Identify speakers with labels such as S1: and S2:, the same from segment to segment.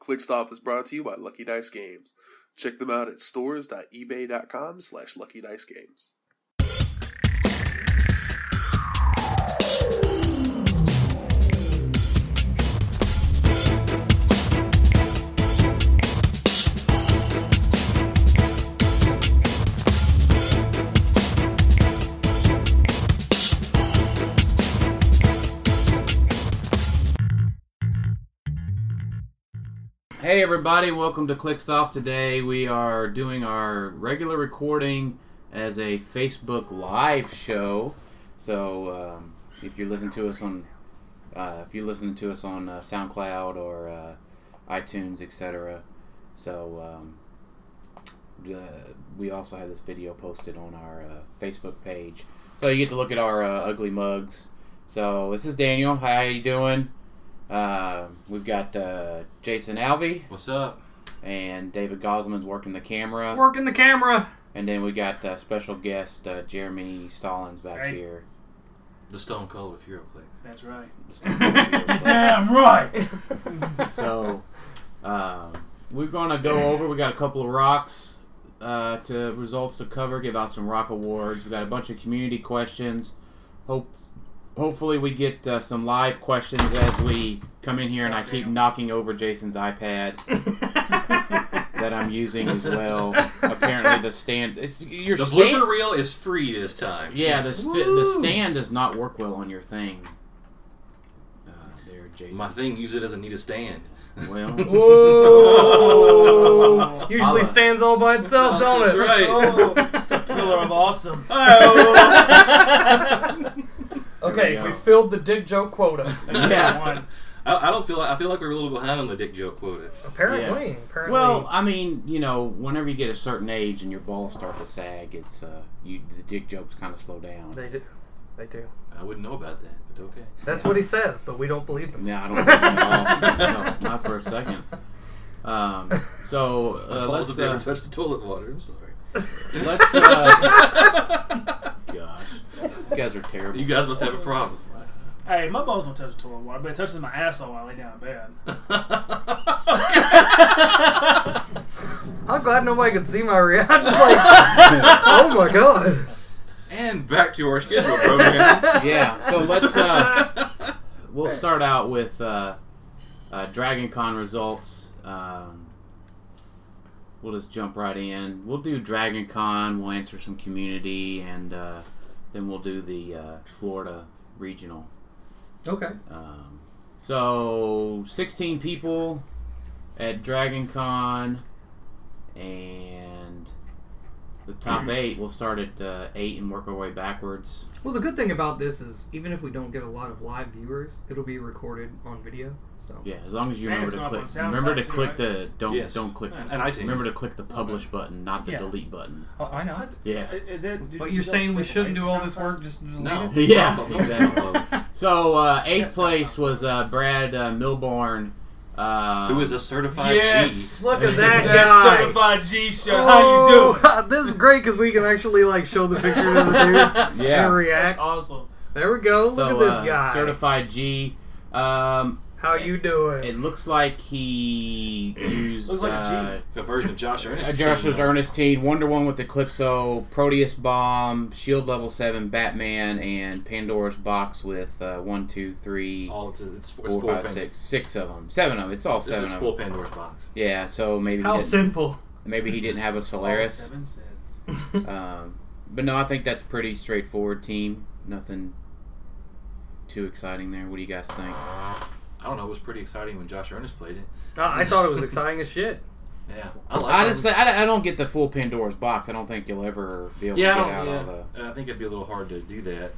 S1: ClickStop is brought to you by Lucky Dice Games. Check them out at e stores.ebay.com slash Lucky Dice Games.
S2: Hey everybody, welcome to Clickstuff. Today we are doing our regular recording as a Facebook Live show. So um, if you listen to us on, uh, if you listen to us on uh, SoundCloud or uh, iTunes, etc. So um, uh, we also have this video posted on our uh, Facebook page. So you get to look at our uh, ugly mugs. So this is Daniel. How you doing? Uh, we've got uh, Jason Alvey
S3: What's up?
S2: and David Gosman's working the camera,
S3: Working the camera.
S2: and then we got uh, special guest uh, Jeremy Stallings back
S4: Hey.
S2: here.
S3: The Stone Cold of HeroClix.
S4: That's right.
S5: Damn right.
S2: so um, we're gonna go over. We got a couple of rocks uh, to results to cover. Give out some rock awards. We got a bunch of community questions. Hope hopefully we get uh, some live questions as we come in here, and I keep knocking over Jason's iPad. That I'm using as well. Apparently, the stand. It's your
S3: The
S2: stand-
S3: blooper reel is free this time.
S2: Yeah, the st- the stand does not work well on your thing. Uh, there, Jason.
S3: My thing usually doesn't need a stand.
S2: well,
S4: Whoa!
S3: Holla.
S4: Usually stands all by itself, don't
S3: That's
S4: it?
S3: right.
S5: Oh, it's a pillar of awesome.
S2: Oh.
S4: Okay,
S2: There
S4: we,
S2: we go.
S4: filled the dick joke quota.
S2: yeah.
S3: I, I don't feel like I feel like we're a little behind on the dick joke quota.
S4: Apparently, apparently.
S2: Well, I mean, you know, whenever you get a certain age and your balls start to sag, it's uh, you the dick jokes kind of slow down.
S4: they do. They do.
S3: I wouldn't know about that, but okay.
S4: That's what he says, but we don't believe him.
S2: No, I don't. Know, no, not for a second. Um, so uh,
S3: Balls have
S2: let's
S3: never
S2: uh,
S3: touched the toilet water. I'm sorry.
S2: let's. Uh, gosh, you guys are terrible.
S3: You guys must have a problem.
S5: Hey, my balls don't touch the toilet water, but it touches my asshole while I lay down in bed.
S4: I'm glad nobody could see my reaction. I'm just like, oh my god.
S3: And back to our schedule program.
S2: yeah. So let's. Uh, we'll start out with uh, uh, Dragon Con results. Um, we'll just jump right in. We'll do Dragon Con. We'll answer some community, and uh, then we'll do the uh, Florida regional.
S4: Okay.
S2: Um, so 16 people at Dragon Con, and the top eight. We'll start at uh, eight and work our way backwards.
S4: Well, the good thing about this is even if we don't get a lot of live viewers, it'll be recorded on video. So
S2: Yeah, as long as you
S5: And
S2: remember
S5: it's
S2: to
S5: gonna
S2: click.
S5: upload SoundCloud
S2: Remember to
S5: too,
S2: click
S5: right?
S2: the don't
S3: Yes.
S2: don't click.
S3: And iTunes.
S2: Remember to click the publish button, not the
S5: Yeah.
S2: delete button.
S4: Oh, I know.
S2: Yeah.
S5: Is it? do-
S4: But
S5: do
S4: you're
S5: those
S4: saying we
S5: slip
S4: shouldn't
S5: away
S4: do
S5: from
S4: all this
S5: SoundCloud?
S4: work just to delete
S3: no.
S4: it?
S2: Yeah,
S3: Problem.
S2: exactly. So uh, eighth
S5: Yes, I know.
S2: place was uh, Brad uh, Milborn. Uh,
S3: Who is a certified G?
S4: Look at that
S5: That
S4: guy.
S5: certified G shirt. How you doing?
S4: Oh, this is great because we can actually like show the picture of the dude and
S2: Yeah.
S4: react.
S5: That's awesome.
S4: There we go. Look
S2: So
S4: at this
S2: uh,
S4: guy.
S2: certified G. Um,
S4: How you doing?
S2: it looks like he used
S5: Looks like a G.
S2: uh,
S3: A version of Josh Ernest.
S2: Adjusters Ernestine, Wonder Woman with Eclipso, Proteus Bomb, Shield Level 7, Batman, and Pandora's Box with uh, 1, 2, 3,
S3: All it's, it's, four, it's
S2: four,
S3: four
S2: five, six, six of them. Seven of them. It's all
S3: It's,
S2: seven oh.
S3: it's
S2: of
S3: full
S2: them.
S3: Pandora's box.
S2: Yeah, so maybe he
S4: How
S2: didn't,
S4: sinful.
S2: maybe he didn't have a Solaris.
S5: Seven cents.
S2: Um, but no, I think that's pretty straightforward team. Nothing too exciting there. What do you guys think?
S3: I don't know. It was pretty exciting when Josh Ernest played it.
S4: Uh, I thought it was exciting as shit.
S3: Yeah, I like.
S2: I
S3: him.
S2: just I, I don't get the full Pandora's box. I don't think you'll ever be able
S3: Yeah,
S2: to get
S3: I don't.
S2: out all the.
S3: Yeah, Uh, I think it'd be a little hard to do that.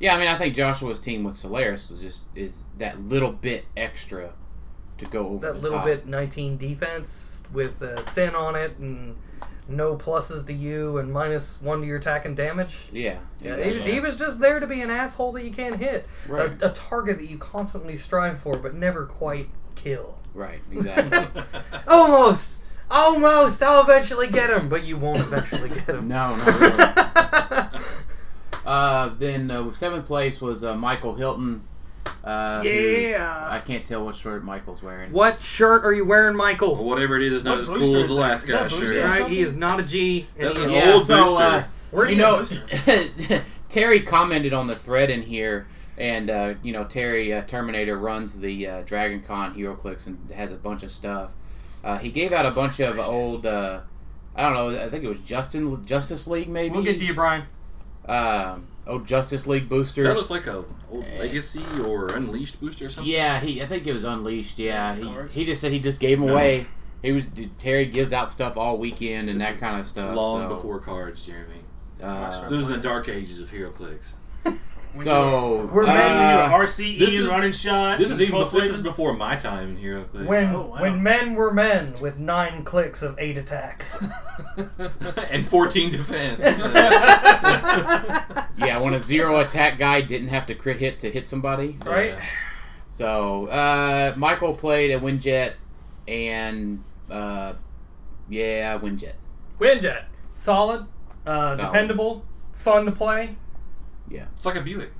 S2: Yeah, I mean, I think Joshua's team with Solaris was just is that little bit extra to go over
S4: That
S2: the
S4: little
S2: top.
S4: bit 19 defense with uh, sin on it and no pluses to you and minus one to your attack and damage.
S2: Yeah,
S4: Yeah,
S2: exactly.
S4: he, uh, he was just there to be an asshole that you can't hit,
S2: Right.
S4: a, a target that you constantly strive for but never quite kill.
S2: right, exactly.
S4: Almost, almost. I'll eventually get him, but you won't eventually get him.
S2: no, no. Really. uh, then uh, seventh place was uh, Michael Hilton. Uh, who-
S4: Yeah.
S2: I can't tell what shirt Michael's wearing.
S4: What shirt are you wearing,
S3: Well,
S4: Michael?
S3: whatever it is, it's not
S5: What
S3: as
S5: booster
S3: cool as
S5: is
S3: the
S5: that?
S3: last
S5: Is that
S3: guy's
S5: booster?
S3: shirt.
S5: Yeah.
S4: Right? He is not a G. and
S3: That's
S4: he
S3: an
S4: is-
S2: Yeah,
S3: old
S2: so,
S3: booster.
S2: uh,
S4: Where's
S2: you
S4: that
S2: know,
S4: booster?
S2: Terry commented on the thread in here, and uh, you know Terry uh, Terminator runs the uh, Dragon Con HeroClix and has a bunch of stuff. Uh, he gave out a bunch of old, uh, I don't know, I think it was Justin Justice League maybe.
S4: We'll get to you, Brian.
S2: Um, old Justice League
S3: That
S2: boosters.
S3: looks like a old
S2: Eh.
S3: Legacy or Unleashed booster or something.
S2: yeah, he I think it was Unleashed. Yeah,
S5: Cards?
S2: he, he just said he just gave them
S3: No.
S2: away. He was Terry gives out stuff all weekend and
S3: This
S2: that
S3: is
S2: kind of stuff.
S3: Long
S2: so,
S3: before cards, Jeremy.
S2: uh,
S3: So it was in the dark ages of HeroClix.
S2: so
S5: We're
S2: uh,
S5: men. We
S3: this
S5: do RCE E and
S3: is-
S5: running shot.
S3: This is
S5: and
S3: even
S5: pulse
S3: this is
S5: waving.
S3: before my time in HeroClix.
S4: When
S5: Oh, wow.
S4: when men were men with nine clicks of eight attack.
S3: and 14 defense.
S2: yeah, when a zero attack guy didn't have to crit hit to hit somebody.
S4: Right?
S2: So uh, Michael played a Winjet, and uh, yeah, Winjet.
S4: Windjet. Solid, uh, dependable, fun to play.
S3: It's like a Buick.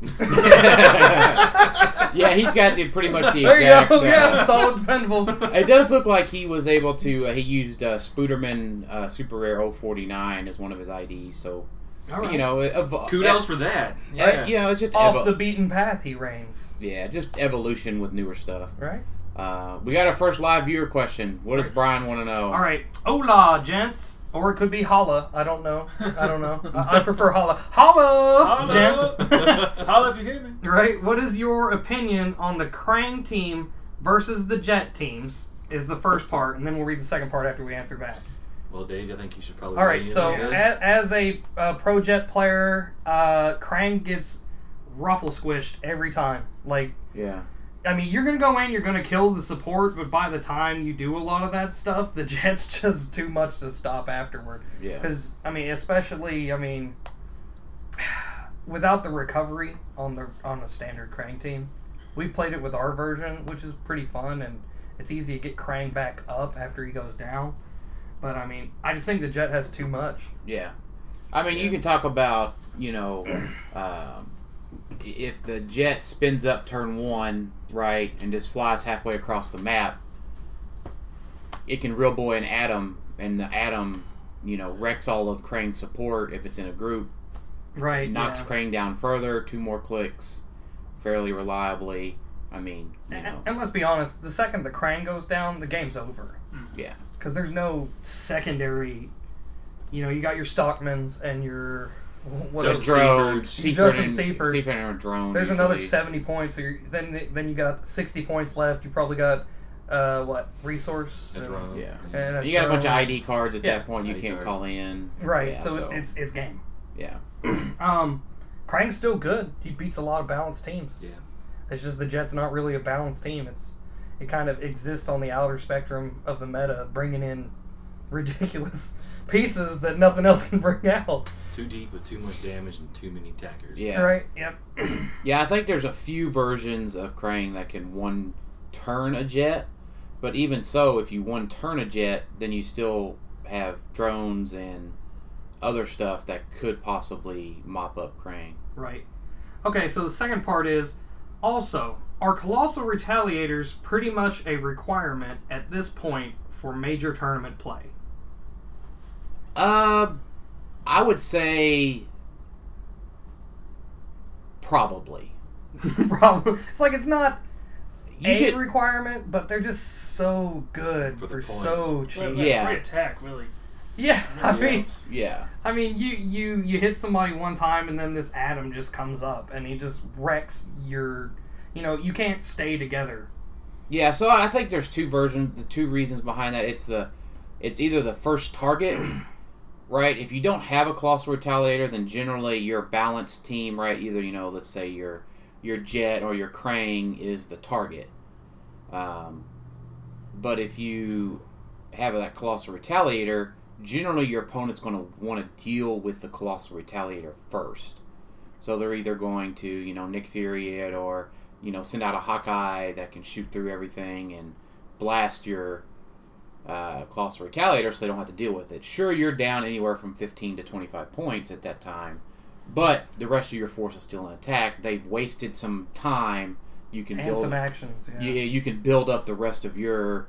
S2: yeah, he's got the, pretty much the
S4: There you
S2: exact.
S4: go. Yeah,
S2: uh,
S4: solid, dependable.
S2: it does look like he was able to. Uh, he used uh, Spooderman uh, Super Rare 049 as one of his IDs. So you know, it evo-
S3: Kudos for that.
S2: uh,
S3: Yeah.
S2: uh, you know, it's just
S4: Off
S2: evo-
S4: the beaten path he reigns.
S2: yeah, just evolution with newer stuff.
S4: Right?
S2: Uh, we got our first live viewer question. What does Brian want to know?
S4: All right. Hola, gents. Or it could be holla. I don't know. I don't know. I, I prefer holla. Holla,
S5: Holla.
S4: gents.
S5: Holla if you hear me.
S4: right. What is your opinion on the Krang team versus the Jet teams? Is the first part, and then we'll read the second part after we answer that.
S3: Well, Dave, I think you should probably.
S4: All right.
S3: weigh in
S4: So
S3: on this.
S4: as, as a uh, pro Jet player, uh, Krang gets ruffle squished every time. Like
S2: Yeah.
S4: I mean, you're gonna go in, you're gonna kill the support, but by the time you do a lot of that stuff, the jet's just too much to stop afterward.
S2: Yeah.
S4: Because I mean, especially I mean, without the recovery on the on a standard Krang team, we played it with our version, which is pretty fun, and it's easy to get Krang back up after he goes down. But I mean, I just think the jet has too much.
S2: Yeah, I mean, you can talk about you know um, if the jet spins up turn one right and just flies halfway across the map, it can real boy an atom, and the atom you know wrecks all of Crane's support if it's in a group,
S4: Right.
S2: knocks Crane down further, two more clicks, fairly reliably. I mean, you
S4: And,
S2: know,
S4: and let's be honest, the second the Krang goes down, the game's over.
S2: yeah,
S4: because there's no secondary. You know, you got your Stockmans and your what
S3: Just Seaford.
S4: else?
S2: drone, Seaford,
S4: Justin
S2: and,
S4: Seaford.
S2: Seaford and a drone.
S4: There's another
S2: usually.
S4: seventy points. So you're, then then you got sixty points left. You probably got uh, what resource?
S3: That's
S4: and-
S3: wrong.
S2: Yeah.
S4: And a
S2: You got a bunch of
S4: drone.
S2: ID cards at
S4: Yeah.
S2: that point. You
S3: ID
S2: can't
S3: cards.
S2: call in.
S4: Right,
S2: Yeah,
S4: so, it- it's it's game.
S2: yeah,
S4: Um, Krang's still good. He beats a lot of balanced teams.
S3: Yeah.
S4: It's just the Jets not really a balanced team. It's it kind of exists on the outer spectrum of the meta, bringing in ridiculous pieces that nothing else can bring out.
S3: It's too deep with too much damage and too many attackers.
S2: yeah,
S4: Right. Yep.
S2: yeah. I think there's a few versions of Krang that can one turn a jet, but even so, if you one turn a jet, then you still have drones and other stuff that could possibly mop up Krang.
S4: Right. Okay, so the second part is also, are Colossal Retaliators pretty much a requirement at this point for major tournament play?
S2: Uh, I would say probably.
S4: Probably. It's like it's not
S2: You
S4: a
S2: get
S4: requirement, but they're just so good
S3: For
S4: for
S3: the
S4: so
S5: Wait,
S4: cheap.
S5: wait,
S2: Yeah.
S5: Free attack, really.
S4: Yeah, I mean,
S2: yeah.
S4: I mean, you you you hit somebody one time, and then this atom just comes up, and he just wrecks your. You know, you can't stay together.
S2: Yeah, so I think there's two versions, the two reasons behind that. It's the, it's either the first target, right? If you don't have a colossal retaliator, then generally your balanced team, right? Either you know, let's say your your jet or your Krang is the target. Um, but if you have that colossal retaliator, generally your opponent's going to want to deal with the colossal retaliator first. So they're either going to you know Nick Fury it or you know send out a Hawkeye that can shoot through everything and blast your uh, colossal retaliator, so they don't have to deal with it. Sure, you're down anywhere from 15 to 25 points at that time, But the rest of your force is still in attack. They've wasted some time. You can
S4: and
S2: build
S4: some actions. Yeah.
S2: you, you can build up the rest of your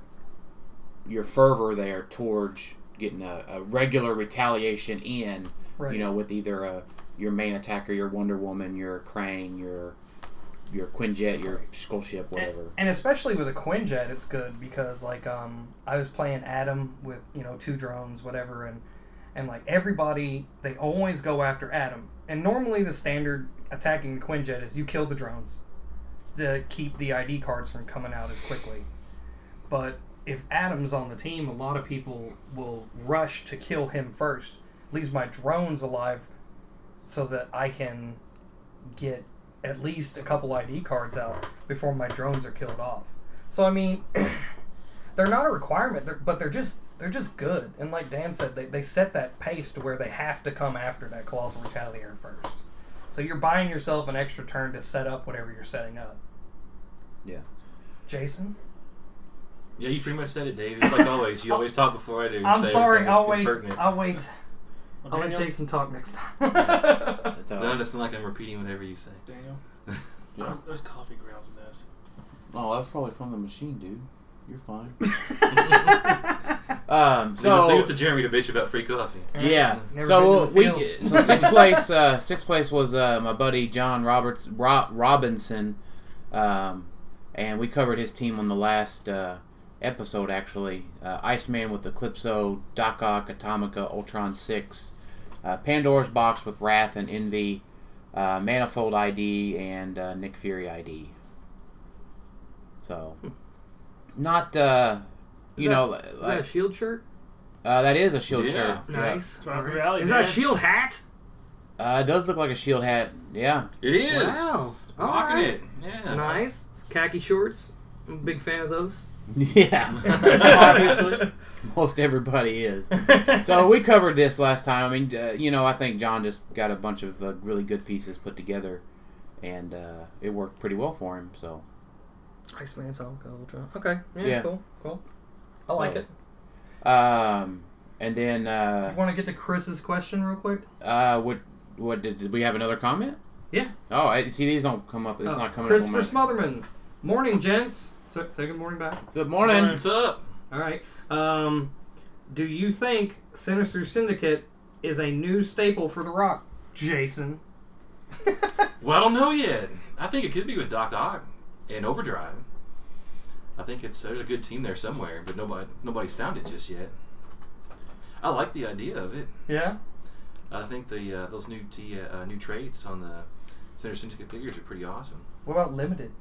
S2: your fervor there towards getting a, a regular retaliation in
S4: Right.
S2: you know with either a, your main attacker your wonder woman your crane your your quinjet your skull ship whatever
S4: And especially with a Quinjet, it's good because like um, I was playing Adam with you know two drones, whatever, and and like everybody, they always go after Adam. And normally the standard attacking the Quinjet is you kill the drones to keep the ID cards from coming out as quickly. But if Adam's on the team, a lot of people will rush to kill him first. Leaves my drones alive so that I can get at least a couple ID cards out before my drones are killed off. So I mean, they're not a requirement, they're, but they're just they're just good. And like Dan said, they, they set that pace to where they have to come after that colossal retaliator first. So you're buying yourself an extra turn to set up whatever you're setting up.
S2: yeah
S4: Jason,
S3: Yeah, you pretty much said it, Dave. It's like always. You always talk before I do.
S4: Oh, I'm
S3: Say
S4: sorry.
S3: everything
S4: Oh.
S3: that's
S4: I'll wait.
S3: pertinent.
S4: I'll wait.
S5: Well,
S4: I'll let
S5: Daniel,
S4: Jason talk next time.
S2: that's
S3: Then I
S2: all
S3: just sound like I'm repeating whatever you say.
S5: Daniel,
S2: yeah.
S5: there's- there's coffee grounds in this.
S2: oh that's probably from the machine dude you're fine um so
S3: So leave it to Jeremy to bitch about free coffee.
S2: Yeah.
S4: Never
S2: so
S4: been
S2: we
S4: to the field.
S2: so sixth place uh, sixth place was uh, my buddy John Roberts Ro- Robinson, um, and we covered his team on the last uh, episode actually. Uh, Iceman with Eclipso, Doc Ock, Atomica, Ultron Six, uh, Pandora's Box with Wrath and Envy, uh, Manifold ID, and uh, Nick Fury ID. So, not uh, you
S6: that-
S2: know
S6: Is that a
S2: like,
S6: shield shirt?
S2: uh, that is a shield
S3: Yeah.
S2: shirt. yeah.
S6: Nice.
S5: It's right up your
S6: Alright.
S5: alley,
S6: Is that a
S5: man.
S6: shield hat?
S2: Uh, it does look like a shield hat. Yeah.
S3: It is.
S6: Wow.
S3: Rocking
S6: Alright.
S3: it. Yeah.
S6: Nice. Khaki shorts. I'm a big fan of those.
S2: Yeah.
S5: Obviously.
S2: Most everybody is. So we covered this last time. I mean, uh, you know, I think John just got a bunch of uh, really good pieces put together, and uh, it worked pretty well for him. So
S6: Iceman, Sonic, Ultron. Okay. Yeah,
S2: Yeah.
S6: Cool. Cool.
S4: I like
S2: So-
S4: it.
S2: Um, and then uh,
S4: You want to get to Chris's question real quick?
S2: uh, what what did, did we have another comment?
S4: Yeah.
S2: Oh, I see. These don't come up. It's
S4: Oh,
S2: not coming
S4: Christopher
S2: up. on my-
S4: Smotherman. Morning, gents. Say, say good morning back.
S2: Good morning.
S3: What's up?
S4: All right. Um, do you think Sinister Syndicate is a new staple for The Rock, Jason?
S3: Well, I don't know yet. I think it could be with Doc Ock and Overdrive. I think it's there's a good team there somewhere, but nobody nobody's found it just yet. I like the idea of it.
S4: Yeah.
S3: I think the uh, those new t- uh, new traits on the Center Syndicate figures are pretty awesome.
S4: What about Limited?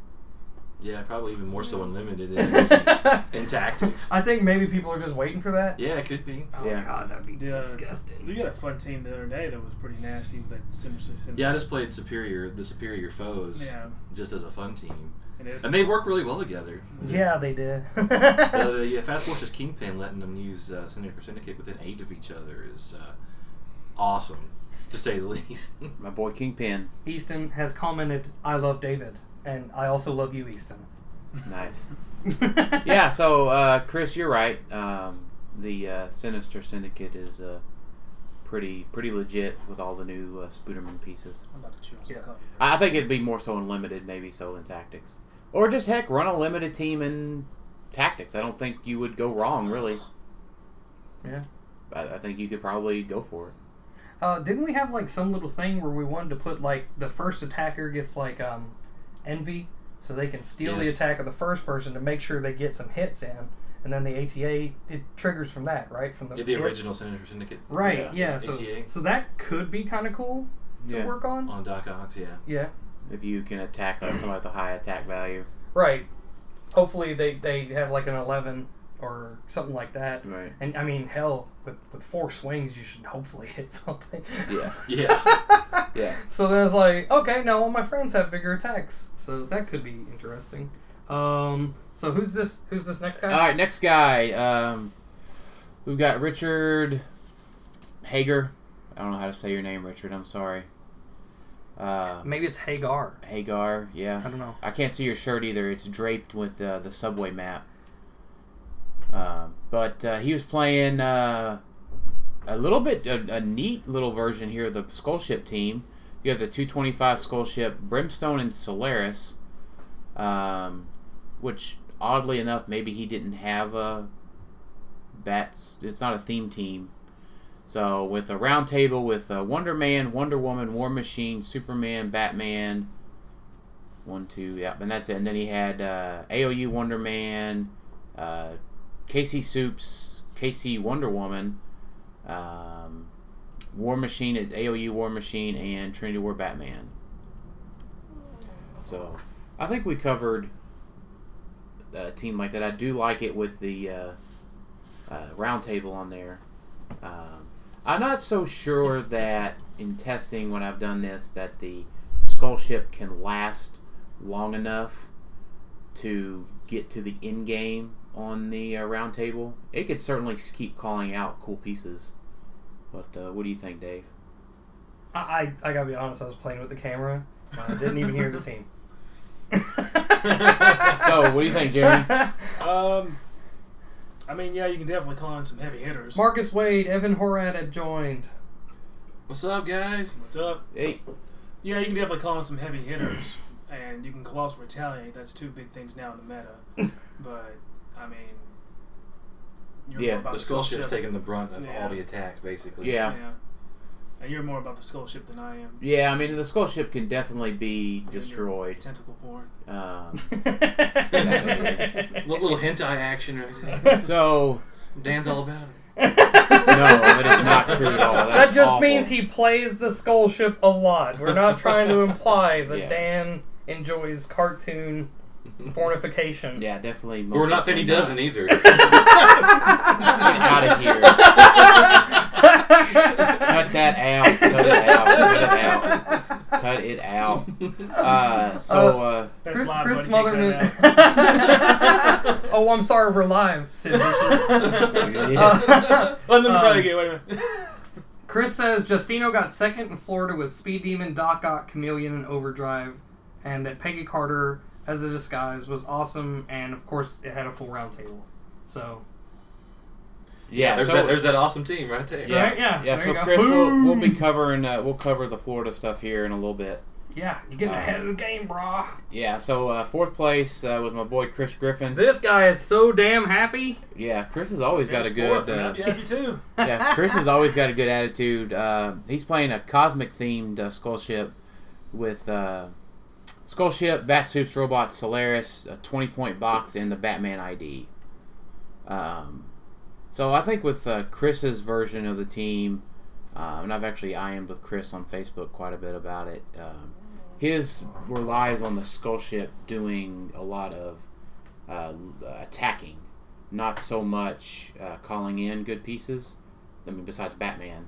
S3: Yeah, probably even more so unlimited than it is in- in tactics.
S4: I think maybe people are just waiting for that.
S3: Yeah, it could be.
S6: Oh
S2: Yeah.
S6: my god, that'd be
S5: Yeah. uh, We
S6: disgusting.
S5: got a fun team the other day that was pretty nasty with that sinister. Sinister-
S3: Yeah, I just played superior the superior foes
S5: Yeah.
S3: just as a fun team,
S5: And it,
S3: and they work really well together.
S4: Yeah, they did.
S3: Uh, the yeah, Fast Forces Kingpin letting them use uh, Syndicate, Syndicate within eight of each other is uh, awesome, to say the least.
S2: My boy Kingpin.
S4: Easton has commented, "I love David, and I also love you, Easton."
S2: Nice. yeah, so uh, Chris, you're right. Um, the uh, Sinister Syndicate is uh, pretty pretty legit with all the new uh, Spooderman pieces.
S5: I'm about to chew on some
S4: Yeah.
S5: coffee.
S2: I I think it'd be more so in limited, maybe so in tactics, or just heck, run a limited team in tactics. I don't think you would go wrong, really.
S4: Yeah.
S2: I, I think you could probably go for it.
S4: Uh, didn't we have like some little thing where we wanted to put like the first attacker gets like um, envy, so they can steal the
S3: Yes.
S4: attack of the first person to make sure they get some hits in, and then the ATA it triggers from that, right? From the,
S3: Yeah, the
S4: hits.
S3: original Senator Syndicate
S4: Right.
S2: Yeah.
S4: Yeah. so,
S3: ATA.
S4: so that could be kind of cool to work on.
S3: on Doc Ock, yeah.
S4: Yeah.
S2: if you can attack uh, somebody with a high attack value,
S4: Right. Hopefully they they have like an eleven or something like that.
S2: right?
S4: And I mean, hell, with with four swings, you should hopefully hit something.
S2: Yeah,
S3: Yeah,
S2: yeah.
S4: So then it's like, okay, now all my friends have bigger attacks, so that could be interesting. Um, so who's this? Who's this next
S2: All
S4: guy?
S2: right, next guy. Um, we've got Richard Hager. I don't know how to say your name, Richard. I'm sorry. Uh,
S4: Maybe it's Hagar.
S2: Hagar.
S4: I
S2: Yeah,
S4: don't know.
S2: I can't see your shirt either. It's draped with uh, the subway map. Um, but uh, he was playing uh, a little bit a, a neat little version here of the Skull Ship team. You have the 225 skull ship, Brimstone and Solaris, um, which oddly enough, maybe he didn't have a bats. It's not a theme team. So with a round table with uh, Wonder Man, Wonder Woman, War Machine, Superman, Batman. One, two, yeah, and that's it. And then he had uh, AOU Wonder Man, uh, Casey Soups, Casey Wonder Woman, um, War Machine at AOU War Machine and Trinity War Batman. So, I think we covered uh, a team like that. I do like it with the uh, uh, round table on there. Um, I'm not so sure that in testing when I've done this that the skull ship can last long enough to get to the end game on the uh, round table. It could certainly s- keep calling out cool pieces. But uh, what do you think, Dave?
S4: I, I I gotta be honest. I was playing with the camera. I didn't even hear the team.
S2: So, what do you think, Jeremy?
S5: Um, I mean, yeah, you can definitely call in some heavy hitters.
S4: Marcus Wade, Evan Horad had joined.
S3: What's up, guys?
S5: What's up?
S2: Hey,
S5: Yeah, you can definitely call in some heavy hitters, and you can Colossal Retaliate. That's two big things now in the meta. but I mean, you're
S2: Yeah,
S5: more about
S3: The skull
S5: ship.
S3: ship's taking the brunt of
S5: Yeah.
S3: all the attacks, basically.
S2: yeah.
S5: Yeah, and you're more about the skull ship than I am.
S2: Yeah, I mean, the skull ship can definitely be destroyed.
S5: Tentacle porn.
S2: Um,
S3: Li- little hentai action. and everything.
S2: so,
S3: Dan's all about it.
S2: no, that is not true at all. That's
S4: that just
S2: awful.
S4: means he plays the skull ship a lot. We're not trying to imply that
S2: Yeah.
S4: Dan enjoys cartoon pornification.
S2: Yeah, definitely.
S3: But we're not saying he
S2: mostly
S3: doesn't either.
S2: not. Get out of here. Cut that out. Cut it out. Cut it out. Cut it out. Uh, so, uh,
S5: That's live,
S4: Chris
S5: buddy. Can't cut it out.
S4: Motherman. oh, I'm sorry, we're live. Sid Vicious.
S5: Let me try
S4: Um,
S5: again. Wait a minute.
S4: Chris says Justino got second in Florida with Speed Demon, Doc Ock, Chameleon, and Overdrive, and that Peggy Carter as a disguise was awesome, and of course it had a full round table. So
S2: yeah,
S3: There's,
S2: so,
S3: that, there's that awesome team right there.
S2: yeah,
S4: Right? Yeah,
S2: yeah.
S4: there
S2: So,
S4: you go.
S2: Chris, we'll, we'll be
S4: Boom.
S2: covering uh, we'll cover the Florida stuff here in a little bit.
S4: yeah, you're getting ahead of the game, brah.
S2: Yeah, so uh, fourth place uh, was my boy Chris Griffin.
S6: This guy is so damn happy.
S2: Yeah, Chris has always got a
S5: There's
S2: good.
S5: fourth, and
S2: Uh,
S5: I'd be happy too.
S2: yeah, Chris has always got a good attitude. Uh, he's playing a cosmic themed uh, skull ship with uh, skull ship, bat soups, robot, Solaris, a twenty point box, and the Batman ID. Um, so I think with uh, Chris's version of the team, um, and I've actually IM'd with Chris on Facebook quite a bit about it. Um, his relies on the skull ship doing a lot of uh, attacking, not so much uh, calling in good pieces. I mean, besides Batman,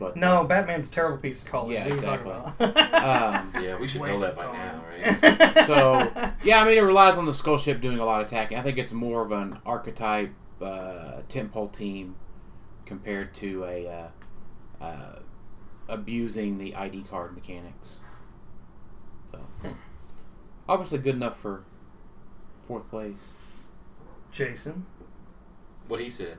S2: but
S4: No, Batman's a terrible piece of color.
S2: Yeah,
S4: What are you talking
S2: exactly.
S4: about?
S2: Um,
S3: Yeah, we should know
S5: Waste
S3: that by
S5: of
S3: now,
S5: time.
S3: right?
S2: so yeah, I mean, it relies on the skull ship doing a lot of attacking. I think it's more of an archetype uh, tentpole team compared to a uh, uh, abusing the ID card mechanics. So obviously, good enough for fourth place.
S4: Jason.
S3: What he said.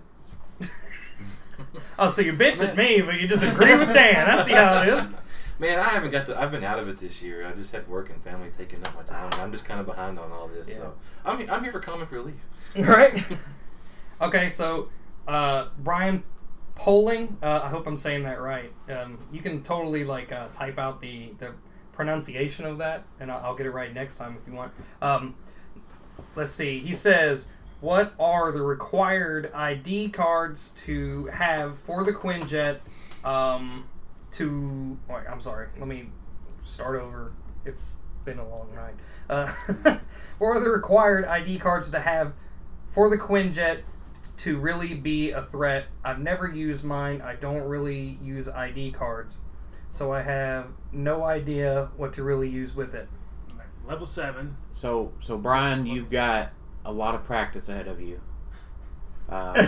S4: Oh, so you bitch at me, but you disagree with Dan. I see how it is.
S3: Man, I haven't got to. I've been out of it this year. I just had work and family taking up my time, and I'm just kind of behind on all this. So I'm he- I'm here for comic relief.
S4: right? Okay, so uh, Brian Poling, uh, I hope I'm saying that right. Um, you can totally like uh, type out the, the pronunciation of that, and I'll, I'll get it right next time if you want. Um, let's see. He says, "What are the required ID cards to have for the Quinjet?" Um, to wait, I'm sorry. Let me start over. It's been a long night. Uh, what are the required ID cards to have for the Quinjet to really be a threat? I've never used mine. I don't really use ID cards, so I have no idea what to really use with it.
S5: Level seven.
S2: So, so Brian, you've got a lot of practice ahead of you. Um,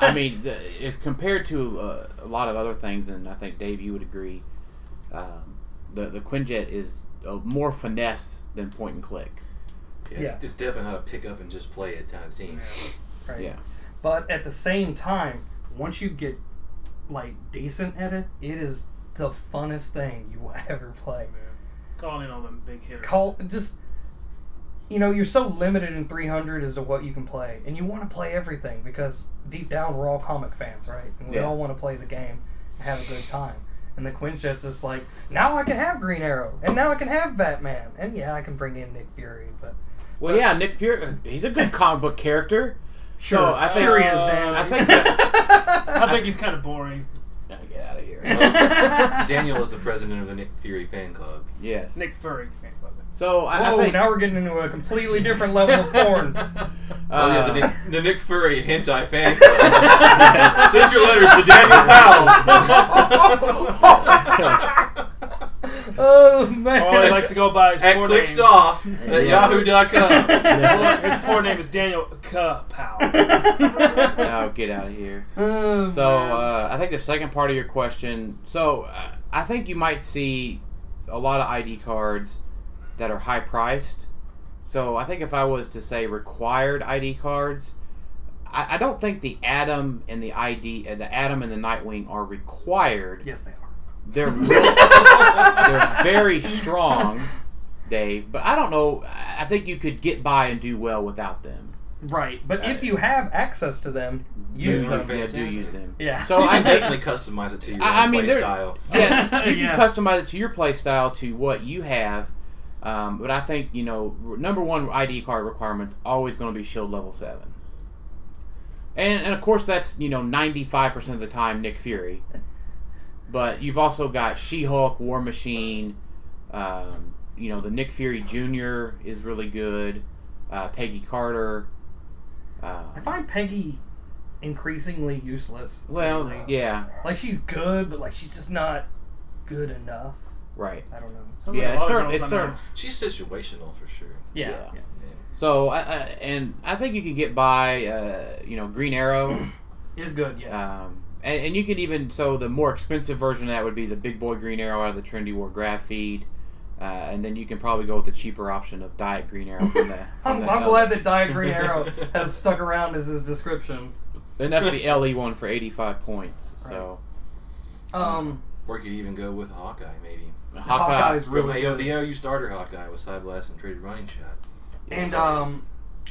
S2: I mean, the, if compared to uh, a lot of other things, and I think Dave, you would agree, um, the the Quinjet is uh, more finesse than point and click.
S3: Yeah, it's,
S4: Yeah.
S3: it's definitely not a pick up and just play it kind of team.
S4: Right?
S2: Yeah,
S4: But at the same time, once you get like decent at it, it is the funnest thing you will ever play.
S5: Calling in all them big hitters.
S4: Call just you know, you're so limited in 300 as to what you can play, and you want to play everything because deep down we're all comic fans, right? And we
S2: Yeah.
S4: all want to play the game and have a good time. And the Quinjet's just like, now I can have Green Arrow, and now I can have Batman, and yeah, I can bring in Nick Fury, but
S2: Well, yeah, Nick Fury. He's a good comic book character. Sure, so I think.
S5: Fury is
S2: uh,
S5: bad.
S2: I think. That,
S5: I think he's kind of boring.
S2: No, get out of here.
S3: Daniel is the president of the Nick Fury fan club.
S2: yes.
S5: Nick Fury fan club.
S2: So I, I
S4: Whoa,
S2: think.
S4: Oh,
S2: uh,
S4: now we're getting into a completely different level of porn.
S3: oh yeah,
S2: uh,
S3: the Nick, the Nick Fury hentai fan club. Send your letters to Daniel Powell
S4: Oh man!
S5: Oh, he likes to go by his
S3: at
S5: poor name.
S3: clickstoff at yahoo.com.
S5: Well, his poor name is Daniel Kapow.
S2: no, get out of here.
S4: Oh,
S2: So uh, I think the second part of your question. So uh, I think you might see a lot of ID cards that are high priced. So I think if I was to say required ID cards, I, I don't think the Atom and the ID, uh, the Atom and the Nightwing are required.
S4: yes, they are.
S2: They're really, they're very strong, Dave. But I don't know. I I think you could get by and do well without them.
S4: Right, but
S3: Right.
S4: if you have access to them, use
S3: Yeah.
S4: them.
S2: Yeah, do use
S3: Fantastic.
S2: them.
S4: Yeah.
S2: So
S3: You
S2: I
S3: can
S2: think
S3: definitely customize it to your
S2: I- I
S3: own
S2: mean,
S3: play
S2: they're-
S3: style.
S2: yeah, you
S5: Yeah.
S2: can customize it to your play style to what you have. Um, but I think you know, r- number one ID card requirement's always going to be Shield level seven. And, and of course, that's you know ninety five percent of the time Nick Fury. But you've also got She Hulk, War Machine. Um, you know, the Nick Fury Jr. is really good. Uh, Peggy Carter. Uh,
S4: I find Peggy increasingly useless.
S2: well,
S4: lately.
S2: yeah,
S4: Like she's good, but like she's just not good enough.
S2: right.
S4: I don't know.
S2: Yeah, it's certain.
S5: girls
S2: It's
S5: I
S2: certain.
S5: know.
S3: She's situational for sure.
S4: Yeah.
S2: Yeah.
S4: yeah.
S2: So, I, I, and I think you can get by, uh, you know, Green Arrow,
S4: Is good, yes.
S2: um, and, and you can even so the more expensive version of that would be the Big Boy Green Arrow out of the Trendy War graph feed, uh, and then you can probably go with the cheaper option of Diet Green Arrow from the. From
S4: I'm,
S2: the E.
S4: I'm glad
S2: LE.
S4: that Diet Green Arrow has stuck around as his description.
S2: And that's the LE one for eighty-five points. So
S4: Um,
S3: Or you could even go with Hawkeye, maybe.
S2: Hawkeye-
S4: Hawkeye's
S3: From
S4: really
S3: AO,
S4: good.
S3: the AOU starter Hawkeye with Side Blast and Traded Running Shot.
S4: And um,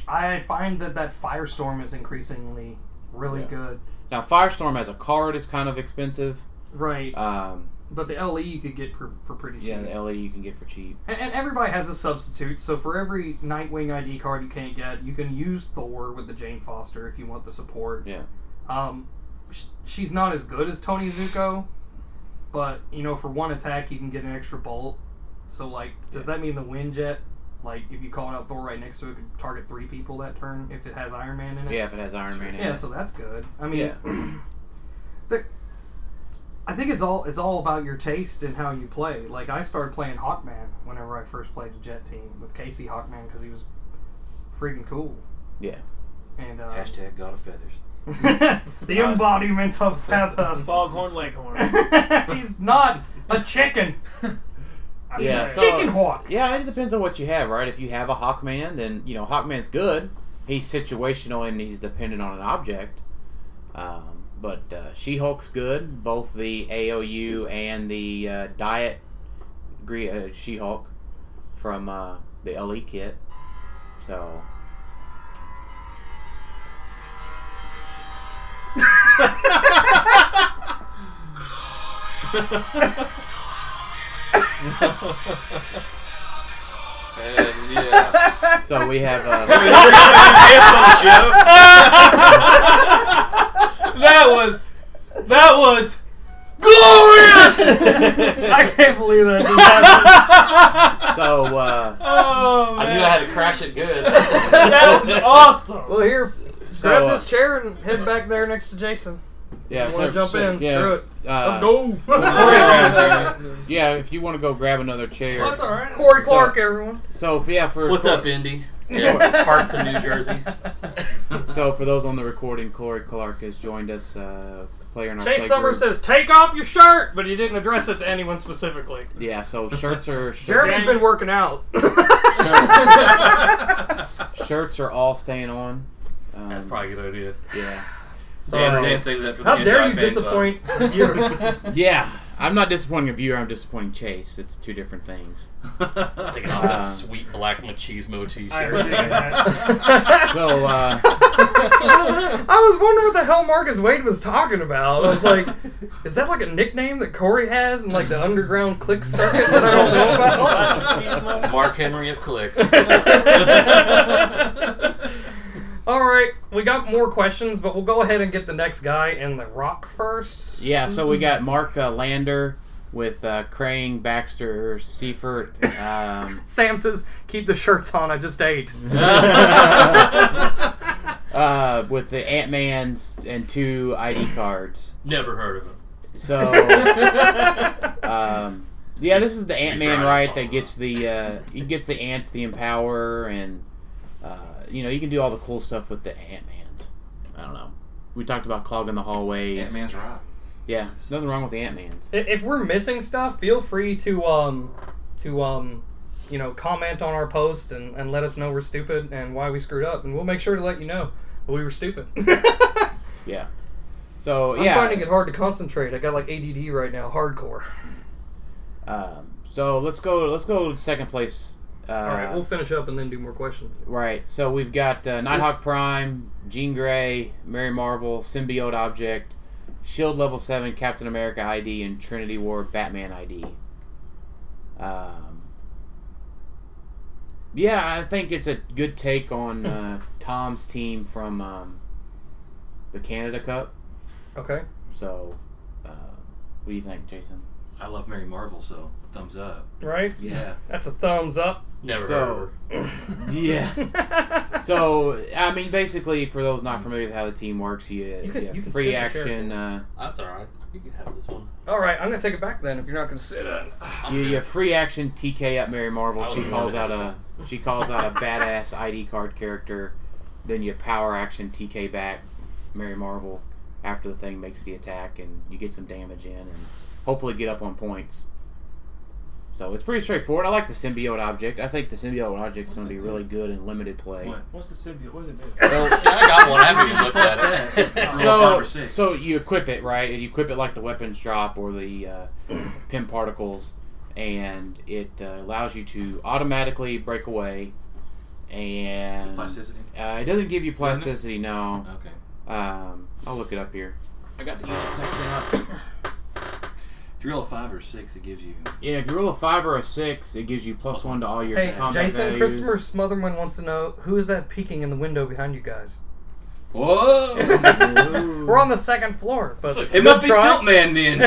S4: I find that that Firestorm is increasingly really
S2: Yeah.
S4: good.
S2: Now Firestorm as a card is kind of expensive.
S4: Right,
S2: Um,
S4: but the LE you could get for, for pretty cheap.
S2: yeah, the E LE you can get for cheap.
S4: And, and everybody has a substitute, so for every Nightwing ID card you can't get, you can use Thor with the Jane Foster if you want the support.
S2: Yeah.
S4: Um, sh- she's not as good as Tony Zuko, but you know, for one attack you can get an extra bolt. So like, does that mean the wind jet, like if you call it out Thor right next to it, could target three people that turn if it has Iron Man in it?
S2: Yeah, if it has Iron Man in
S4: Yeah,
S2: it.
S4: so that's good. I mean,
S2: Yeah.
S4: I think it's all it's all about your taste and how you play. Like I started playing Hawkman whenever I first played the Jet team with Casey Hawkman because he was freaking cool.
S2: Yeah.
S4: And uh,
S3: Hashtag God of Feathers.
S4: the embodiment of feathers.
S5: Foghorn Leghorn.
S4: He's not a chicken.
S5: I
S2: Yeah,
S5: swear.
S2: so-
S4: chicken hawk.
S2: Yeah, it depends on what you have, right? If you have a Hawkman, then you know Hawkman's good. He's situational and he's dependent on an object. Um, but uh, She Hulk's good. Both the AOU and the uh, Diet Gre- uh, She Hulk from uh, the LE kit. So
S3: And yeah.
S2: so we have. Uh,
S5: that was that was glorious.
S4: I can't believe that. just happened.
S2: so uh,
S5: Oh man,
S7: I knew I had to crash it good.
S5: that was awesome.
S4: well, here,
S2: so
S4: grab
S2: uh,
S4: this chair and head back there next to Jason.
S2: yeah,
S4: you
S2: so-
S4: want to jump
S2: so-
S4: in?
S2: Yeah,
S4: Screw it.
S2: uh,
S4: Let's go.
S2: Corey grabs her. Yeah, if you want to go grab another chair.
S7: That's all right.
S4: Corey Clark, everyone.
S2: So if- yeah, for
S7: What's up, Indy? Yeah, parts of New Jersey.
S2: So, for those on the recording, Corey Clark has joined us, uh, player in our
S4: Jay
S2: play
S4: Summers
S2: group.
S4: says, "Take off your shirt," but he didn't address it to anyone specifically.
S2: Yeah, so shirts are shirts,
S4: Jeremy's been working out.
S2: shirts are all staying on. Um,
S7: That's probably a good idea.
S2: yeah,
S7: Dan, Dan saves that for the
S4: How
S7: hentai
S4: dare you
S7: fan
S4: disappoint viewers?
S2: yeah. I'm not disappointing a viewer. I'm disappointing Chase. It's two different things.
S7: Taking off that
S2: Uh,
S7: sweet black machismo
S5: I
S7: t-shirt.
S5: appreciate that.
S2: So uh,
S4: I was wondering what the hell Marcus Wade was talking about. I was like, is that like a nickname that Corey has in like the underground click circuit that I don't know about?
S7: Mark Henry of clicks.
S4: All right, we got more questions, but we'll go ahead and get the next guy in the rock first.
S2: yeah, so we got Mark uh, Lander with uh, Crane, Baxter, Seifert. Um,
S4: Sam says, keep the shirts on, I just ate.
S2: uh, with the Ant Man's and two ID cards.
S7: Never heard of him.
S2: So, um, yeah, this is the Ant Man
S7: fair, I
S2: right
S7: follow
S2: that gets the uh, he gets the ants the empower and uh, you know you can do all the cool stuff with the Ant Man's. I don't know. We talked about clogging the hallways.
S3: Ant Man's rock.
S2: Yeah, there's nothing wrong with the Ant Man's.
S4: I- If we're missing stuff, feel free to, um, to, um, you know, comment on our post and, and let us know we're stupid and why we screwed up, and we'll make sure to let you know that we were stupid.
S2: Yeah. So
S4: I'm
S2: yeah.
S4: finding it hard to concentrate. I got like ADD right now, hardcore.
S2: Um, so let's go. Let's go to second place. Uh,
S4: All right, we'll finish up and then do more questions.
S2: right. So we've got uh, Nighthawk Prime, Jean Grey, Mary Marvel, Symbiote Object, Shield E Level Seven, Captain America ID, and Trinity War Batman ID. Um, yeah, I think it's a good take on uh, Tom's team from um, the Canada Cup.
S4: Okay.
S2: So, uh, what do you think, Jason?
S3: I love Mary Marvel, so thumbs up.
S4: Right?
S3: Yeah.
S4: That's a thumbs up.
S7: Never heard
S2: So,
S7: of her.
S2: yeah. So I mean, basically, for those not familiar with how the team works, you,
S4: You
S2: you,
S4: could-
S2: have
S4: you could sit
S2: free
S4: in a chair.
S2: action. Uh,
S7: That's all right. You can have this one.
S4: All right, I'm going to take it back then if you're not going to sit on.
S2: you, you have free action. TK up Mary Marvel.
S7: I
S2: She
S7: was
S2: calls out
S7: wondering
S2: a she calls out a badass ID card character. Then you power action TK back Mary Marvel after the thing makes the attack, and you get some damage in, and hopefully get up on points. So it's pretty straightforward. I like the symbiote object. I think the symbiote object's going to be really good in limited play.
S3: What?
S5: What's the symbiote? What does it do?
S7: Yeah, I got one. I haven't even looked at
S3: Plus
S7: it.
S3: that. Roll five
S2: so,
S3: or six.
S2: so you equip it right you equip it like the weapons drop or the uh, pin particles and it uh, allows you to automatically break away and
S3: Plasticity.
S2: uh, it doesn't give you plasticity no
S3: Okay.
S2: um, i'll look it up here
S3: I got the unit set down. If you roll a oh, five or six, it gives you.
S2: yeah if you roll a five or a six it gives you plus one to all your
S4: Hey,
S2: combat
S4: Jason,
S2: values.
S4: Christopher Smotherman wants to know who is that peeking in the window behind you guys?
S3: Whoa!
S4: We're on the second floor, but
S3: it must be
S4: try.
S3: Stilt Man then.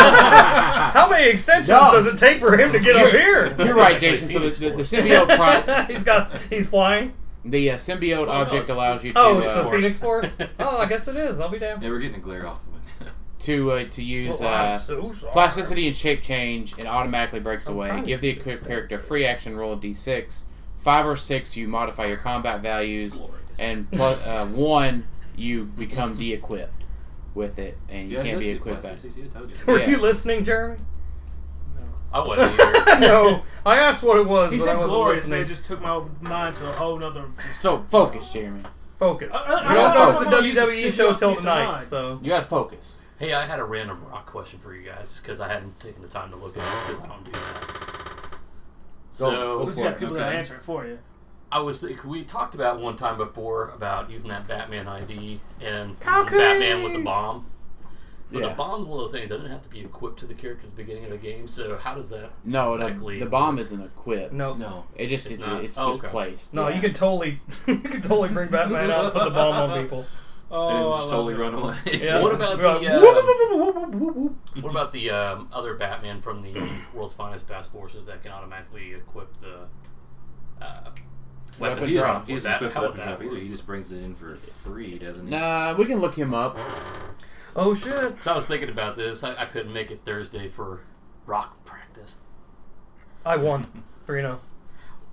S4: how many extensions
S2: Dog.
S4: does it take for him to get up here?
S2: you're right jason so the, the, the symbiote pro-
S4: he's got he's flying.
S2: the uh, symbiote object
S7: it's-
S2: allows you to
S4: Oh, it's
S2: uh,
S4: the
S7: Force.
S4: Phoenix Force. Oh, I guess it is. I'll be damned.
S3: yeah, we're getting a glare off the window.
S2: to uh, to use
S4: Well, Oh, I'm
S2: uh,
S4: so sorry.
S2: Plasticity and shape change, it automatically breaks
S4: I'm
S2: away.
S4: trying to
S2: Give the
S4: get this
S2: equipped character a free action roll a d6. Five or six, you modify your combat values,
S7: Glorious.
S2: and plus, uh, one, you become de-equipped with it, and you
S3: Yeah, it
S2: can't
S3: does
S2: be
S3: get
S2: equipped. Back.
S3: plasticity, I told you.
S4: Were
S2: yeah.
S4: you listening, Jeremy?
S7: I wasn't either.
S4: no, I asked what it was.
S5: He
S4: but I
S5: said
S4: wasn't
S5: glorious, and
S4: listening.
S5: it just took my mind to a whole nother. Just,
S2: So focus, Jeremy.
S4: focus.
S5: I- I-
S4: We don't
S2: I- I-
S4: know
S5: I-
S4: the
S5: I- I used to
S4: WWE
S5: sit
S4: show
S5: up
S4: till
S5: peace of
S4: tonight,
S5: mind.
S4: so
S2: You gotta focus.
S7: Hey, I had a random rock question for you guys because I hadn't taken the time to look at it because I don't do that.
S2: go
S7: So
S5: At least
S2: for
S5: you
S2: it.
S5: got people that
S3: Okay.
S5: answer it for you.
S7: I was think- we talked about one time before about using that Batman ID and
S4: How
S7: using
S4: could
S7: Batman
S4: he?
S7: with the bomb. But
S2: Yeah.
S7: the bomb's one of those things that doesn't have to be equipped to the character at the beginning of the game. So how does that
S2: No, the-
S7: exactly?
S2: the, bomb isn't equipped.
S4: no, no,
S3: No.
S2: It just
S7: It's
S2: it's,
S7: not?
S2: it's
S7: Oh,
S2: just
S7: okay.
S2: placed.
S4: you can totally, you can totally bring Batman out and put the bomb on people.
S5: Oh,
S3: And it
S5: I
S3: just
S5: love
S3: totally
S5: it.
S3: run away.
S4: Yeah.
S7: What about
S4: Well,
S7: the, uh,
S4: whoop, whoop, whoop, whoop, whoop, whoop.
S7: What about the um, other Batman from the World's Finest Task Forces that can automatically equip the uh,
S2: Weapon
S7: weapons
S2: He
S7: drop?
S2: drop.
S3: He
S7: Was
S3: doesn't
S7: that
S3: equip
S7: how would
S3: weapons
S7: that
S3: up either.
S7: work?
S3: He just brings it in for free, doesn't he?
S2: Nah, we can look him up.
S4: Oh shit!
S7: So I was thinking about this. I, I couldn't make it Thursday for rock practice.
S4: I won, three oh.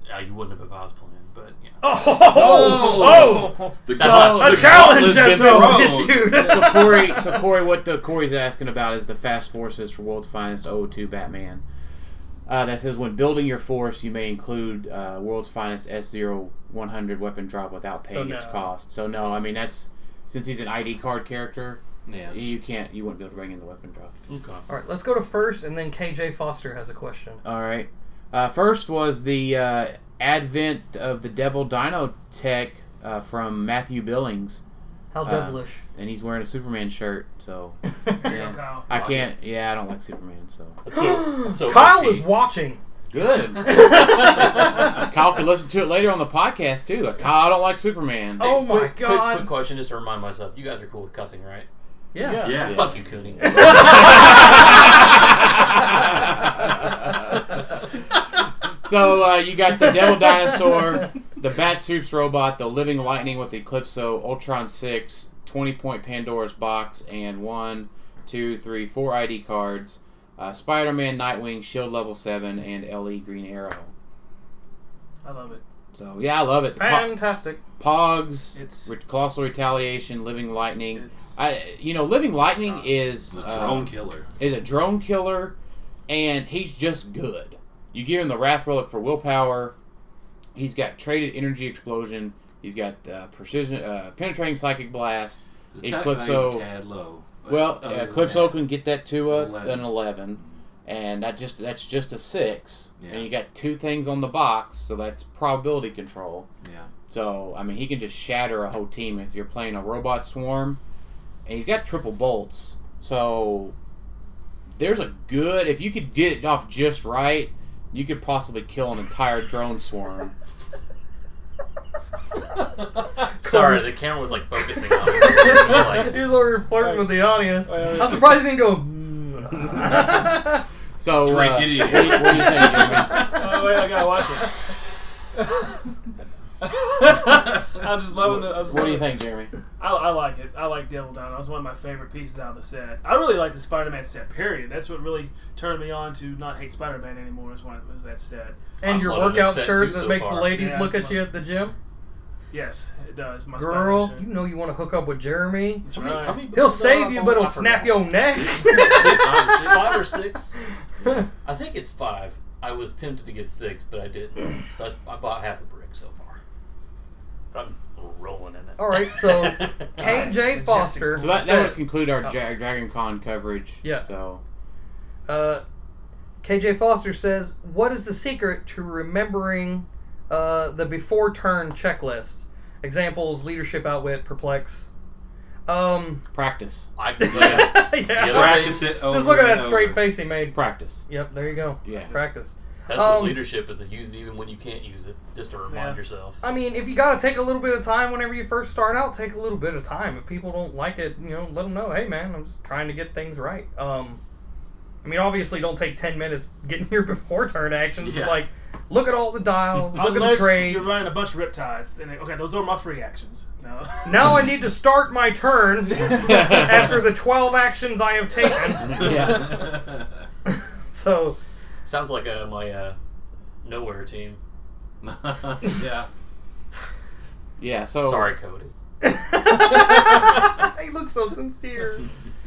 S4: zero.
S7: Uh, you wouldn't have if I was playing, but you know.
S4: Oh, oh, oh,
S3: The
S7: That's
S2: So-
S7: not
S4: a
S7: true.
S4: challenge
S2: been
S4: has been
S3: thrown.
S4: issued.
S2: so Corey, so Corey, what the Corey's asking about is the Fast Forces for World's Finest 002 Batman. Uh, that says when building your force, you may include uh, World's Finest S 100 weapon drop without paying
S4: So
S2: its
S4: no.
S2: cost. So no, I mean that's since he's an ID card character,
S3: Yeah.
S2: You can't. You wouldn't be able to bring in the weapon drop.
S7: Okay.
S4: All right, let's go to first, and then KJ Foster has a question.
S2: All right. Uh, first was the uh, advent of the Devil Dino Tech uh, from Matthew Billings,
S4: How
S2: Uh,
S4: devilish.
S2: and he's wearing a Superman shirt. So
S5: Yeah,
S2: yeah,
S5: Kyle.
S2: I can't. Yeah, I don't like Superman. So
S7: That's so, that's so
S4: Kyle
S7: OP.
S4: is watching. Oh
S2: good. Kyle could listen to it later on the podcast too. Kyle, I don't like Superman.
S4: Oh my
S7: quick, quick-
S4: God.
S7: Quick, question, just to remind myself. You guys are cool with cussing, right?
S4: Yeah.
S5: Yeah.
S3: Yeah.
S7: Fuck you, Cooney.
S2: So uh, you got the Devil Dinosaur, the Bat Soups robot, the Living Lightning with Eclipso, Ultron 6, 20 point Pandora's box, and one, two, three, four ID cards, uh, Spider Man, Nightwing, Shield E level 7, and LE Green Arrow.
S5: I love it.
S2: So yeah, I love it. Po-
S4: Fantastic.
S2: Pogs,
S5: It's-
S2: Re- Colossal Retaliation, Living Lightning.
S5: It's
S2: I, you know, Living Lightning is
S3: The
S2: uh,
S3: drone killer.
S2: is a drone killer, and he's just good. You give him the Wrath Relic for willpower. He's got traded energy explosion. He's got uh, precision, uh, penetrating psychic blast.
S3: His attack
S2: Eclipso-
S3: value's a tad low. but
S2: Well,
S3: other than
S2: Eclipso
S3: that-
S2: can get that to a, an
S3: Eleven.
S2: eleven, and that just that's just a six.
S3: Yeah.
S2: And you got two things on the box, so that's probability control.
S3: Yeah.
S2: So I mean, he can just shatter a whole team if you're playing a robot swarm, and he's got triple bolts. So there's a good if you could get it off just right, you could possibly kill an entire drone swarm.
S7: Sorry, the camera was like focusing on me. It was just like,
S4: He's over flirting with the audience. I'm surprised he didn't go. "Mm."
S2: So uh,
S3: Drink it in.
S2: What, do you, what do you think, Jeremy?
S5: oh wait, I gotta watch it. I'm just loving the. I'm just
S2: What do
S5: loving
S2: you think, Jeremy?
S5: I, I like it. I like Devil Dino. It's one of my favorite pieces out of the set. I really like the Spider-Man set. Period. That's what really turned me on to not hate Spider-Man anymore. Is when it was that set.
S4: and
S7: I'm
S4: your
S7: loving this
S4: workout
S7: set
S4: shirt
S7: too
S4: that
S7: so
S4: makes the
S7: far.
S4: ladies
S5: Yeah,
S4: look at
S5: it's my-
S4: you at the gym.
S5: Yes, it does. My
S4: Girl, you
S5: Spider-Man
S4: know you want to hook up with Jeremy.
S5: shirt. That's
S7: how many-
S5: right.
S7: how many
S4: He'll
S7: buttons are
S4: save
S7: up
S4: you,
S7: on-
S4: but he'll
S7: I forgot.
S4: snap your neck.
S7: Six, five or six. I think it's five. I was tempted to get six, but I didn't. So I, s- I bought half a brick so far. But I'm rolling in it.
S4: All right, so
S5: Alright,
S4: KJ Foster.
S2: So that, that would conclude our Dra- Dragon Con coverage.
S4: Yeah.
S2: So
S4: Uh, KJ Foster says, "What is the secret to remembering uh, the before turn checklist? Examples: leadership, outwit, perplex." Um,
S2: practice,
S7: I can tell you.
S4: yeah.
S7: other-
S3: Practice it over
S4: Just look at
S3: and
S4: that straight
S3: over.
S4: face he made.
S2: practice.
S4: Yep, there you go.
S2: Yeah.
S4: Practice.
S7: That's
S4: Um,
S7: what leadership is to use it even when you can't use it, just to remind
S5: Yeah.
S7: yourself.
S4: I mean, if you gotta take a little bit of time whenever you first start out, take a little bit of time. If people don't like it, you know, let them know. Hey, man, I'm just trying to get things right. Um, I mean, obviously, don't take ten minutes getting your before turn actions. but,
S3: Yeah.
S4: Like, look at all the dials, look at the
S5: Unless
S4: trades.
S5: you're running a bunch of Riptides, then they, okay, those are my free actions. No.
S4: Now I need to start my turn after the twelve actions I have taken. So
S7: Sounds like uh, my uh, nowhere team.
S3: yeah.
S2: Yeah. So
S7: Sorry, Cody.
S4: they look so sincere.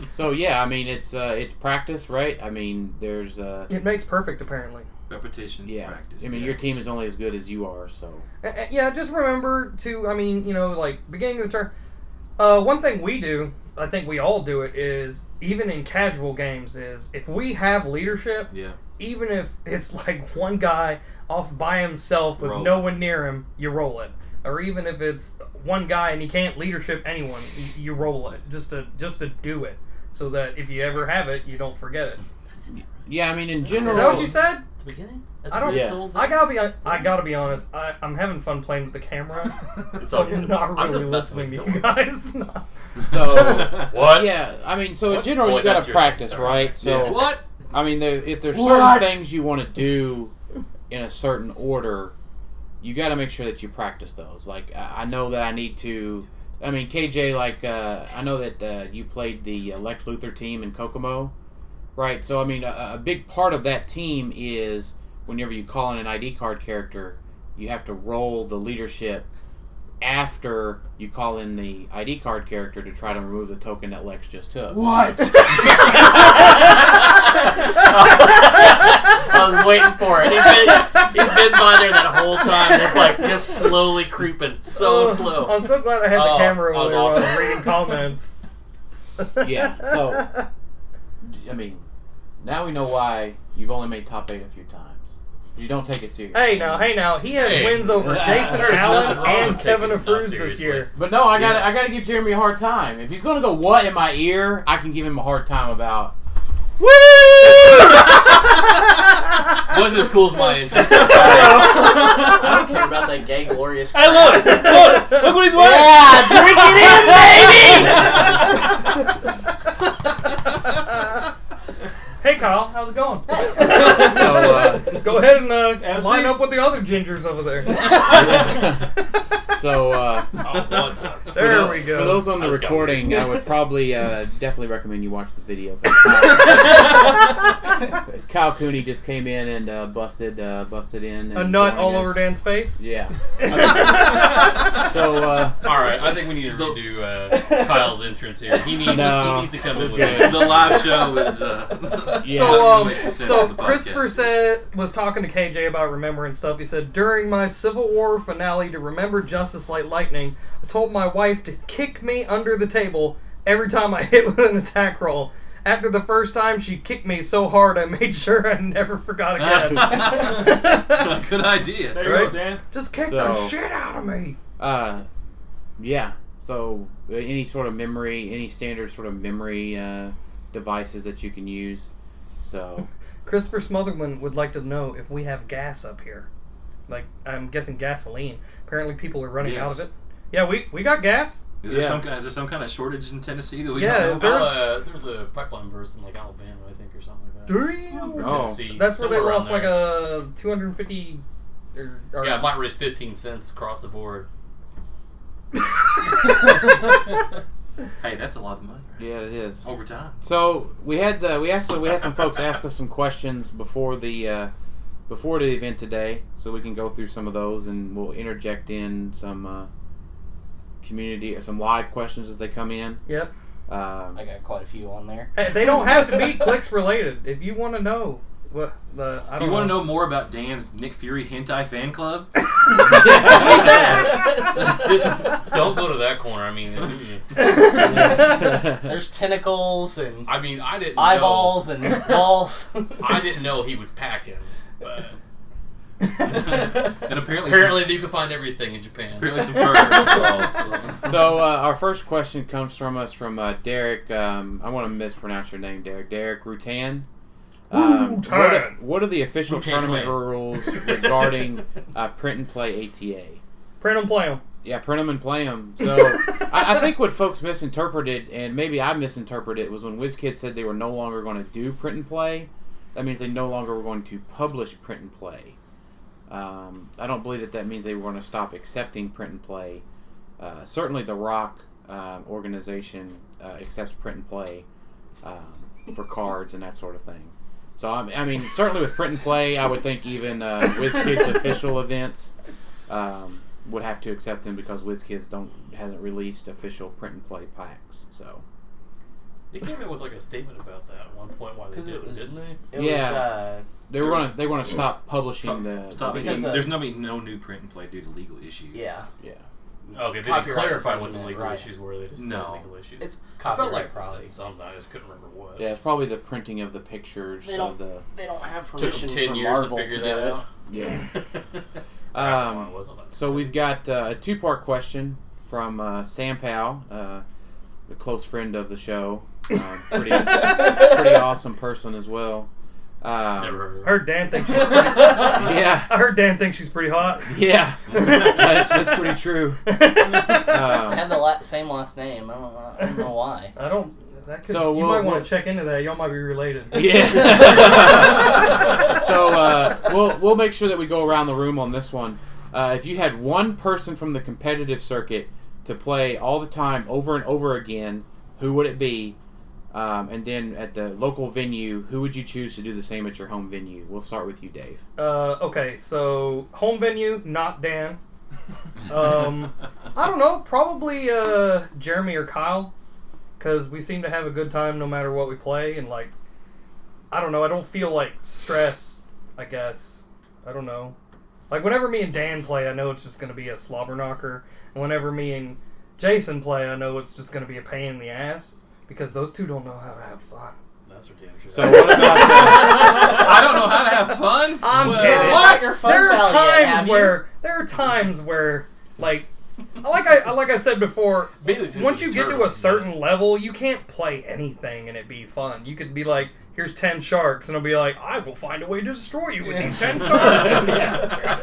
S2: So yeah, I mean it's uh, it's practice, right? I mean there's uh,
S4: It makes perfect, apparently.
S3: Repetition.
S2: yeah.
S3: Practice.
S2: I mean
S3: yeah.
S2: your team is only as good as you are, so
S4: Uh, uh, yeah, just remember to, I mean, you know, like beginning of the turn. Uh, one thing we do, I think we all do it, is even in casual games, is if we have leadership,
S3: Yeah.
S4: even if it's like one guy off by himself with
S3: Roll
S4: no
S3: it.
S4: one near him, you roll it. Or even if it's one guy and he can't leadership anyone, you, you roll it just to just to do it, so that if you ever have it, you don't forget it.
S2: yeah. I mean in
S4: Is that
S2: general,
S4: what you said?
S7: At the beginning? At the
S4: I don't.
S7: beginning of this
S2: Yeah.
S7: whole thing?
S4: I gotta be. I gotta be honest. I, I'm having fun playing with the camera.
S7: It's
S4: So
S7: all good.
S4: I'm not
S7: I'm
S4: really
S7: just messing
S4: listening
S7: with
S4: to
S7: you.
S4: you guys. No.
S2: so
S7: What?
S2: yeah. I mean so in
S7: What?
S2: general
S7: Boy,
S2: you got
S7: that's
S2: to
S7: your
S2: practice,
S7: thing, sorry.
S2: right? So
S3: What?
S2: I mean there, if there's
S3: What?
S2: certain things you want to do in a certain order, you got to make sure that you practice those. Like I, I know that I need to. I mean KJ, like uh, I know that uh, you played the uh, Lex Luthor team in Kokomo. Right. So I mean, a, a big part of that team is whenever you call in an ID card character, you have to roll the leadership after you call in the ID card character to try to remove the token that Lex just took.
S3: What?
S7: I was waiting for it. He's been, he's been by there that whole time, just like just slowly creeping, so
S4: Oh,
S7: slow.
S4: I'm so glad I had the
S7: Oh,
S4: camera
S7: that was
S4: over while I was
S7: awesome.
S4: reading comments.
S2: Yeah, so- I mean, now we know why you've only made top eight a few times. You don't take it seriously.
S4: Hey now, hey now, he had
S7: Hey.
S4: wins over
S7: Ah,
S4: Jason
S7: there's
S4: Allen
S7: nothing wrong
S4: and
S7: with taking
S4: Kevin
S7: it not
S4: Afruz this
S7: seriously.
S4: year.
S2: But no, I gotta
S7: Yeah.
S2: I gotta give Jeremy a hard time. If he's gonna go what in my ear, I can give him a hard time about Woo
S7: Wasn't as cool as my entrance.
S8: I don't care about that gay glorious.
S5: Hey, look! Look! Look what he's wearing!
S2: Yeah, drink it in, baby
S4: Hey Kyle, how's it going?
S2: So uh,
S4: Go ahead and uh,
S5: a
S4: line
S5: seat.
S4: up with the other gingers over there.
S2: so uh
S7: Oh, what the-
S4: There
S2: tho-
S4: we
S2: For
S4: go.
S2: those on the
S7: That's got
S2: recording, I would probably uh, definitely recommend you watch the video. uh, Kyle Cooney just came in and uh, busted uh, busted in and
S4: A nut all
S2: joined us.
S4: over Dan's face.
S2: Yeah. so uh,
S7: All right, I think we need to redo uh, Kyle's entrance here. He needs,
S2: No.
S7: he needs to come in with
S2: Okay.
S7: it.
S1: The live show is. Uh,
S2: yeah.
S4: So, um,
S1: Make some sense
S4: so
S1: of the podcast.
S4: Christopher said was talking to KJ about remembering stuff. He said during my Civil War finale to remember Justice like lightning, I told my wife to kick me under the table every time I hit with an attack roll. After the first time, she kicked me so hard I made sure I never forgot again.
S1: good idea.
S5: There you
S4: Right.
S5: go, Dan.
S4: Just kick
S2: So-
S4: the shit out of me.
S2: uh, yeah. So uh, any sort of memory, any standard sort of memory uh, devices that you can use. So
S4: Christopher Smotherman would like to know if we have gas up here. Like, I'm guessing gasoline. Apparently, people are running out
S3: Yes.
S4: of it. Yeah, we, we got gas.
S3: Is there
S2: Yeah.
S3: some is there some kind of shortage in Tennessee that we
S4: Yeah,
S3: don't know
S4: is
S3: about?
S4: there-
S7: Al- uh, there was a pipeline burst in like Alabama, I think, or something like that.
S4: Damn.
S7: Or
S2: Oh.
S7: Tennessee,
S4: That's where they
S7: somewhere around
S4: lost like uh,
S7: there.
S4: a 250. Or, or
S7: Yeah, it might raise 15 cents across the board.
S3: Hey, that's a lot of money
S2: yeah, it is.
S3: over time.
S2: So we had uh, we asked we had some folks ask us some questions before the uh, before the event today, so we can go through some of those and we'll interject in some uh, community or some live questions as they come in.
S4: Yep.
S2: Um,
S8: I got quite a few on there.
S4: Hey, they don't have to be clicks related. If you want to know what the. I
S3: If
S4: don't
S3: you want to know more about Dan's Nick Fury hentai fan club,
S7: Just don't go to that corner. I mean, mm.
S8: There's tentacles and
S7: I mean, I didn't
S8: eyeballs and balls.
S7: Know, I didn't know he was packing, but
S3: and apparently
S7: apparently you can find everything in Japan.
S3: apparently some fur involved.
S2: so uh, our first question comes from us from uh, Derek. Um, I want to mispronounce your name, Derek. Derek Rutan. Um, what, are, what are the official
S7: Rutan
S2: tournament
S7: clan.
S2: rules regarding uh, print and play ATA?
S4: Print them, play them.
S2: Yeah, print them and play them. So I, I think what folks misinterpreted, and maybe I misinterpreted, was when WizKids said they were no longer going to do print and play. That means they no longer were going to publish print and play. Um, I don't believe that that means they were going to stop accepting print and play. Uh, certainly, the Rock um organization uh, accepts print and play um, for cards and that sort of thing. So I, I mean, certainly with print and play, I would think even uh, WizKids official events um, would have to accept them because WizKids don't hasn't released official print and play packs. So
S7: They came out with like a statement about that at one point why they
S8: Because
S7: did
S8: it
S7: it, didn't
S8: was,
S7: they?
S8: it
S2: Yeah.
S8: was uh,
S2: they were gonna they want to stop publishing the
S3: Stop it.
S8: Because, uh,
S3: There's no no new print and play due to legal issues.
S8: yeah.
S2: yeah.
S7: Okay, they didn't
S8: Copyright
S7: clarify what the
S8: infringement,
S7: legal
S8: right.
S7: issues were. They just
S3: No.
S7: said legal issues.
S8: It's
S7: I felt
S8: copyright
S7: like they
S8: probably.
S7: said something. I just couldn't remember what.
S2: Yeah, it's probably the printing of the pictures
S8: They
S2: of
S8: don't-
S2: the
S8: They don't have
S7: Took them
S8: permission
S7: ten
S8: from
S7: years
S8: Marvel
S7: to figure
S8: do
S7: that
S8: it.
S7: out.
S2: yeah.
S7: I don't know what
S2: Um,
S7: it was on that.
S2: so we've got uh, a two part question from uh, Sam Powell, uh, a close friend of the show, um, pretty pretty awesome person as well. Um,
S7: Never heard of it.
S4: I heard Dan thinks she's,
S2: Yeah,
S4: I heard Dan thinks she's pretty hot.
S2: yeah, that's, that's pretty true.
S8: I
S2: Um,
S8: have the la- same last name. I don't, know- I don't know why.
S4: I don't. That could,
S2: So
S4: you
S2: we'll-
S4: might want
S2: we'll-
S4: to check into that. Y'all might be related.
S2: Yeah. so uh, we'll we'll make sure that we go around the room on this one. Uh, if you had one person from the competitive circuit to play all the time, over and over again, who would it be? Um, and then at the local venue, who would you choose to do the same at your home venue? We'll start with you, Dave.
S4: Uh, okay, so home venue, not Dan. Um, I don't know, probably uh, Jeremy or Kyle, because we seem to have a good time no matter what we play, and like, I don't know, I don't feel like stress. I guess I don't know. Like whenever me and Dan play, I know it's just gonna be a slobber knocker, and whenever me and Jason play, I know it's just gonna be a pain in the ass. because those two don't know how to have fun.
S7: That's for damn sure.
S2: So what about
S3: I don't know how to have fun.
S4: I'm
S3: Well,
S4: kidding.
S3: What?
S8: Your fun
S4: there are
S8: value, have
S4: times
S8: you?
S4: where there are times where like like I like I said before,
S7: Bailey's just
S4: once you get to
S7: turtle.
S4: a certain level, you can't play anything and it be fun. You could be like, here's ten sharks, and it'll be like, I will find a way to destroy you with these ten sharks.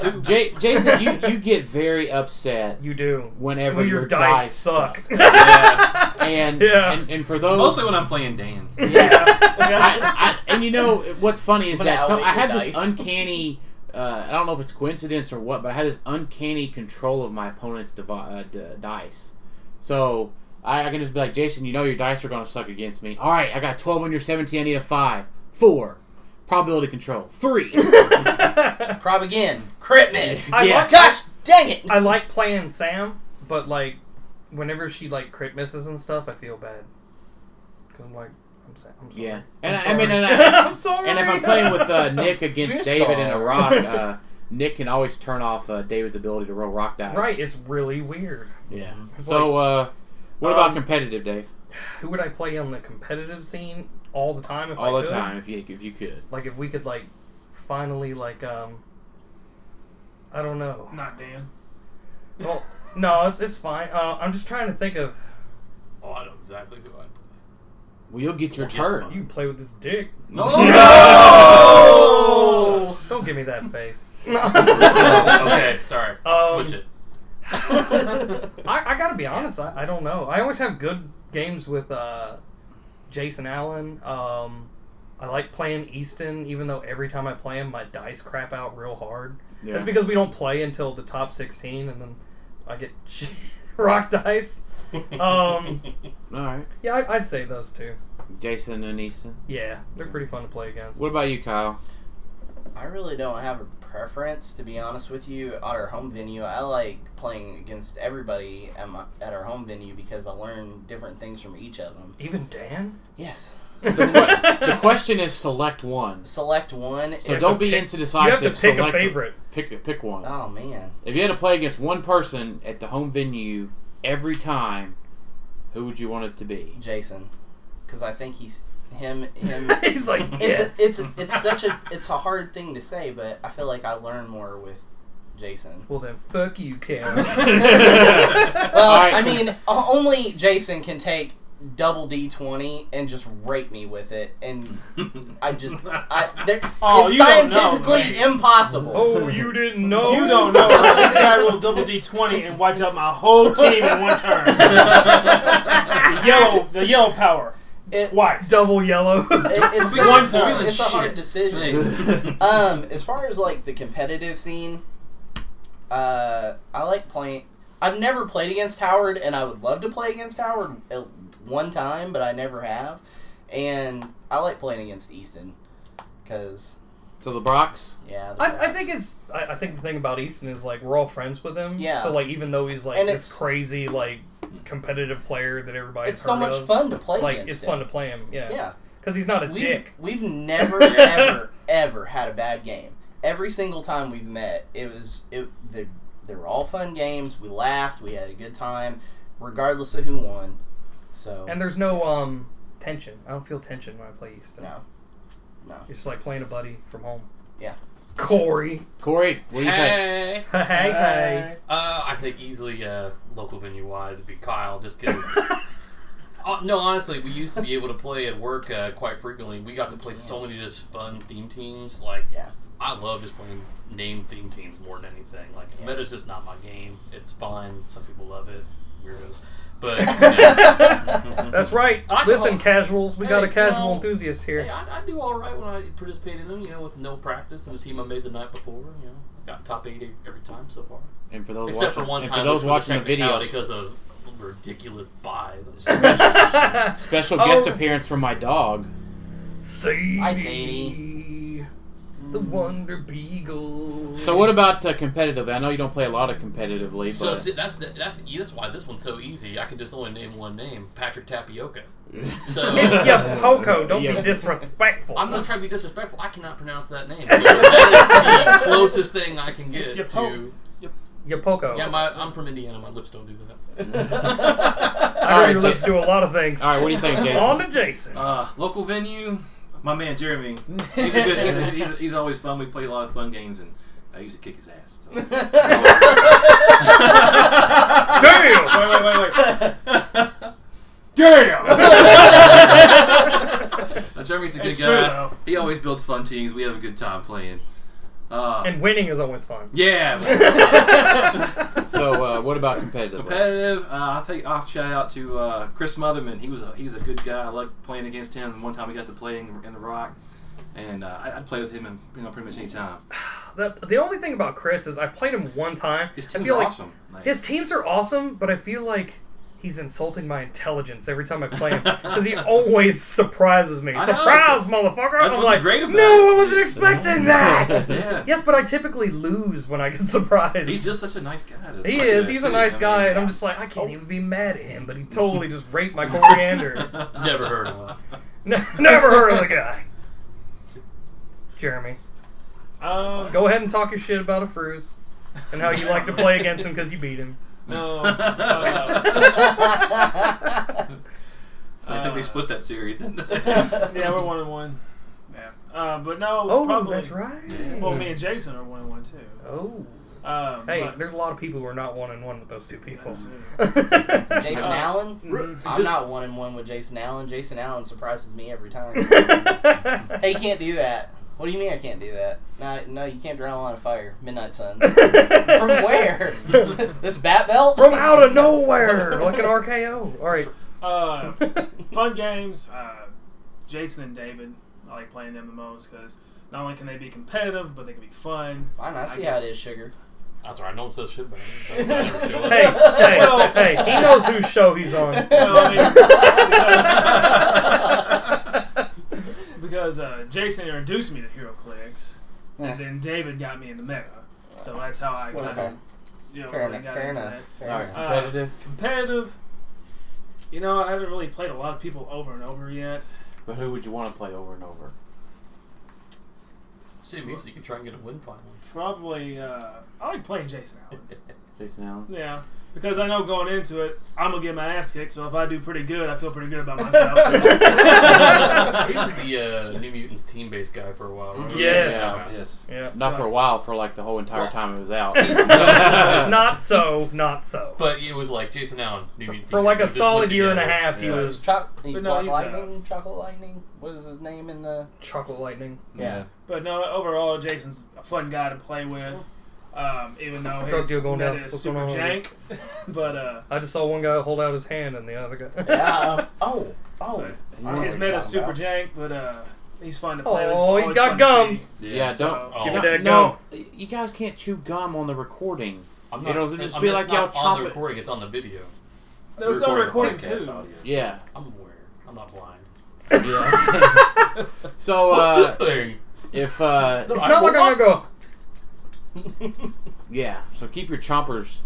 S2: the J- Jason? You you get very upset
S4: You do.
S2: whenever
S4: When your, dice, suck.
S2: and,
S4: Yeah.
S2: and and for those
S3: Mostly when I'm playing Dan.
S2: Yeah. I, I, and you know what's funny is
S8: But
S2: that
S8: I'll
S2: some,
S8: eat
S2: I
S8: your
S2: have this
S8: dice.
S2: uncanny. Uh, I don't know if it's coincidence or what, but I had this uncanny control of my opponent's devi- uh, d- dice. So I, I can just be like, Jason, you know your dice are going to suck against me. All right, I got 12 on your 17. I need a 5. 4. Probability control. 3.
S8: Prob again. Crit miss.
S4: I
S2: Yeah.
S4: like
S8: Gosh dang it!
S4: I like playing Sam, but like whenever she like crit misses and stuff, I feel bad because I'm like, I'm Sam. I'm sorry.
S2: yeah.
S4: I'm
S2: And I, I mean, and,
S4: sorry.
S2: I,
S4: I'm sorry.
S2: and if I'm playing with uh, Nick
S8: You're
S2: against David and a
S8: sorry.
S2: rock, uh, Nick can always turn off uh, David's ability to roll rock dice.
S4: right, it's really weird.
S2: Yeah. So, uh, what
S4: Um,
S2: about competitive, Dave?
S4: Who would I play on the competitive scene all the time? If
S2: All
S4: I
S2: the
S4: could?
S2: time, if you if you could.
S4: Like if we could like finally like um, I don't know.
S5: Not Dan.
S4: Well, no, it's it's fine. Uh, I'm just trying to think of
S7: Oh, I know exactly who I'd play.
S2: Well, you'll get your
S7: We'll get to
S2: turn.
S4: you play with this dick.
S3: No.
S4: Don't give me that face.
S7: okay, sorry. I'll
S4: Um,
S7: switch it.
S4: I, I gotta be honest. I, I don't know. I always have good games with uh, Jason Allen. Um, I like playing Easton, even though every time I play him, my dice crap out real hard.
S2: Yeah.
S4: That's because we don't play until the top sixteen, and then I get rock dice. Um,
S2: All right,
S4: yeah, I, I'd say those two.
S2: Jason and Easton.
S4: Yeah, they're pretty fun to play against.
S2: What about you, Kyle?
S8: I really don't have a preference, to be honest with you. At our home venue, I like playing against everybody at, my, at our home venue because I learn different things from each of them.
S4: Even Dan?
S8: Yes.
S2: The question is select one.
S8: Select one.
S2: So
S8: and-
S2: don't be
S4: pick- you have
S2: indecisive.
S4: to pick a
S2: select
S4: favorite.
S2: Pick pick one.
S8: Oh man.
S2: if you had to play against one person at the home venue every time, who would you want it to be?
S8: Jason, because I think he's him him.
S4: He's like,
S8: It's
S4: yes.
S8: a, it's a, it's such a it's a hard thing to say, but I feel like I learn more with Jason.
S4: well then, fuck you, Cam.
S8: Well,
S2: All right.
S8: I mean, o- only Jason can take double D twenty and just rape me with it, and I just I there,
S5: Oh,
S8: it's
S5: you don't know,
S8: scientifically impossible.
S4: oh, you didn't know?
S5: You don't know. this guy rolled double D twenty and wiped out my whole team in one turn. the yellow, the yellow power
S8: It-
S5: twice.
S4: Double yellow.
S8: It- it's
S3: Big
S8: such-
S3: one time.
S8: it's a hard
S3: Shit.
S8: decision.
S3: Hey.
S8: um, as far as like the competitive scene, uh, I like playing. I've never played against Howard, and I would love to play against Howard at one time, but I never have. And I like playing against Easton because
S2: So the Brox.
S8: yeah, the
S4: I, I
S8: Browns.
S4: think it's. I, I think the thing about Easton is like we're all friends with him.
S8: Yeah.
S4: So like even though he's like
S8: And
S4: this
S8: it's-
S4: crazy like competitive player that everybody.
S8: it's so much fun to play
S4: Like
S8: against.
S4: it's
S8: him.
S4: fun to play him. Yeah.
S8: Yeah,
S4: Because he's not a
S8: we've
S4: dick.
S8: we've never ever ever had a bad game. Every single time we've met, it was it. They, they were all fun games. We laughed. We had a good time, regardless of who won. So
S4: And there's no um tension. I don't feel tension when I play Easton.
S8: no, no.
S4: It's just like playing a buddy from home.
S8: Yeah.
S4: Corey.
S2: Corey, what do you think?
S7: Hey.
S4: hey hey.
S7: Uh, I think easily uh, local venue wise would be Kyle, just because. uh, no, honestly, we used to be able to play at work uh, quite frequently. We got to play so many just fun theme teams. Like,
S8: Yeah.
S7: I love just playing name theme teams more than anything. Like,
S8: Yeah.
S7: meta's just not my game. It's fun. Some people love it. Weirdos. But you know.
S4: That's right.
S7: I know.
S4: Listen, casuals, we got a
S7: Hey,
S4: casual
S7: no.
S4: enthusiast here.
S7: Hey, I, I do all right when I participate in them. You know, with no practice and the team I made the night before. You know, got top eight every time so far.
S2: And for those
S7: Except
S2: watching,
S7: for one
S2: and
S7: time,
S2: for those
S7: which was a
S2: watching the video,
S7: technicality because of ridiculous buys.
S2: special guest
S4: Oh.
S2: appearance from my dog.
S4: Sadie.
S8: Hi, Sadie.
S4: The Wonder Beagle.
S2: So what about uh, competitively? I know you don't play a lot of competitively,
S7: so
S2: but
S7: see, that's the, that's the, that's why this one's so easy. I can just only name one name: Patrick Tapioca. So
S4: It's your Poco. Don't
S2: Yeah.
S4: be disrespectful.
S7: I'm not trying to be disrespectful. I cannot pronounce that name. So that is the closest thing I can get
S5: It's your
S7: to.
S5: Pope.
S4: your Poco.
S7: Yeah, my, I'm from Indiana. My lips don't do that.
S4: I know your
S2: right,
S4: lips
S2: Jason.
S4: do a lot of things.
S2: All right, what do you think, Jason?
S4: On to Jason.
S3: Uh, local venue, my man Jeremy. He's a good. He's, a, he's, a, he's always fun. We play a lot of fun games, and I usually kick his ass. So.
S4: Damn!
S5: Wait, wait, wait, wait.
S3: Uh, Jeremy's a good
S5: It's
S3: guy.
S5: true, though.
S3: He always builds fun teams. We have a good time playing. Uh,
S4: And winning is always fun.
S3: yeah, man.
S2: So, uh, what about competitive?
S3: competitive. Uh, I think I'll shout out to uh, Chris Motherman. He was a, he was a good guy. I liked playing against him. One time we got to play in, in the Rock, and uh, I- I'd play with him in, you know pretty much any time.
S4: The, the only thing about Chris is I played him one time.
S3: His
S4: I
S3: team's
S4: feel like
S3: awesome. Like,
S4: His teams are awesome, but I feel like he's insulting my intelligence every time I play him because he always surprises me.
S3: I know,
S4: Surprise, motherfucker!
S3: that's
S4: I'm
S3: what's
S4: like,
S3: great about
S4: no,
S3: it."
S4: I wasn't expecting that.
S3: yeah,
S4: yes, but I typically lose when I get surprised.
S3: he's just such a nice guy. to
S4: he
S3: play
S4: is.
S3: with,
S4: He's a
S3: too.
S4: nice
S3: I
S4: guy,
S3: mean, Oh.
S4: and I'm just like, I can't even be mad at him, but he totally just raped my coriander.
S7: Never heard of him.
S4: Ne- Never heard of the guy. Jeremy,
S5: Um,
S4: go ahead and talk your shit about a Fruz and how you like to play against him because you beat him.
S5: no. uh,
S3: I think they split that series. Didn't they?
S5: yeah, we're one and one. Yeah. Uh, but no,
S4: Oh,
S5: probably.
S4: that's right.
S5: Well, me and Jason are one and one too.
S4: Oh.
S5: Um,
S4: Hey,
S5: but-
S4: there's a lot of people who are not one and one with those two people.
S5: That's it.
S8: Jason
S5: Uh,
S8: Allen?
S5: Mhm.
S8: I'm not one in one with Jason Allen. Jason Allen surprises me every time. hey, you can't do that. What do you mean I can't do that? No, no, you can't draw a line of fire. Midnight Suns. From where? this bat belt?
S4: From out of nowhere, like an RKO. All right.
S5: Uh, fun games. Uh, Jason and David, I like playing them the most because not only can they be competitive, but they can be fun.
S8: Fine, I see how it is, sugar.
S7: That's right. No one says shit about him. I never show up.
S4: Hey, hey, hey! He knows whose show he's on.
S5: You know what I mean? because because, uh, Jason introduced me to HeroClix,
S8: Yeah.
S5: and then David got me into Mega. So that's how I kind
S8: Okay.
S5: of you know,
S8: Fair
S5: really got
S8: enough. Fair
S5: into
S8: enough.
S5: that.
S8: Fair
S2: All right,
S8: enough.
S4: Uh,
S2: competitive.
S5: Competitive. You know, I haven't really played a lot of people over and over yet.
S2: But who would you want to play over and over?
S7: See, at least you can try and get a win finally.
S5: Probably, uh, I like playing Jason Allen.
S2: Jason Allen.
S5: Yeah, because I know going into it, I'm gonna get my ass kicked. So if I do pretty good, I feel pretty good about myself.
S7: he was the uh, New Mutants team based guy for a while. Right?
S4: Yes.
S2: Yeah.
S3: yes.
S4: Yeah.
S2: Not for a while, for like the whole entire time it was out.
S4: Not so. Not so.
S7: But it was like Jason Allen, New Mutants.
S4: For like a
S7: Mutants, they just
S4: solid
S7: went
S4: year and a
S7: together.
S4: half, he
S7: Yeah.
S4: was
S8: Choc-
S5: But no,
S8: Black
S5: he's not.
S8: Lightning? Chocolate Lightning? What is his name in the.
S4: chocolate lightning.
S8: Yeah.
S5: but no, overall, Jason's a fun guy to play with. Um, even though
S4: Drug
S5: his
S4: deal going
S5: meta
S4: down.
S5: is
S4: What's
S5: super
S4: going on
S5: jank, but uh,
S4: I just saw one guy hold out his hand and the other guy.
S8: Yeah. Oh. Oh. I know what
S5: his
S8: you're
S5: meta's
S8: talking
S5: super
S8: about.
S5: jank. But uh, he's fun to play with.
S4: Oh,
S5: It's
S4: he's
S5: always
S4: got
S5: fun
S4: gum.
S5: To see.
S2: Yeah,
S3: Yeah.
S2: don't.
S7: Oh,
S4: Give
S2: no,
S4: it that
S2: no, you guys can't chew gum on the recording.
S7: I'm
S2: It'll
S7: not,
S2: just
S7: I'm
S2: be
S7: it's
S2: like
S7: not
S2: y'all chop
S7: on
S2: it.
S7: the recording, it's on the video.
S5: No, it's on
S3: Recording
S5: recording
S3: a
S5: too.
S3: podcast audio.
S2: Yeah.
S7: I'm aware. I'm not blind.
S2: Yeah. so uh,
S7: this thing.
S2: if uh,
S7: No, I-
S4: Not like I'm gonna go.
S2: yeah, so keep your chompers.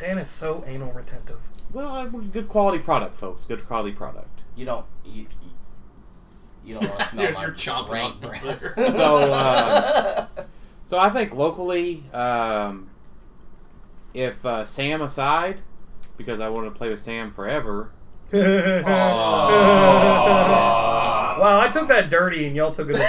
S4: Dan is so anal retentive.
S2: Well, I- good quality product, folks. Good quality product.
S8: You don't. You, you- you don't want to smell
S7: You're,
S8: my
S7: you're chomping
S8: rank
S7: on
S8: breath.
S7: breath.
S2: So, uh, so I think locally, um, if uh, Sam aside, because I wanted to play with Sam forever.
S4: wow, I took that dirty and y'all took it. Away.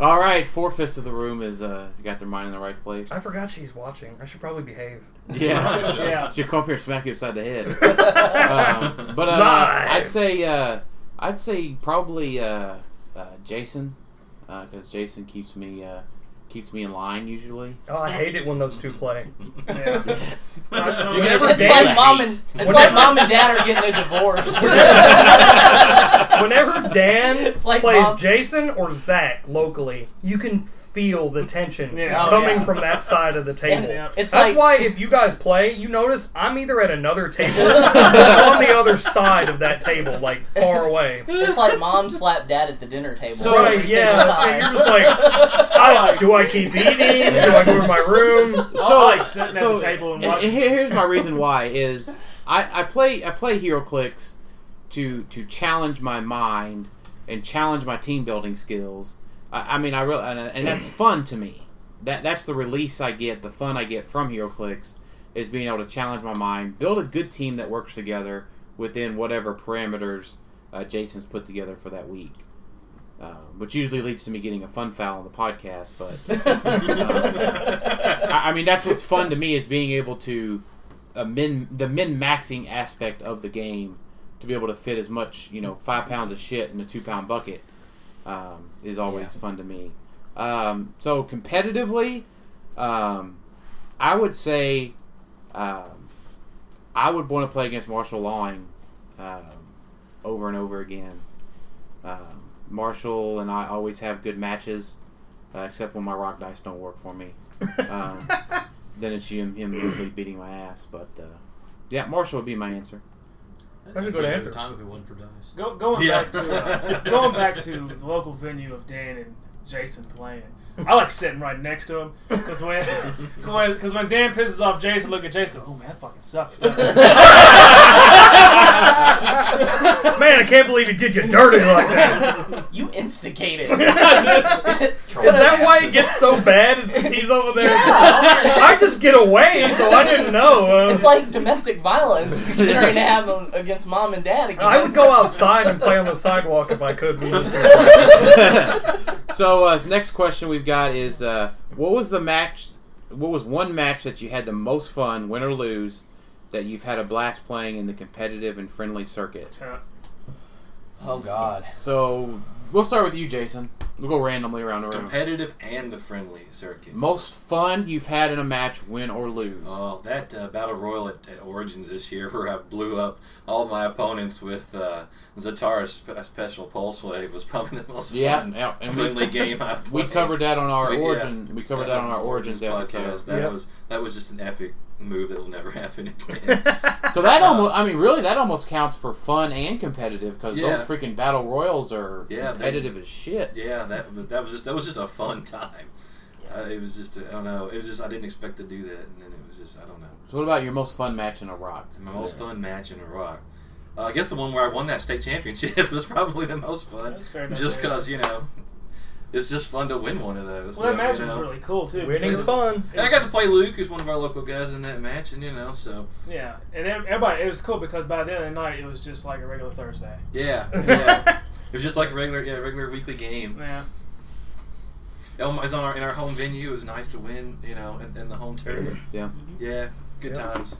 S2: All right, four fifths of the room is uh, got their mind in the right place.
S4: I forgot she's watching. I should probably behave.
S2: Yeah.
S5: Yeah,
S2: She'll come up here and smack you upside the head. um, but uh,
S4: Live.
S2: I'd say uh, I'd say probably uh, uh, Jason because Jason keeps me uh, keeps me in line usually.
S4: Oh, I hate it when those two play.
S5: yeah. I- I-
S4: You
S8: It's,
S4: never
S8: it's
S4: did.
S8: like mom and it's like mom and dad are getting a divorce.
S4: Whenever Dan
S8: It's like
S4: plays
S8: mom-
S4: Jason or Zach locally, you can feel the tension
S5: Yeah. Oh,
S4: coming
S8: yeah.
S4: from that side of the table.
S5: Yeah.
S8: it's
S4: That's
S8: like
S4: why if you guys play, you notice I'm either at another table or on the other side of that table, like far away.
S8: it's like mom slapped dad at the dinner table.
S2: So-
S8: every
S4: right,
S8: single
S4: yeah.
S8: time.
S4: And you're just like, I, do I keep eating? Do I go to my room?
S5: I like sitting at the table and watching.
S2: here- here's my reason why is I, I play I play Hero Clicks to to challenge my mind and challenge my team building skills. I, I mean I really and, and that's fun to me. That that's the release I get, the fun I get from Hero Clicks is being able to challenge my mind, build a good team that works together within whatever parameters uh, Jason's put together for that week. Uh, which usually leads to me getting a fun foul on the podcast, but I, I mean that's what's fun to me is being able to uh, min the min maxing aspect of the game to be able to fit as much you know five pounds of shit in a two pound bucket um, is always fun to me. Um, so competitively, um, I would say um, I would want to play against Marshall Lawing um, over and over again. Um, Marshall and I always have good matches, uh, except when my rock dice don't work for me. Um, then it's him, him usually beating my ass. But uh, yeah, Marshall would be my answer.
S5: That's a good answer.
S7: Time if it wasn't for dice.
S5: Go, going
S3: Yeah.
S5: back to uh, going back to the local venue of Dan and Jason playing. I like sitting right next to him because when because when Dan pisses off Jason, look at Jason. Oh man, that fucking sucks.
S4: Man, I can't believe you did you dirty like that.
S8: You instigated.
S4: Is that why it gets so bad? Is 'cause he's over there? I just get away, so I didn't know. Uh,
S8: It's like domestic violence you're going to have on- against mom and dad again.
S4: I would go outside and play on the sidewalk if I could.
S2: so uh, next question we've got is uh, what was the match what was one match that you had the most fun win or lose that you've had a blast playing in the competitive and friendly circuit
S8: Oh God.
S2: so we'll start with you jason we'll go randomly around the room
S3: Competitive and the friendly circuit.
S2: most fun you've had in a match win or lose
S3: Oh, that uh, battle royal at, at Origins this year, where I blew up all my opponents with uh, Zatara's sp- special pulse wave, was probably the most
S2: yeah,
S3: fun,
S2: yeah, and we,
S3: friendly game I've
S2: we
S3: played.
S2: covered that on our
S3: We- yeah.
S2: origin we covered that on our origins episode
S3: podcast. That
S4: Yep.
S3: was that was just an epic move that will never happen again.
S2: so that almost i mean really that almost counts for fun and competitive because
S3: Yeah.
S2: those freaking battle royals are
S3: Yeah, they-
S2: competitive as shit
S3: yeah, that but that was just that was just a fun time. Uh, it was just I I don't know. It was just I didn't expect to do that, and then it was just I don't know.
S2: So what about your most fun match in Iraq?
S3: My most fun match in Iraq. Uh, I guess the one where I won that state championship was probably the most fun.
S5: That's fair enough,
S3: Just
S5: yeah.
S3: because, you know, it's just fun to win one of those.
S5: Well, that
S3: you
S5: match
S3: know.
S5: was really cool too.
S4: Winning's
S5: because-
S4: fun.
S3: And I got to play Luke, who's one of our local guys in that match, and, you know, so.
S5: Yeah, and ev- everybody it was cool because by the end of the night it was just like a regular Thursday.
S3: Yeah. yeah. it was just like a regular yeah, regular weekly game.
S5: Yeah,
S3: It was on our, in our home venue. It was nice to win, you know, in, in the home turf.
S2: Yeah.
S3: Yeah. Good
S4: Yeah.
S3: times.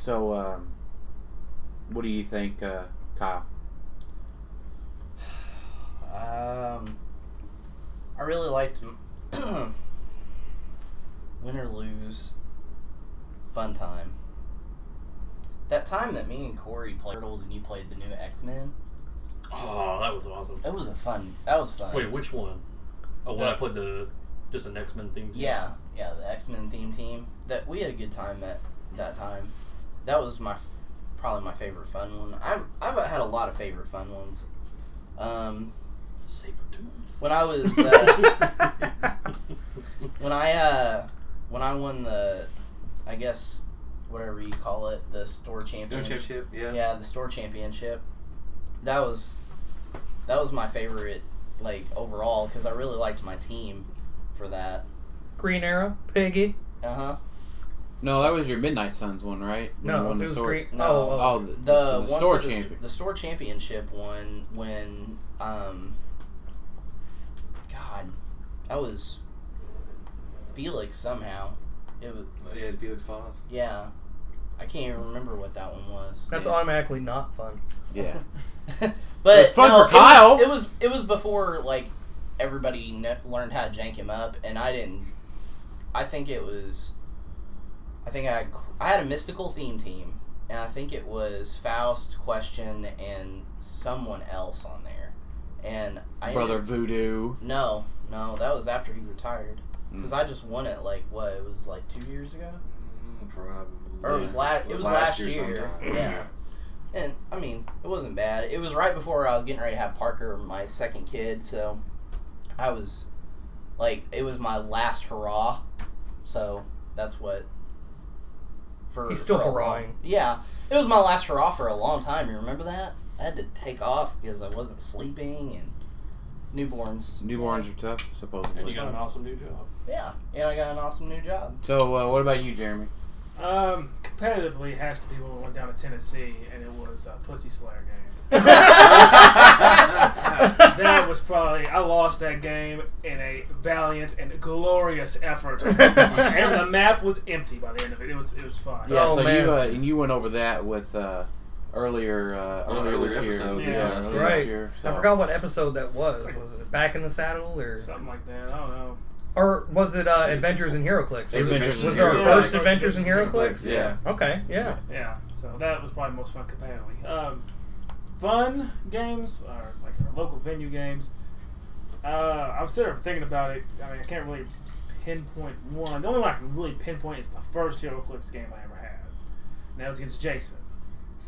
S2: So, um, what do you think, uh, Kyle?
S8: Um, I really liked m- win or lose, fun time. That time that me and Corey played Turtles and you played the new X Men.
S7: Oh, that was awesome.
S8: That was a fun. That was fun.
S7: Wait, which one? Oh, when I played the just an X Men thing.
S8: Yeah, yeah, the X Men theme team. That we had a good time that that time. That was my f- probably my favorite fun one. I've I've had a lot of favorite fun ones. Um,
S7: Sabretooth.
S8: when I was uh, when I uh, when I won the, I guess whatever you call it, the store
S3: Doing
S8: championship.
S3: championship. Yeah.
S8: Yeah, the store championship. That was that was my favorite like overall because I really liked my team for that.
S4: Green Arrow, Piggy.
S8: Uh huh.
S2: No, that was your Midnight Suns one, right? When you
S4: No,
S2: won
S4: it
S2: the
S4: was
S2: store-
S4: Green.
S8: No.
S4: Oh, oh.
S2: Oh, the,
S8: the,
S2: the,
S8: one
S2: store
S8: for the, st-
S2: champion.
S8: the store championship one when um god that was felix somehow it was
S3: Yeah, Felix Falls.
S8: yeah i can't even remember what that one was
S4: That's
S3: Yeah.
S4: automatically not fun.
S2: yeah.
S8: but
S2: It's fun
S8: no,
S2: for Kyle.
S8: It was, it was it was before like everybody kn- learned how to jank him up, and I didn't. I think it was. I think I had, I had a mystical theme team, and I think it was Faust, Question, and someone else on there, and I ended-
S2: Brother Voodoo.
S8: no, no, that was after he retired. Because
S2: Mm.
S8: I just won it like what it was like two years ago,
S3: Mm, probably.
S8: or it was last it was last, year.
S3: sometime.
S8: Yeah, and I mean, it wasn't bad. It was right before I was getting ready to have Parker, my second kid, so I was like, it was my last hurrah. So that's what. For,
S4: He's still
S8: for a long-
S4: hurrahing.
S8: Yeah, it was my last hurrah for a long time. You remember that? I had to take off because I wasn't sleeping and newborns.
S2: Newborns are tough, supposedly. Uh-huh.
S7: And you got an awesome new job.
S8: Yeah, and I got an awesome new job.
S2: So, uh, what about you, Jeremy?
S5: Um, competitively it has to be when we went down to Tennessee and it was a Pussy Slayer game. that was probably I lost that game in a valiant and glorious effort, and the map was empty by the end of it. It was it was fun.
S2: Yeah,
S4: Oh,
S2: so
S4: man.
S2: you uh, and you went over that with uh, earlier uh,
S3: On an
S2: earlier
S3: earlier
S2: this year.
S3: episode.
S2: Yeah,
S5: Yeah,
S2: earlier
S3: that's
S2: this
S4: right.
S2: year,
S4: I
S2: so-
S4: forgot what episode that was. Was it Back in the Saddle or
S5: Something like that. I don't know.
S4: or was it uh, Adventures in HeroClix? Was, it,
S2: Adventures in
S4: was our
S2: HeroClix.
S4: first Adventures in HeroClix?
S2: Yeah.
S4: Okay, yeah.
S5: Yeah, so that was probably most fun competitively. Um, fun games or like our local venue games. Uh, I'm sitting there thinking about it. I mean, I can't really pinpoint one. The only one I can really pinpoint is the first Hero Clicks game I ever had. And that was against Jason.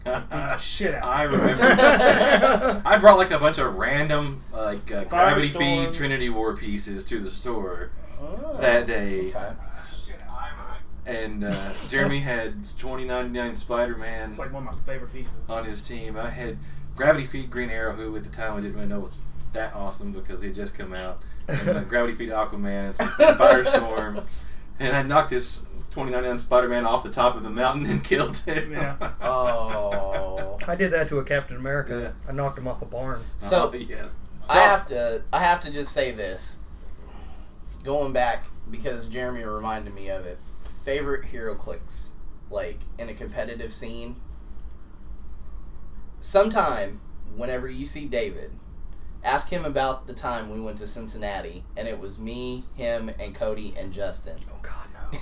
S5: Beat the shit out. of
S3: Uh, I
S5: him.
S3: remember. this. I brought like a bunch of random like uh, gravity
S5: Firestorm.
S3: feed Trinity War pieces to the store that day,
S8: Oh. Okay.
S3: and uh, Jeremy had twenty ninety nine Spider Man
S5: It's like one of my favorite pieces.
S3: on his team. I had Gravity Feed Green Arrow, who at the time I didn't really know was that awesome because he had just come out. And uh, Gravity Feed Aquaman, and some Firestorm, and I knocked his twenty ninety nine Spider Man off the top of the mountain and killed him.
S5: Yeah.
S8: Oh.
S4: I did that to a Captain America.
S3: Yeah.
S4: I knocked him off a barn.
S8: So
S3: Oh, yes.
S8: I have to I have to just say this. Going back because Jeremy reminded me of it. Favorite hero clicks like in a competitive scene. Sometime whenever you see David, ask him about the time we went to Cincinnati and it was me, him, and Cody and Justin.
S4: Oh God,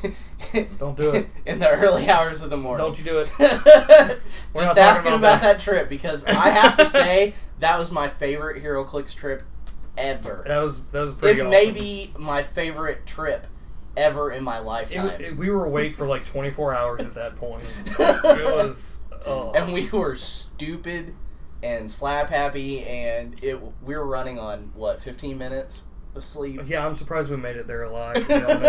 S4: no!
S8: Don't
S4: do it.
S8: in the early hours of the morning.
S4: Don't you do it? We're not
S8: Just
S4: talking
S8: asking
S4: about
S8: about
S4: that.
S8: that trip because I have to say that was my favorite Hero Clicks trip ever.
S4: That was that was
S8: It
S4: pretty. awesome.
S8: may be my favorite trip ever in my
S4: It
S8: lifetime.
S4: w- it- we were awake for like 24 hours at that point. It was. Oh.
S8: and we were stupid and slap happy, and it we were running on what 15 minutes of sleep.
S4: yeah, I'm surprised we made it there alive. To be honest.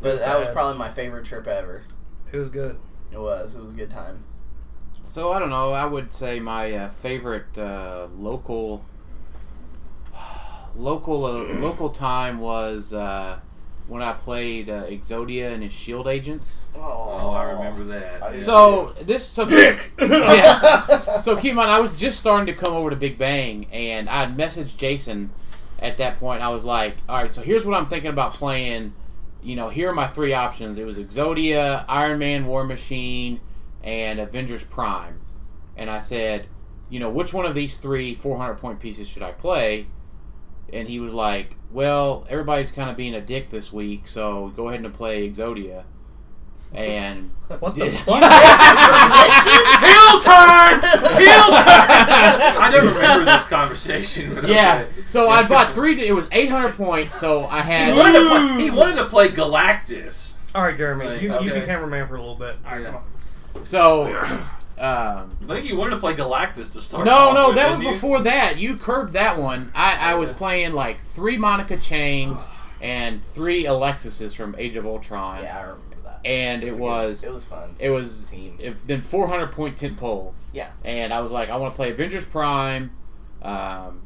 S8: but that was
S4: Bad.
S8: probably my favorite trip ever.
S4: it was good.
S8: It was. It was a good time.
S2: So I don't know. I would say my uh, favorite uh, local local uh, local time was uh, when I played uh, Exodia and his Shield Agents.
S8: Oh,
S3: Oh, I remember that.
S8: I-
S3: Yeah.
S2: So this so yeah. So keep in mind, I was just starting to come over to Big Bang, and I had messaged Jason at that point. I was like, "All right, so here's what I'm thinking about playing. You know, here are my three options. It was Exodia, Iron Man, War Machine, and Avengers Prime." And I said, "You know, which one of these three 400 point pieces should I play?" And he was like, "Well, everybody's kind of being a dick this week, so go ahead and play Exodia." And
S4: What the
S2: Yeah.
S8: fuck?
S2: Heel turn! Heel turn!
S3: I don't remember this conversation. But
S2: yeah.
S3: okay.
S2: So I bought three. It was 800 points. So I
S3: He wanted, to
S2: had.
S3: play, he wanted to play Galactus.
S4: All right, Jeremy,
S3: Like,
S4: you, you
S3: okay.
S4: be cameraman for a little bit.
S5: All right, come on.
S2: So. Um,
S3: I think he wanted to play Galactus to start.
S2: no,
S3: off
S2: no,
S3: with,
S2: that was
S3: didn't you?
S2: before that. You curbed that one. I, I was playing like three Monica Chains and three Alexises from Age of Ultron.
S8: yeah, I remember that.
S2: And it
S8: a good-
S2: was.
S8: It was fun.
S2: It was.
S8: Team.
S2: If, then 400 point tent pole.
S8: yeah.
S2: and I was like, I want to play Avengers Prime, um,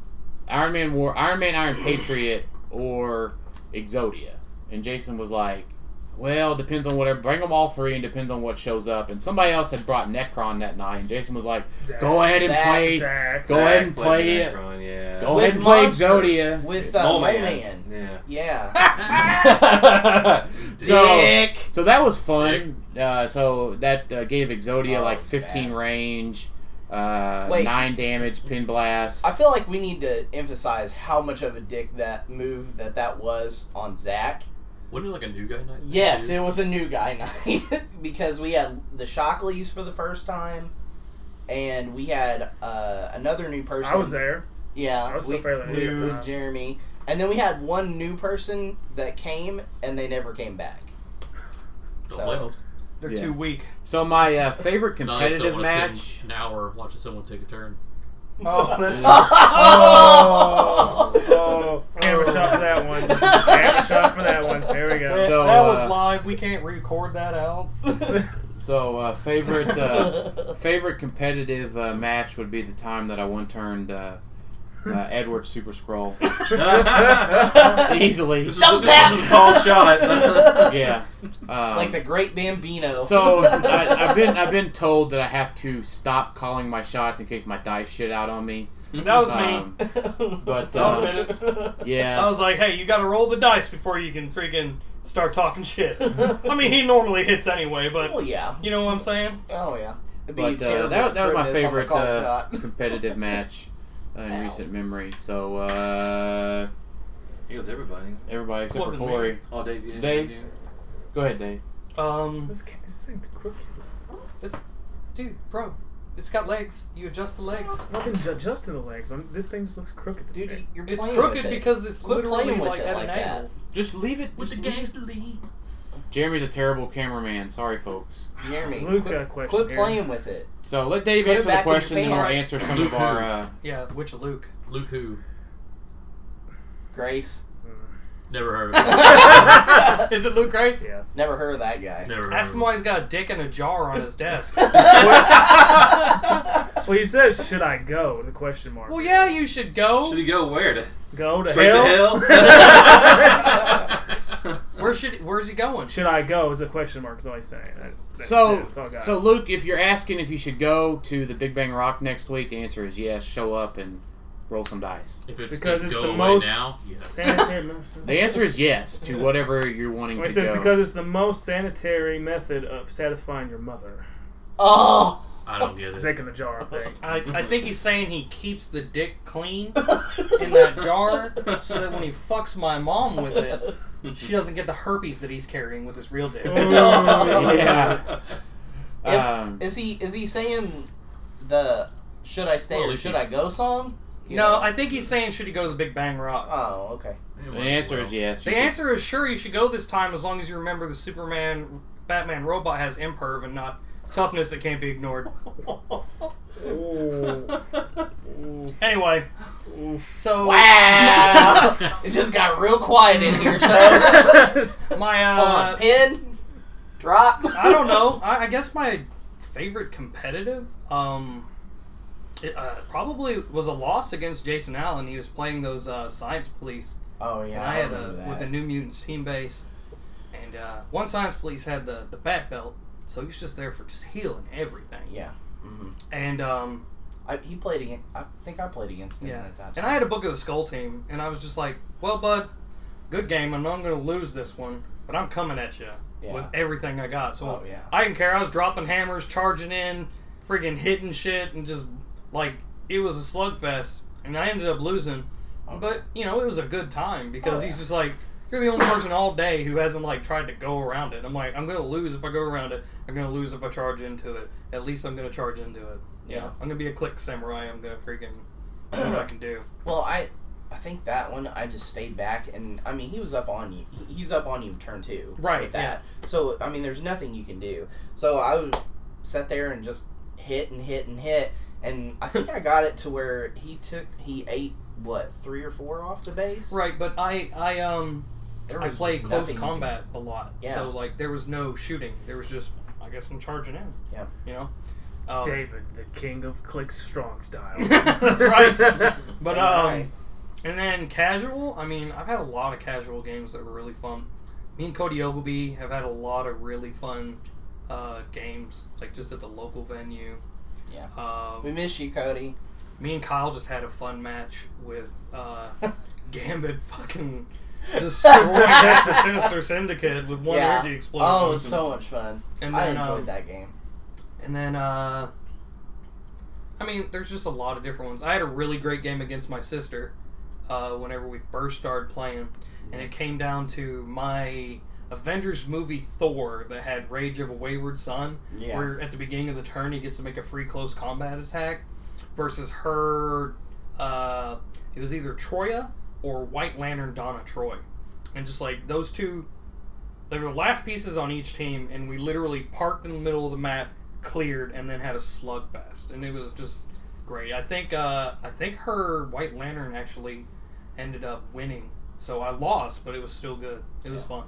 S2: Iron Man War, Iron Man, Iron Patriot, or Exodia. And Jason was like, Well, depends on whatever. Bring them all three, and depends on what shows up. And somebody else had brought Necron that night, and Jason was like, Go ahead and
S8: Zach,
S2: play,
S5: Zach,
S2: go ahead and
S3: Galactus,
S2: play it.
S3: Necron, yeah.
S2: Go ahead and play Exodia.
S8: With uh,
S3: Mole
S8: Mole
S3: Man.
S8: Man.
S3: Yeah.
S8: Yeah.
S2: so,
S8: Dick.
S2: so that was fun. Uh, so that uh, gave Exodia
S8: Oh,
S2: like
S8: it was
S2: 15
S8: bad.
S2: range, uh,
S8: Wait.
S2: nine damage, pin blast.
S8: I feel like we need to emphasize how much of a dick that move that that was on Zach.
S7: Wasn't it like a new guy night?
S8: Yes,
S7: It,
S8: it was a new guy night because we had the Shockleys for the first time, and we had uh, another new person.
S5: I was there.
S8: Yeah,
S5: I was
S8: we,
S5: still fairly
S8: we
S5: new at
S8: were
S5: the
S8: with
S5: time.
S8: Jeremy, and then we had one new person that came and they never came back.
S7: Don't
S8: so-
S7: blame 'em.
S5: They're
S2: Yeah.
S5: too weak.
S2: So my uh, favorite
S7: No, I just
S2: competitive
S7: don't wanna spend
S2: match.
S7: An hour watching someone take a turn.
S5: Oh, that's
S8: Oh!
S5: oh, camera shot for that one. Camera shot for that one. There we go.
S2: So,
S4: that
S2: uh,
S4: was live. We can't record that out.
S2: So uh,
S5: Oh.
S2: favorite uh, favorite competitive uh, match would be the time that I one turned uh, uh, Edward Super Scroll
S8: like
S2: easily.
S3: This is,
S8: Double
S3: this is a call shot.
S2: Yeah, um,
S8: the Great Bambino.
S2: So I, I've been I've been told that I have to stop calling my shots in case my dice shit out on me.
S4: That was me.
S2: Um, but
S4: I'll
S2: uh,
S4: admit it. I
S2: yeah,
S4: was like, hey, you gotta roll the dice before you can freaking start talking shit. I mean, he normally hits anyway,
S8: oh
S4: but
S8: yeah.
S4: you know what I'm saying?
S8: Oh yeah. It'd be
S2: but uh,
S8: terrible
S2: that, that was my
S8: premise on the
S2: favorite
S8: call
S2: uh,
S8: shot.
S2: competitive match uh, in
S8: Ow.
S2: recent memory. So uh,
S3: He goes everybody.
S2: everybody except for
S4: Wasn't me.
S2: Corey,
S3: Oh, Dave. Yeah,
S2: Dave?
S3: yeah.
S2: go ahead, Dave.
S4: Um,
S5: This, ca- this thing's quick.
S9: Dude, bro.
S5: It's got legs. You adjust the legs.
S4: nothing's adjusting the legs. man. This thing just looks crooked. to me.
S8: Dude, you're
S5: It's
S8: playing
S5: crooked
S8: with it.
S5: because it's
S8: Quit
S5: literally
S8: playing with
S5: like
S8: it
S5: at
S8: like
S5: an
S8: that.
S5: angle.
S2: Just leave it.
S7: With the
S2: just leave-
S7: gangster league.
S2: Jeremy's a terrible cameraman. Sorry, folks.
S8: Jeremy,
S4: Luke's
S8: quit,
S4: got a question
S8: quit
S4: here.
S8: playing with it.
S2: So let Dave
S8: Put it
S2: answer the
S8: back in your
S2: question, and we'll
S8: pants.
S2: answer some of our. Uh,
S5: Yeah, Witch of Luke.
S7: Luke who?
S8: Grace.
S4: Hmm.
S7: Never heard of him.
S8: Never
S2: Is it Luke Grace?
S4: Yeah.
S8: heard of that guy.
S7: Never heard
S5: Ask him
S7: of
S5: why he's got a dick in a jar on his desk.
S4: Well, he says, "Should I go?" The question mark.
S5: well, yeah, you should
S2: Oh.
S5: go.
S3: Should he go where? To,
S4: Go to
S3: straight
S4: hell.
S3: to hell?
S5: Where should? Where's he going?
S4: Should I go? Is a question mark. Is all he's saying. That- that's it.
S2: So,
S4: That's all I got.
S2: so Luke, if you're asking if you should go to the Big Bang Rock next week, the answer is yes. Show up and roll some dice.
S7: If it's
S4: Because
S7: just
S4: it's
S7: go
S4: the
S7: away
S4: most-
S7: now, yes.
S4: Sanitary medicine.
S2: The answer is yes to whatever you're wanting
S4: Well,
S2: to
S4: it says
S2: go.
S4: because it's the most sanitary method of satisfying your mother.
S8: Oh.
S7: I don't get it.
S4: Dick in a jar thing.
S5: I, I think he's saying he keeps the dick clean in that jar so that when he fucks my mom with it, she doesn't get the herpes that he's carrying with his real dick.
S4: Oh,
S2: yeah.
S8: If-
S2: um,
S8: Is he is he saying the should I stay
S7: Well,
S8: or
S7: if
S8: should I
S7: he's-
S8: go song? You
S5: No,
S8: know.
S5: I think he's saying should he go to the Big Bang Rock?
S8: Oh, okay.
S2: the answer is yes.
S5: The
S2: You should-
S5: answer is sure you should go this time as long as you remember the Superman Batman robot has imperv and not toughness that can't be ignored. Anyway, so
S8: Wow. it just got real quiet in here. So
S5: my
S8: uh,
S5: uh,
S8: pin drop.
S5: I don't know. I, I guess my favorite competitive, um, it, uh, probably was a loss against Jason Allen. He was playing those uh, science police.
S8: Oh
S5: And
S8: yeah,
S5: I
S8: I,
S5: had
S8: remember
S5: a
S8: that.
S5: with the New Mutants team base, and uh, one science police had the the bat belt, so he was just there for just healing everything.
S8: yeah.
S5: And um,
S8: I, he played against. I think I played against him
S5: Yeah.
S8: at that time.
S5: and I had a book of the Skull team, and I was just like, "Well, bud, good game. I know I'm going to lose this one, but I'm coming at you
S8: Yeah.
S5: with everything I got." So
S8: Oh, yeah.
S5: I didn't care. I was dropping hammers, charging in, freaking hitting shit, and just like it was a slugfest, and I ended up losing. But you know, it was a good time because
S8: Oh,
S5: he's
S8: yeah.
S5: just like. You're the only person all day who hasn't like tried to go around it. I'm like, I'm gonna lose if I go around it. I'm gonna lose if I charge into it. At least I'm gonna charge into it.
S8: Yeah.
S5: yeah. I'm gonna be a click samurai. I'm gonna freaking what I can do.
S8: Well, I I think that one I just stayed back, and I mean he was up on you. he- He's up on you turn two.
S5: Right,
S8: With that. So I mean, there's nothing you can do. So I would sit there and just hit and hit and hit, and I think I got it to where he took he ate what three or four off the base.
S5: Right, but I I um
S8: There
S5: I
S8: was
S5: play
S8: just
S5: close
S8: nothing you
S5: combat a lot.
S8: Yeah.
S5: So like there was no shooting. There was just I guess I'm charging in.
S8: Yeah.
S5: You know? Um,
S4: Uh, David, the king of click strong style.
S5: That's right. But um
S8: Right.
S5: and then casual, I mean, I've had a lot of casual games that were really fun. Me and Cody Ogilby have had a lot of really fun uh, games, like just at the local venue.
S8: Yeah. We
S5: Um,
S8: miss you, Cody.
S5: me and Kyle just had a fun match with uh, Gambit fucking destroying half the Sinister Syndicate with one
S8: Yeah.
S5: energy explosion.
S8: Oh, it was so much fun.
S5: and
S8: I
S5: then,
S8: enjoyed
S5: um,
S8: that game.
S5: And then, uh, I mean, there's just a lot of different ones. I had a really great game against my sister uh, whenever we first started playing, and it came down to my Avengers movie Thor that had Rage of a Wayward Son,
S8: Yeah.
S5: where at the beginning of the turn he gets to make a free close combat attack, versus her. Uh, it was either Troya or White Lantern Donna Troy, and just like those two they were the last pieces on each team, and we literally parked in the middle of the map, cleared, and then had a slugfest, and it was just great. I think uh, I think her White Lantern actually ended up winning, so I lost, but it was still good. It was fun.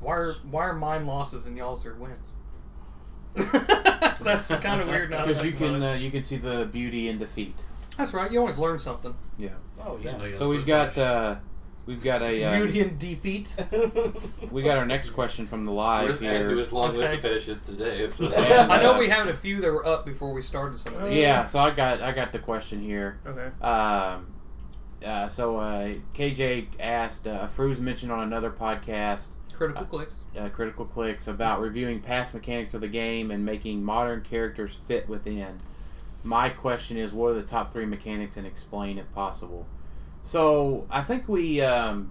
S5: Why are why are mine losses and y'all's are wins? That's kind of weird now. that
S2: because
S5: I
S2: you
S5: think about
S2: can
S5: it.
S2: uh, you can see the beauty in defeat.
S5: That's right. You always learn something.
S2: Yeah.
S8: Oh
S3: Didn't know
S8: yeah.
S3: you had
S2: So
S3: a
S2: we've
S3: foot
S2: got
S3: fetish.
S2: uh, we've got a
S5: Beauty
S2: uh,
S5: and defeat.
S2: we got our next question from the
S3: We're
S2: live
S3: just adding to
S2: here.
S3: his long list of
S5: Okay.
S3: fetishes today. It's a-
S2: And,
S5: I know
S2: uh,
S5: we had a few that were up before we started some of these.
S2: Yeah. So I got I got the question here.
S4: Okay.
S2: Um, uh, so uh, KJ asked uh, Fruz mentioned on another podcast
S5: Critical clicks.
S2: uh, Critical Clicks about reviewing past mechanics of the game and making modern characters fit within. My question is, what are the top three mechanics, and explain if possible. So I think we um,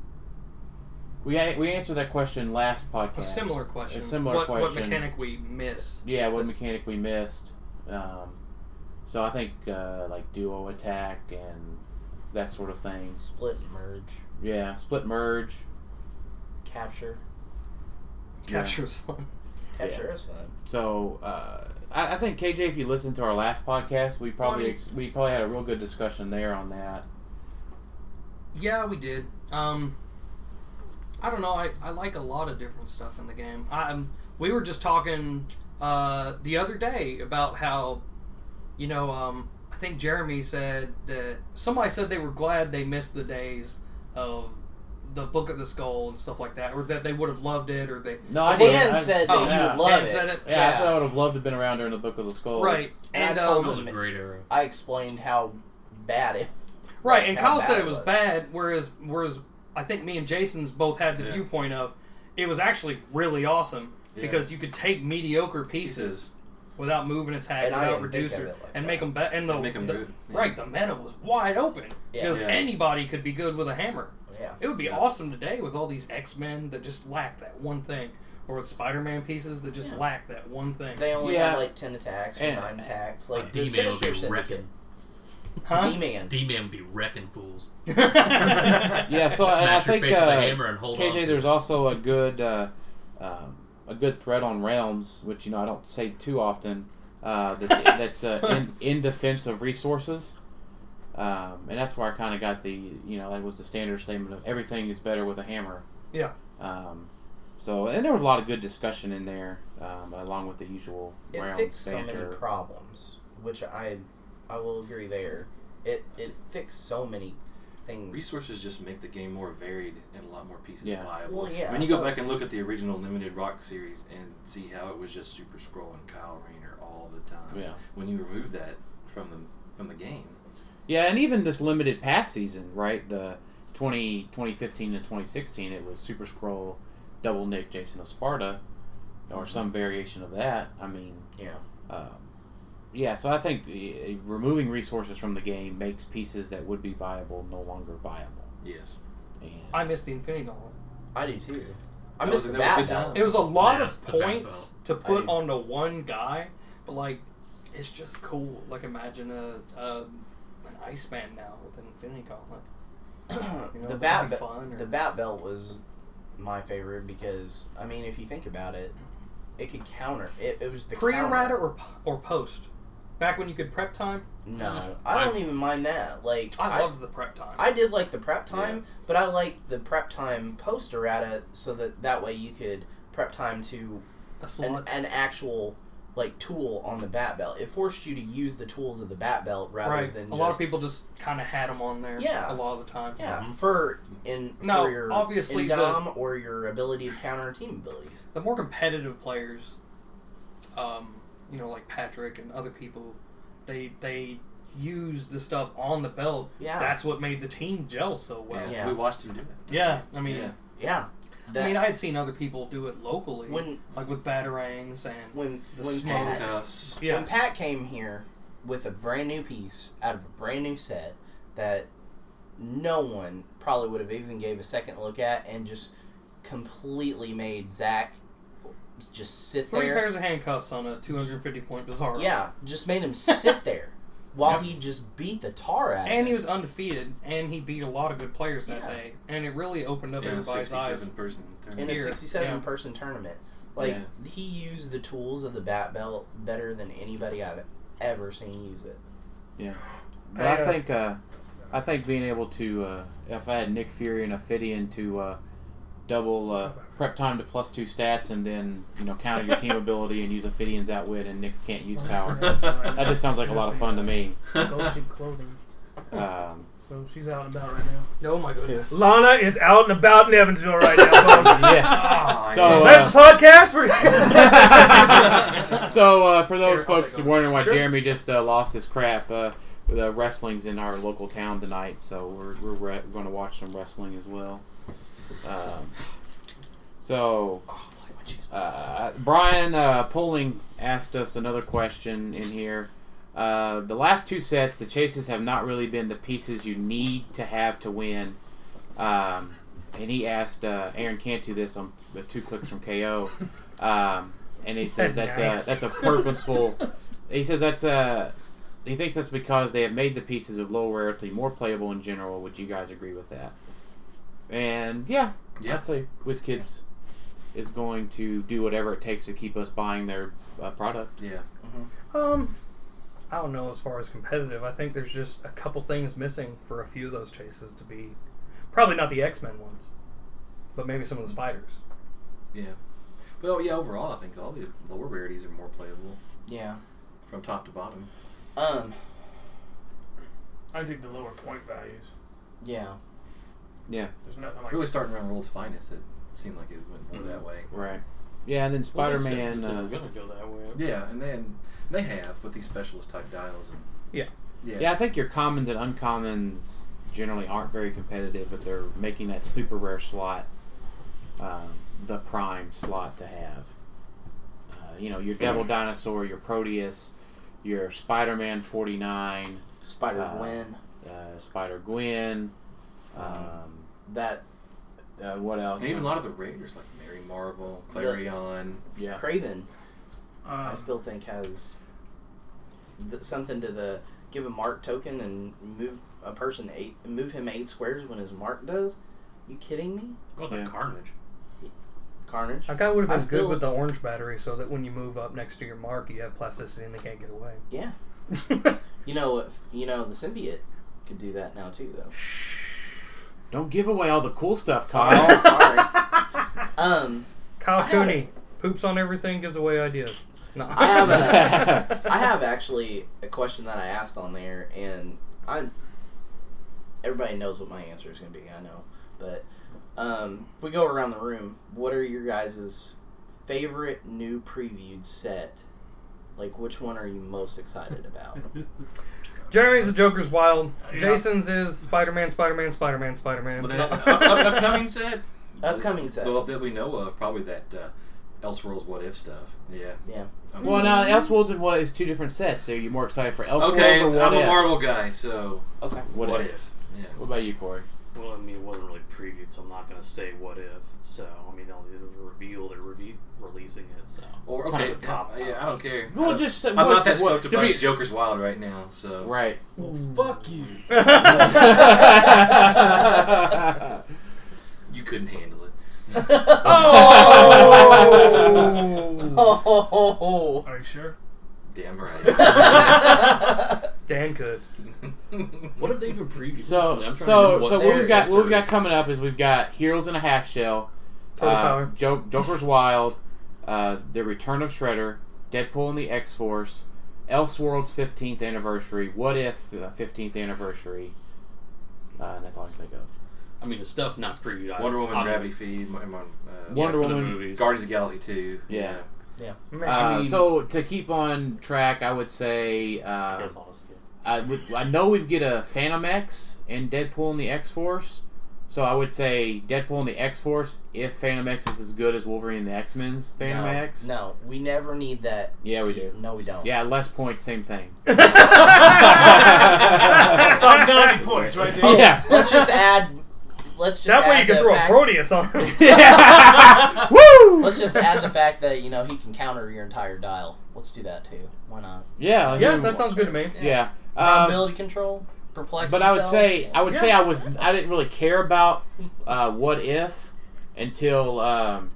S2: we a- we answered that question last podcast.
S5: A similar question.
S2: A similar
S5: what,
S2: question.
S5: What mechanic we miss?
S2: Yeah, what
S5: Let's-
S2: mechanic we missed. Um, so I think uh, like duo attack and that sort of thing.
S8: Split merge
S2: Yeah, split merge.
S8: capture.
S2: Yeah.
S5: Captures fun.
S8: Capture is fun.
S2: So uh, I, I think KJ, if you listened to our last podcast, we probably
S5: Well, I mean-
S2: ex- we probably had a real good discussion there on that.
S5: Yeah, we did. Um, I don't know. I, I like a lot of different stuff in the game. I, um, we were just talking uh, the other day about how, you know, um, I think Jeremy said that somebody said they were glad they missed the days of the Book of the Skull and stuff like that, or that they would have loved it, or they.
S2: No, I didn't.
S8: Dan
S2: I-
S8: said that
S5: Oh,
S8: you
S2: yeah.
S8: would love
S5: Dan
S8: it.
S5: said it.
S2: Yeah, I said I would have loved to have been around during the Book of the Skulls.
S5: Right,
S8: And
S5: and
S8: I told
S5: um,
S3: That was a great era.
S8: I explained how bad it.
S5: Right,
S8: like,
S5: and
S8: how
S5: Kyle
S8: bad
S5: said it was bad, whereas whereas I think me and Jason's both had the
S3: Yeah.
S5: viewpoint of it was actually really awesome
S3: Yeah.
S5: because you could take mediocre pieces,
S3: Pieces.
S5: without moving its hat,
S8: And I
S5: without
S8: didn't think
S5: reducer,
S8: of it like
S5: and
S8: that.
S5: make them better. And the,
S3: Make 'em
S5: the-
S3: good, yeah.
S5: right, the meta was wide open
S8: Yeah.
S5: because
S3: Yeah.
S5: anybody could be good with a hammer.
S8: Yeah.
S5: It would be
S3: Yeah.
S5: awesome today with all these X Men that just lack that one thing, or with Spider-Man pieces that just
S8: Yeah.
S5: lack that one thing.
S8: They only
S2: Yeah.
S8: have like ten attacks, or
S2: And-
S8: nine attacks. Like
S3: D-Man
S8: the
S3: would be
S8: Sinister Syndicate,
S3: wrecking.
S5: huh?
S8: D-Man.
S3: D-Man would be wrecking fools.
S2: Yeah, so and I
S3: Smash your
S2: think
S3: face with a
S2: uh,
S3: hammer and hold on
S2: KJ,
S3: to
S2: there's
S3: it.
S2: also a good uh, um, a good thread on realms, which you know I don't say too often. Uh, that's that's uh, in, in defense of resources, um, and that's where I kind of got the you know that was the standard statement of everything is better with a hammer.
S5: Yeah.
S2: Um, so and there was a lot of good discussion in there, um, along with the usual
S8: It
S2: realms
S8: fixed so many
S2: banter.
S8: problems, which I I will agree there. It it fixed so many things.
S3: Resources just make the game more varied and a lot more pieces
S2: Yeah.
S3: viable.
S8: Well, yeah.
S3: When you go back and look at the original Limited Rock series and see how it was just Super Scroll and Kyle Rayner all the time.
S2: Yeah.
S3: When you remove that from the from the game,
S2: Yeah, and even this limited pass season, right? The 20, 2015 to 2016, it was Super Scroll, Double Nick, Jason of Sparta, or some variation of that. I mean,
S8: Yeah.
S2: um, yeah, so I think uh, removing resources from the game makes pieces that would be viable no longer viable.
S3: yes.
S2: And
S5: I missed the Infinity Gauntlet.
S8: I do too. I
S3: That
S8: miss
S3: was- that was a
S8: the bat
S3: good time.
S5: It was a lot
S3: Yeah,
S5: of
S3: the back
S5: points to put
S8: I-
S5: onto one guy, but like, it's just cool. Like, imagine a, a an Iceman now with an Infinity Gauntlet.
S8: belt.
S5: You know,
S8: the
S5: that'd
S8: bat
S5: be
S8: be-
S5: fun, or-
S8: the bat belt was my favorite because I mean if you think about it, it could counter. It, it was the
S5: Pre
S8: counter.
S5: errata or p- or post? Back when you could prep time,
S8: No, I don't even mind that. Like
S5: I loved the prep time.
S8: I did like the prep time, but I like the prep time post errata so that that way you could prep time to
S5: a
S8: an,
S5: slot.
S8: an actual like tool on the bat belt. It forced you to use the tools of the bat belt rather
S5: Right.
S8: than
S5: A
S8: just,
S5: lot of people just kind of had them on there.
S8: Yeah.
S5: A lot of the time.
S8: yeah for in
S5: No,
S8: for your
S5: obviously the-
S8: indom or your ability to counter team abilities.
S5: the more competitive players, um, you know, like Patrick and other people, they they use the stuff on the belt.
S8: Yeah.
S5: That's what made the team gel so well.
S3: And
S8: Yeah.
S3: We watched him do it.
S5: Yeah, I mean,
S3: Yeah.
S8: Yeah,
S5: I mean,
S8: That-
S5: I had seen other people do it locally,
S8: when
S5: like with batarangs and
S8: when
S5: The
S8: when
S5: smoke
S8: Pat,
S3: Cuffs.
S5: yeah,
S8: When Pat came here with a brand new piece out of a brand new set that no one probably would have even gave a second look at and just completely made Zach just sit
S5: three
S8: there.
S5: pairs of handcuffs on a 250 point bizarre.
S8: yeah, just made him sit there while he just beat the tar out. of
S5: And he
S8: him.
S5: was undefeated, and he beat a lot of good players that
S8: Yeah.
S5: day, and it really opened up
S3: In a
S5: everybody's eyes.
S3: 67 person
S8: in
S3: tournament.
S8: a
S5: here,
S8: 67
S5: yeah.
S8: person tournament. Like
S3: Yeah.
S8: he used the tools of the bat belt better than anybody I've ever seen use it.
S2: But
S4: I,
S2: I
S4: uh,
S2: think uh, I think being able to uh, if I had Nick Fury and Ophidian to uh, double uh, prep time to plus two stats and then you know counter your team ability and use Ophidian's outwit and Nick's can't use power. That just sounds like a lot of fun to me.
S4: Bullshit clothing.
S2: Um,
S5: So she's out and about right now.
S4: Oh my goodness.
S5: Lana is out and about in Evansville right now, folks.
S2: yeah. So,
S5: That's
S2: uh,
S5: the podcast. We're
S2: so uh, for those
S4: Here, I'll
S2: folks
S4: take
S2: who wondering why
S5: Sure.
S2: Jeremy just uh, lost his crap, uh, the wrestling's in our local town tonight, so we're we're re- going to watch some wrestling as well. Um, so uh, Brian uh, Poling asked us another question in here. Uh, the last two sets, the chases have not really been the pieces you need to have to win. Um, and he asked uh, Aaron Cantu this on the two clicks from KO. Um, and he says that's a, that's a purposeful. He says that's a. He thinks that's because they have made the pieces of lower rarity more playable in general. Would you guys agree with that? And yeah,
S3: Yeah.
S2: I'd say WizKids is going to do whatever it takes to keep us buying their uh, product.
S3: Yeah.
S4: Um, I don't know as far as competitive. I think there's just a couple things missing for a few of those chases to be. Probably not the X Men ones, but maybe some of the spiders.
S3: Yeah. But oh, yeah, overall, I think all the lower rarities are more playable
S8: Yeah.
S3: from top to bottom.
S8: Um.
S5: I take the lower point values.
S8: Yeah.
S2: Yeah,
S5: There's nothing like
S3: Really starting around World's Finest, it seemed like it went more that way.
S2: right. Yeah, and then Spider Man.
S3: Well, they said
S2: Uh,
S3: they were gonna go that way. Yeah, and then they have with these specialist type dials and
S4: Yeah.
S3: yeah,
S2: yeah, I think your commons and uncommons generally aren't very competitive, but they're making that super rare slot um, the prime slot to have. Uh, you know, your Devil Dinosaur, your Proteus, your Spider Man 49,
S8: Spider
S2: Uh,
S8: Gwen.
S2: uh, Spider Gwen. Um,
S8: That
S2: uh, what else?
S3: and even a lot of the raiders like Mary Marvel, Clarion.
S2: yeah.
S8: Craven,
S5: Um,
S8: I still think has th- something to the give a mark token and move a person eight, move him eight squares when his mark does. You kidding me?
S3: What
S2: about Yeah.
S3: Carnage?
S8: Carnage.
S4: That guy would have
S8: I
S4: been
S8: still-
S4: good with the orange battery, so that when you move up next to your mark, you have plasticity and they can't get away.
S8: Yeah. You know, if, you know the symbiote could do that now too, though.
S2: Don't give away all the cool stuff,
S8: Oh,
S2: Kyle.
S8: sorry. um,
S4: Kyle
S8: I had
S4: Cooney poops on everything, gives away ideas. No.
S8: I have
S2: a-
S8: I have actually a question that I asked on there, and I everybody knows what my answer is going to be. I know, but um, if we go around the room, what are your guys' favorite new previewed set? Like, which one are you most excited about?
S4: Jeremy's the Joker's Wild.
S5: Yeah.
S4: Jason's is Spider Man, Spider Man, Spider Man, Spider
S3: Well,
S4: Man.
S3: that up, up- upcoming set,
S8: Upcoming set.
S3: the one that we know of, probably that uh, Elseworlds What If stuff. Yeah.
S8: Yeah.
S3: I'm-
S2: well, now Elseworlds and what is two different sets. So you're more excited for Elseworlds
S3: okay,
S2: or
S3: I'm
S2: what
S3: a
S2: if?
S3: Marvel guy, so
S8: Okay.
S2: what,
S3: what
S2: if?
S3: if? Yeah.
S2: What about you, Corey?
S7: Well, I mean, it wasn't really previewed, so I'm not going to say what if. So, I mean, they'll either reveal they're re- releasing it. So,
S3: Or
S7: It's
S3: okay,
S7: kind of a cop-out.
S3: yeah, I don't care. I
S2: Well,
S3: don't-
S2: just
S3: Uh,
S2: uh,
S3: I'm not that stoked about it. Joker's wild right now, so
S2: Right.
S5: well, fuck you.
S3: you couldn't handle it.
S4: Oh!
S8: Oh.
S5: Are you sure?
S3: Damn right.
S4: Dan could.
S3: what have they even previewed?
S2: so,
S3: recently? I'm trying to
S2: so,
S3: remember
S2: so what we've
S8: there's-
S2: got, what we've
S3: Sorry.
S2: got coming up is we've got Heroes in a Half Shell,
S4: Total
S2: uh,
S4: power.
S2: Jo- Joker's Wild, uh, The Return of Shredder, Deadpool and the X Force, Elseworlds 15th anniversary, What If uh, 15th anniversary. Uh, and that's all I can think of.
S7: I mean, the stuff not previewed. I-
S3: Wonder Woman,
S7: I-
S3: Gravity Feed, Mar- Mar- uh,
S2: Wonder
S7: for the
S2: Woman.
S7: movies.
S3: Guardians of the Galaxy Two.
S2: Yeah.
S4: Man, I
S8: Oh!
S2: Uh,
S4: mean,
S2: so to keep on track, I would say
S7: I
S2: uh,
S7: guess I'll skip.
S2: I, would, I know we'd get a Phantom X and Deadpool and the X Force. So I would say Deadpool and the X Force if Phantom X is as good as Wolverine and the X Men's Phantom
S8: No,
S2: X.
S8: no, we never need that.
S2: Yeah, we do.
S8: No, we don't.
S2: Yeah, less points, same thing.
S5: About 90 points right there.
S8: Oh,
S2: Yeah.
S8: Let's just add. Let's just
S4: that way you
S8: add
S4: can
S8: the
S4: throw a
S8: fact-
S4: Proteus on him.
S2: Woo!
S8: Let's just add the fact that you know he can counter your entire dial. Let's do that too. Why not?
S2: yeah, like,
S4: yeah,
S2: we-
S4: that sounds good to me.
S2: Yeah. Um,
S8: Ability control, perplex.
S2: But I would
S8: himself.
S2: say I would say
S4: Yeah.
S2: I was I didn't really care about uh, what if
S4: Oh.
S2: until um,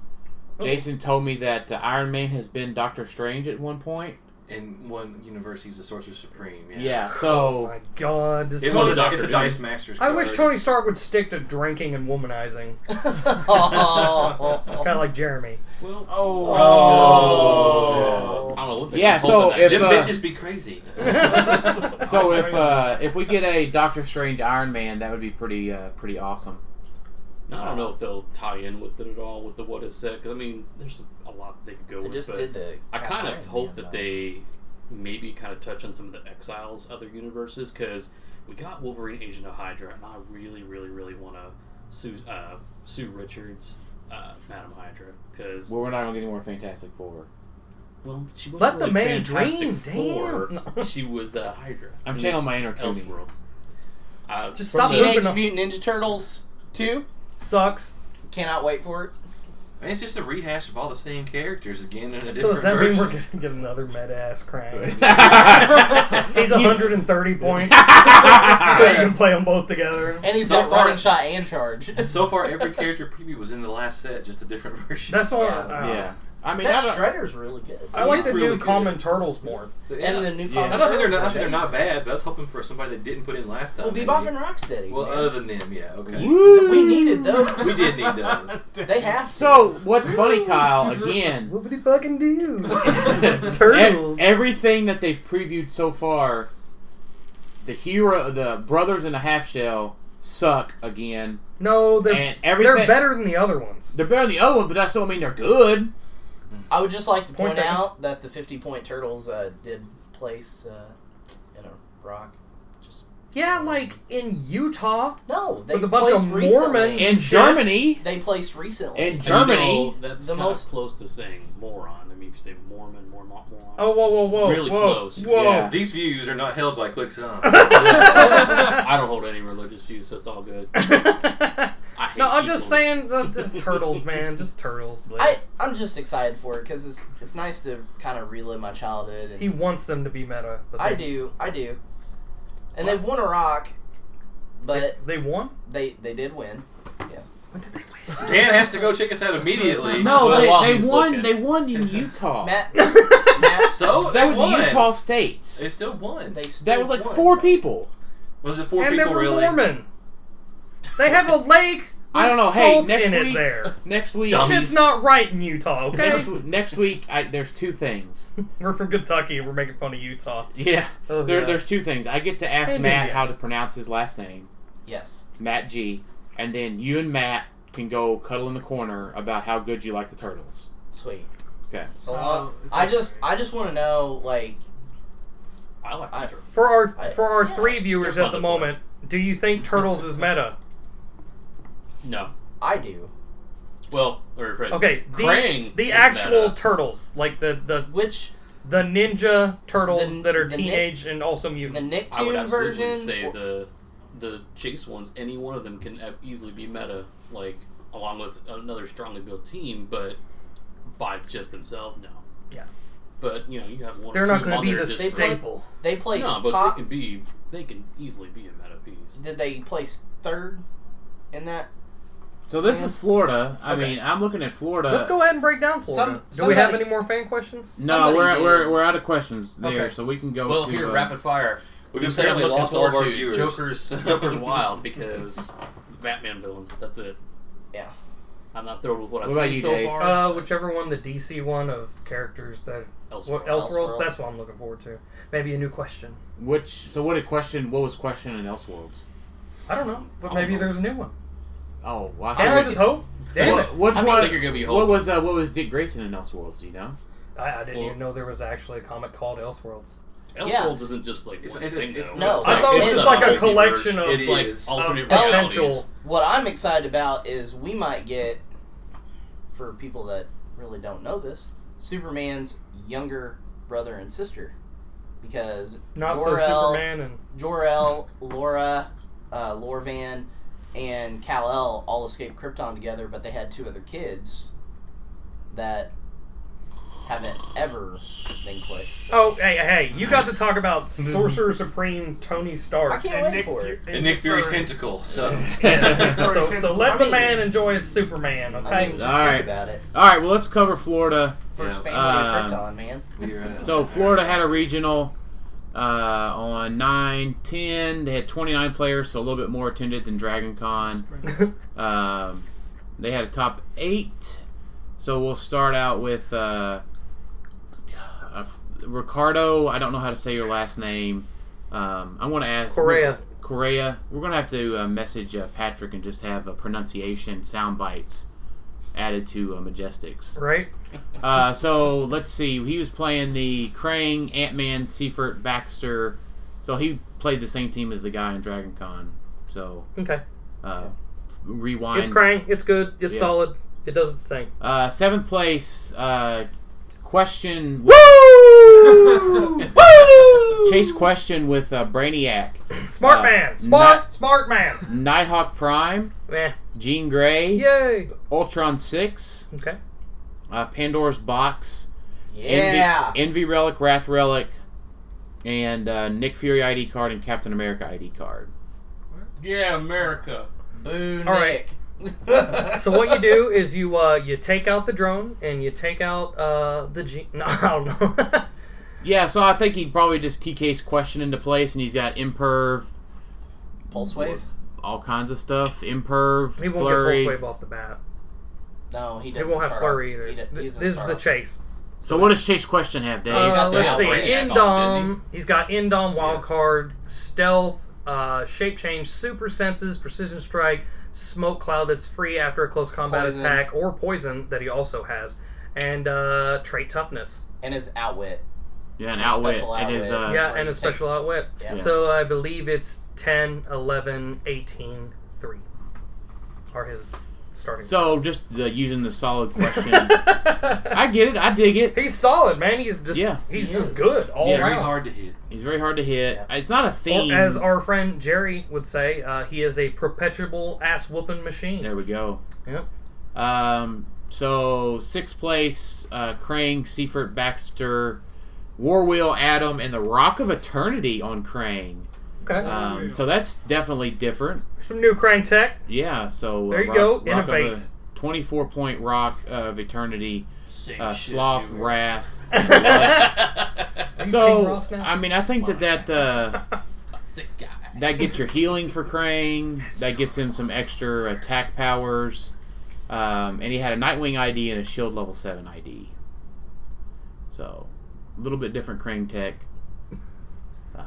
S2: Jason told me that uh, Iron Man has been Doctor Strange at one point,
S3: and one universe he's the Sorcerer Supreme. Yeah.
S2: Yeah,
S4: Oh
S2: so
S4: my god. This
S3: It
S4: is-
S3: was a,
S7: Doctor
S3: it's a
S7: Doom.
S3: Dice Masters
S4: I
S3: card.
S4: wish Tony Stark would stick to drinking and womanizing. kind of like Jeremy.
S3: Well,
S10: Oh,
S2: Oh.
S3: I don't know. one thing
S2: Yeah,
S3: I'm
S2: so
S3: holding that.
S2: if,
S3: Them
S2: uh,
S3: bitches be crazy.
S2: so if uh, if we get a Doctor Strange Iron Man, that would be pretty uh, pretty awesome.
S7: I don't know if they'll tie in with it at all with the what is set because I mean there's a lot they could go
S8: They
S7: with.
S8: just
S7: but
S8: did the.
S7: I kind
S8: Iron
S7: of hope
S8: Man,
S7: that
S8: though.
S7: they maybe kind of touch on some of the Exiles other universes because we got Wolverine Agent of Hydra and I really really really want to sue uh, Sue Richards uh, Madam Hydra because
S2: Well, we're not gonna get any more Fantastic Four.
S7: well she
S4: Let
S7: wasn't
S4: the
S7: really
S4: man
S7: Fantastic
S4: dream,
S7: Four she was uh, Hydra
S2: I'm channeling my inner Kimmy.
S7: Elseworld. Uh,
S4: Just stop
S8: Teenage
S4: pooping on-
S8: Mutant Ninja Turtles 2.
S4: Sucks.
S8: Cannot wait for it.
S3: And it's just a rehash of all the same characters again in a
S4: So
S3: different
S4: does that
S3: version.
S4: mean we're gonna get another med ass crank? He's
S2: He's
S4: 130 points. so you can play them both together.
S8: And he's
S3: So
S8: got fighting
S3: far-
S8: shot and charge.
S3: so far, every character preview was in the last set, just a different version.
S4: That's all.
S8: Yeah.
S4: uh,
S2: Yeah, I mean, I
S8: that
S2: don't-
S8: Shredder's really good.
S4: I
S3: He
S4: like
S3: is
S4: the
S3: really
S4: new
S3: good.
S4: Common Turtles more.
S8: and the new
S2: Yeah.
S8: Common
S3: I don't think they're not, I
S8: Turtles are
S3: think they're
S8: amazing.
S3: not bad, but I was hoping for somebody that didn't put in last time.
S8: Well,
S3: maybe.
S8: Bebop and Rocksteady.
S3: Well,
S8: man.
S3: other than them, yeah, okay.
S8: we needed those.
S3: we did need those.
S8: They have to.
S2: So what's funny, Kyle? Again,
S4: What would he fucking do?
S2: ev-
S4: Turtles.
S2: everything that they've previewed so far, the hero, the brothers in a half shell suck again,
S4: no, they're
S2: and everything
S4: they're better than the other ones.
S2: They're better than the other one, but that still don't mean they're good.
S8: I would just like to
S4: Point
S8: point
S4: taken.
S8: out that the 50 point turtles uh, did place uh, in a rock. Just
S4: Yeah, like in Utah.
S8: no, they
S4: With a bunch
S8: placed
S4: of
S8: recently.
S4: Mormons.
S2: In
S4: Shit.
S2: Germany,
S8: They placed recently.
S2: in
S7: And you know,
S2: Germany,
S7: that's
S8: The
S7: the most
S8: most-
S7: close to saying moron. I mean, if you say Mormon, Mormon, moron.
S4: Oh, whoa, whoa, whoa,
S7: Really
S4: whoa,
S7: close.
S4: whoa.
S2: Yeah.
S3: These views are not held by clicks on.
S7: I don't hold any religious views, so it's all good. I hate
S4: no, I'm just
S7: people.
S4: saying the, the turtles, man, just turtles. Blake.
S8: I I'm just excited for it because it's it's nice to kind of relive my childhood. And
S4: he wants them to be meta, but they,
S8: I do, I do. And they've won a rock, but
S4: They won.
S8: they they did win.
S3: Dan has to go check us out immediately.
S2: no,
S7: Well, while
S2: they,
S7: he's
S2: they won.
S7: looking.
S2: They won in Utah.
S8: Matt, Matt
S3: So
S2: that
S3: they
S2: was
S3: won.
S2: Utah States.
S3: They still won.
S8: they still
S2: That was like
S8: won.
S2: four people.
S3: Was it four
S4: and they
S3: people
S4: were
S3: really?
S4: Mormon. They have a lake.
S2: I don't know.
S4: with
S2: Hey,
S4: salt
S2: next
S4: in
S2: week-
S4: it there.
S2: Next week,
S7: Dummies.
S4: Shit's not right in Utah. Okay,
S2: next, next week, I, there's two things.
S4: we're from Kentucky and we're making fun of Utah.
S2: Yeah,
S4: Oh,
S2: there,
S4: yeah.
S2: there's two things. I get to ask
S4: And
S2: Matt
S4: India.
S2: how to pronounce his last name,
S8: Yes,
S2: Matt G, and then you and Matt can go cuddle in the corner about how good you like the turtles.
S8: sweet.
S2: Okay.
S8: So
S10: Oh,
S8: I'll-
S10: it's
S8: I
S10: okay.
S8: just I just want to know like
S7: I like
S8: I-
S7: the turtle.
S4: For our
S8: I-
S4: for our
S8: yeah,
S4: three viewers
S7: they're
S4: at the
S7: fun to play.
S4: moment, do you think turtles is meta?
S7: No.
S8: I do
S7: Well, or rephrase. it.
S4: Okay, the,
S7: Krang.
S4: the
S7: is
S4: actual
S7: meta.
S4: turtles, like the the
S8: which
S4: the ninja turtles
S8: The-
S4: that are
S8: the Nick-
S4: teenage and also
S8: the
S4: mutants.
S7: I would
S8: Nicktoon
S7: absolutely
S8: version.
S7: say
S8: or-
S7: the the chase ones. Any one of them can e- easily be meta, like along with another strongly built team, but by just themselves, no.
S4: Yeah.
S7: But you know, you have one.
S4: They're
S7: or
S4: not
S7: two
S4: going to
S7: on
S4: be
S7: there
S4: the
S7: just
S8: They play-
S4: staple.
S8: They placed
S7: No, but
S8: top.
S7: they can be. They can easily be a meta piece.
S8: Did they place third in that?
S2: So this is Florida. I
S4: Okay.
S2: mean, I'm looking at Florida.
S4: Let's go ahead and break down Florida.
S8: Some-
S4: do we have
S8: somebody-
S4: any more fan questions?
S2: No,
S8: Somebody
S2: we're,
S8: did.
S2: we're, we're out of questions there,
S4: Okay.
S2: so we can go
S7: well,
S2: to
S7: here,
S2: uh,
S7: rapid fire.
S3: We've
S7: You said I'm
S3: apparently
S7: looking
S3: lost all of
S7: forward
S3: our
S7: to
S3: viewers.
S7: Joker's Joker's Wild because Batman villains. That's it.
S8: Yeah.
S7: I'm not thrilled with what,
S2: What
S7: I've
S2: about
S7: seen
S2: you,
S7: so
S2: Dave?
S7: far.
S4: Uh, whichever one, the DC one of characters that
S7: Elsewhere.
S4: what
S8: Elseworlds.
S4: Elseworlds. That's what I'm looking forward to. Maybe a new question.
S2: which. So what a question. What was question in Elseworlds?
S4: I don't know, but
S7: I don't
S4: maybe
S7: know.
S4: there's a new one.
S2: Oh, wow.
S4: Can I just hope? Damn it!
S2: What, which
S7: I don't
S2: one-
S7: think you're gonna be
S2: what
S7: hopeful.
S2: was uh, what was Dick Grayson in Elseworlds? You know,
S4: I, I didn't
S7: Well-
S4: even know there was actually a comic called Elseworlds.
S7: Elseworlds
S8: Yeah.
S7: isn't just like
S3: It's-
S7: one
S3: it's-
S7: thing.
S3: it's-
S7: though.
S8: no.
S7: It's
S8: I thought it was
S7: it's
S8: just
S7: the
S8: like a
S7: multiverse.
S4: collection of-
S7: It's
S3: It
S7: like
S3: is.
S7: alternate
S4: Of
S7: realities.
S4: potential.
S8: What I'm excited about is we might get, for people that really don't know this, Superman's younger brother and sister, because
S4: Not so
S8: Jor-El,
S4: Superman and
S8: Jor-El, Laura, uh, Lorvan, and Kal-El all escaped Krypton together, but they had two other kids that haven't ever been clicked.
S4: Oh, hey, hey! You got to talk about Sorcerer Supreme Tony Stark.
S8: I can't
S10: And
S8: wait
S10: Nick
S8: for it.
S10: Fury-
S3: And Nick Fury's
S10: Fury.
S3: tentacle. So
S4: Yeah. so,
S10: Sorry,
S4: so let
S8: I
S4: the
S8: mean-
S4: man enjoy his Superman,
S8: I
S4: okay?
S8: mean, just
S2: All right.
S8: think about it.
S2: all right. Well, let's cover Florida
S8: First
S2: Yeah.
S8: family
S2: Um,
S8: of Krypton, man.
S2: So Florida had a regional uh, on 9 10. They had 29 players, so a little bit more attended than Dragon Con. Um, they had a top eight. So we'll start out with uh, uh, Ricardo. I don't know how to say your last name. Um, I want to ask
S4: Correa.
S2: Correa. We're gonna have to uh, message uh, Patrick and just have a pronunciation sound bites added to uh, Majestics.
S4: Right?
S2: Uh, so let's see. He was playing the Krang, Ant Man, Seifert, Baxter. So he played the same team as the guy in Dragon Con. So
S4: Okay.
S2: uh, rewind.
S4: It's crying. It's good. It's
S2: Yeah.
S4: solid. It does its thing.
S2: Uh, seventh place. Uh, question. Woo! Woo! Chase question with uh, Brainiac,
S4: Smart
S2: Uh,
S4: man. Smart,
S2: not-
S4: smart man.
S2: Nighthawk Prime,
S4: Meh.
S2: Jean Grey,
S4: Yay.
S2: Ultron Six,
S4: Okay.
S2: uh, Pandora's Box,
S8: Yeah.
S2: Envy, Envy Relic, Wrath Relic, and uh, Nick Fury ID card and Captain America ID card.
S11: Yeah, America.
S8: Boo,
S4: All right.
S8: Nick.
S4: So what you do is you uh you take out the drone and you take out uh the G. No, I don't know.
S2: Yeah, so I think he probably just TK's question into place, and he's got imperv,
S8: Pulse wave?
S2: all kinds of stuff, imperv,
S4: he won't
S2: flurry.
S4: get Pulse Wave off the bat.
S8: No, he
S4: He
S8: doesn't.
S4: won't have
S8: start
S4: flurry
S8: off-
S4: either.
S8: He do- he
S4: Th-
S8: doesn't
S4: this is
S8: start
S4: the
S8: off.
S4: chase.
S2: So what does Chase question have, Dave?
S4: Uh,
S11: got the
S4: let's see.
S11: outbreak
S4: Endom.
S11: song, didn't
S4: He's got Endom wild
S11: Yes.
S4: card, stealth, uh, shape change, super senses, precision strike, smoke cloud that's free after a close combat
S8: Poison.
S4: attack, or poison that he also has, and uh, trait toughness.
S8: And his outwit.
S2: yeah, an
S8: It's a
S2: outwit.
S8: special
S2: It is. Uh,
S8: outwit.
S4: yeah,
S8: so
S4: and
S8: he
S4: a special
S8: takes-
S4: outwit.
S8: Yeah.
S2: Yeah.
S4: So I believe it's 10, 11, 18, 3 are his starting.
S2: So just uh, using the solid question,
S4: I-
S2: I get it. I dig it.
S4: he's solid, man. He's just
S2: Yeah.
S4: he's
S8: He
S4: just
S8: is.
S4: good all
S2: Yeah.
S3: Very
S4: around.
S3: hard to hit.
S2: He's very hard to hit.
S8: Yeah.
S2: It's not a theme.
S4: Or as our friend Jerry would say, uh, he is a perpetual ass whooping machine.
S2: there we go.
S4: Yep.
S2: Um, so sixth place, uh, Krang, Seifert, Baxter, Warwheel, Adam, and the Rock of Eternity on Krang.
S4: Okay.
S2: Um, so that's definitely different.
S4: Some new crank tech.
S2: Yeah. So uh,
S4: There you
S2: rock,
S4: go,
S2: Rock
S4: innovate.
S2: Of a, 24 point Rock of Eternity,
S11: Same
S2: uh,
S11: shit,
S2: Sloth,
S11: dude.
S2: Wrath.
S4: Are you King
S2: So
S4: Ross now?
S2: I mean, I think that that uh,
S11: Sick guy.
S2: that gets your healing for Krang. That gets him some extra attack powers. Um, and he had a Nightwing ID and a Shield level seven ID. So, a little bit different Krang tech. Um,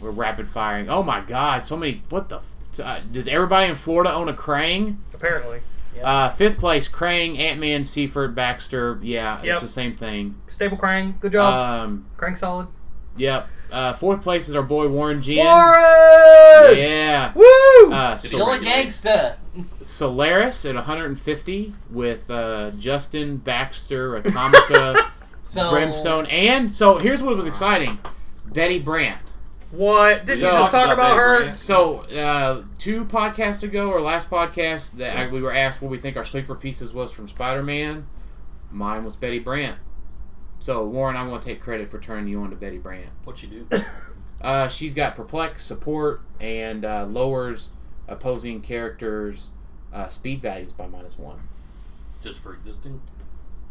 S2: we're rapid firing. Oh my God! So many. What the? F- uh, does everybody in Florida own a Krang?
S4: apparently
S2: Uh, fifth place, Krang, Ant Man, Seaford, Baxter. Yeah,
S4: Yep.
S2: it's the same thing.
S4: stable crank. Good job.
S2: Um,
S4: crank solid.
S2: yep. Uh, fourth place is our boy Warren Jean.
S4: Warren!
S2: Yeah.
S4: Woo!
S2: Uh,
S8: Still a gangsta.
S2: Solaris at 150 with uh, Justin Baxter, Atomica,
S8: So
S2: Brimstone, and so here's what was exciting: Betty Brandt.
S4: what? Did you
S2: So-
S4: just talk about,
S3: Babe
S4: her?
S3: Ruth.
S2: So uh, two podcasts ago or last podcast that I- we were asked what we think our sleeper pieces was from Spider-Man. Mine was Betty Brandt. So Warren, I want to take credit for turning you on to Betty Brandt.
S11: What you do?
S2: Uh, she's got perplex, support, and uh, lowers opposing characters' uh, speed values by minus one.
S11: Just for existing?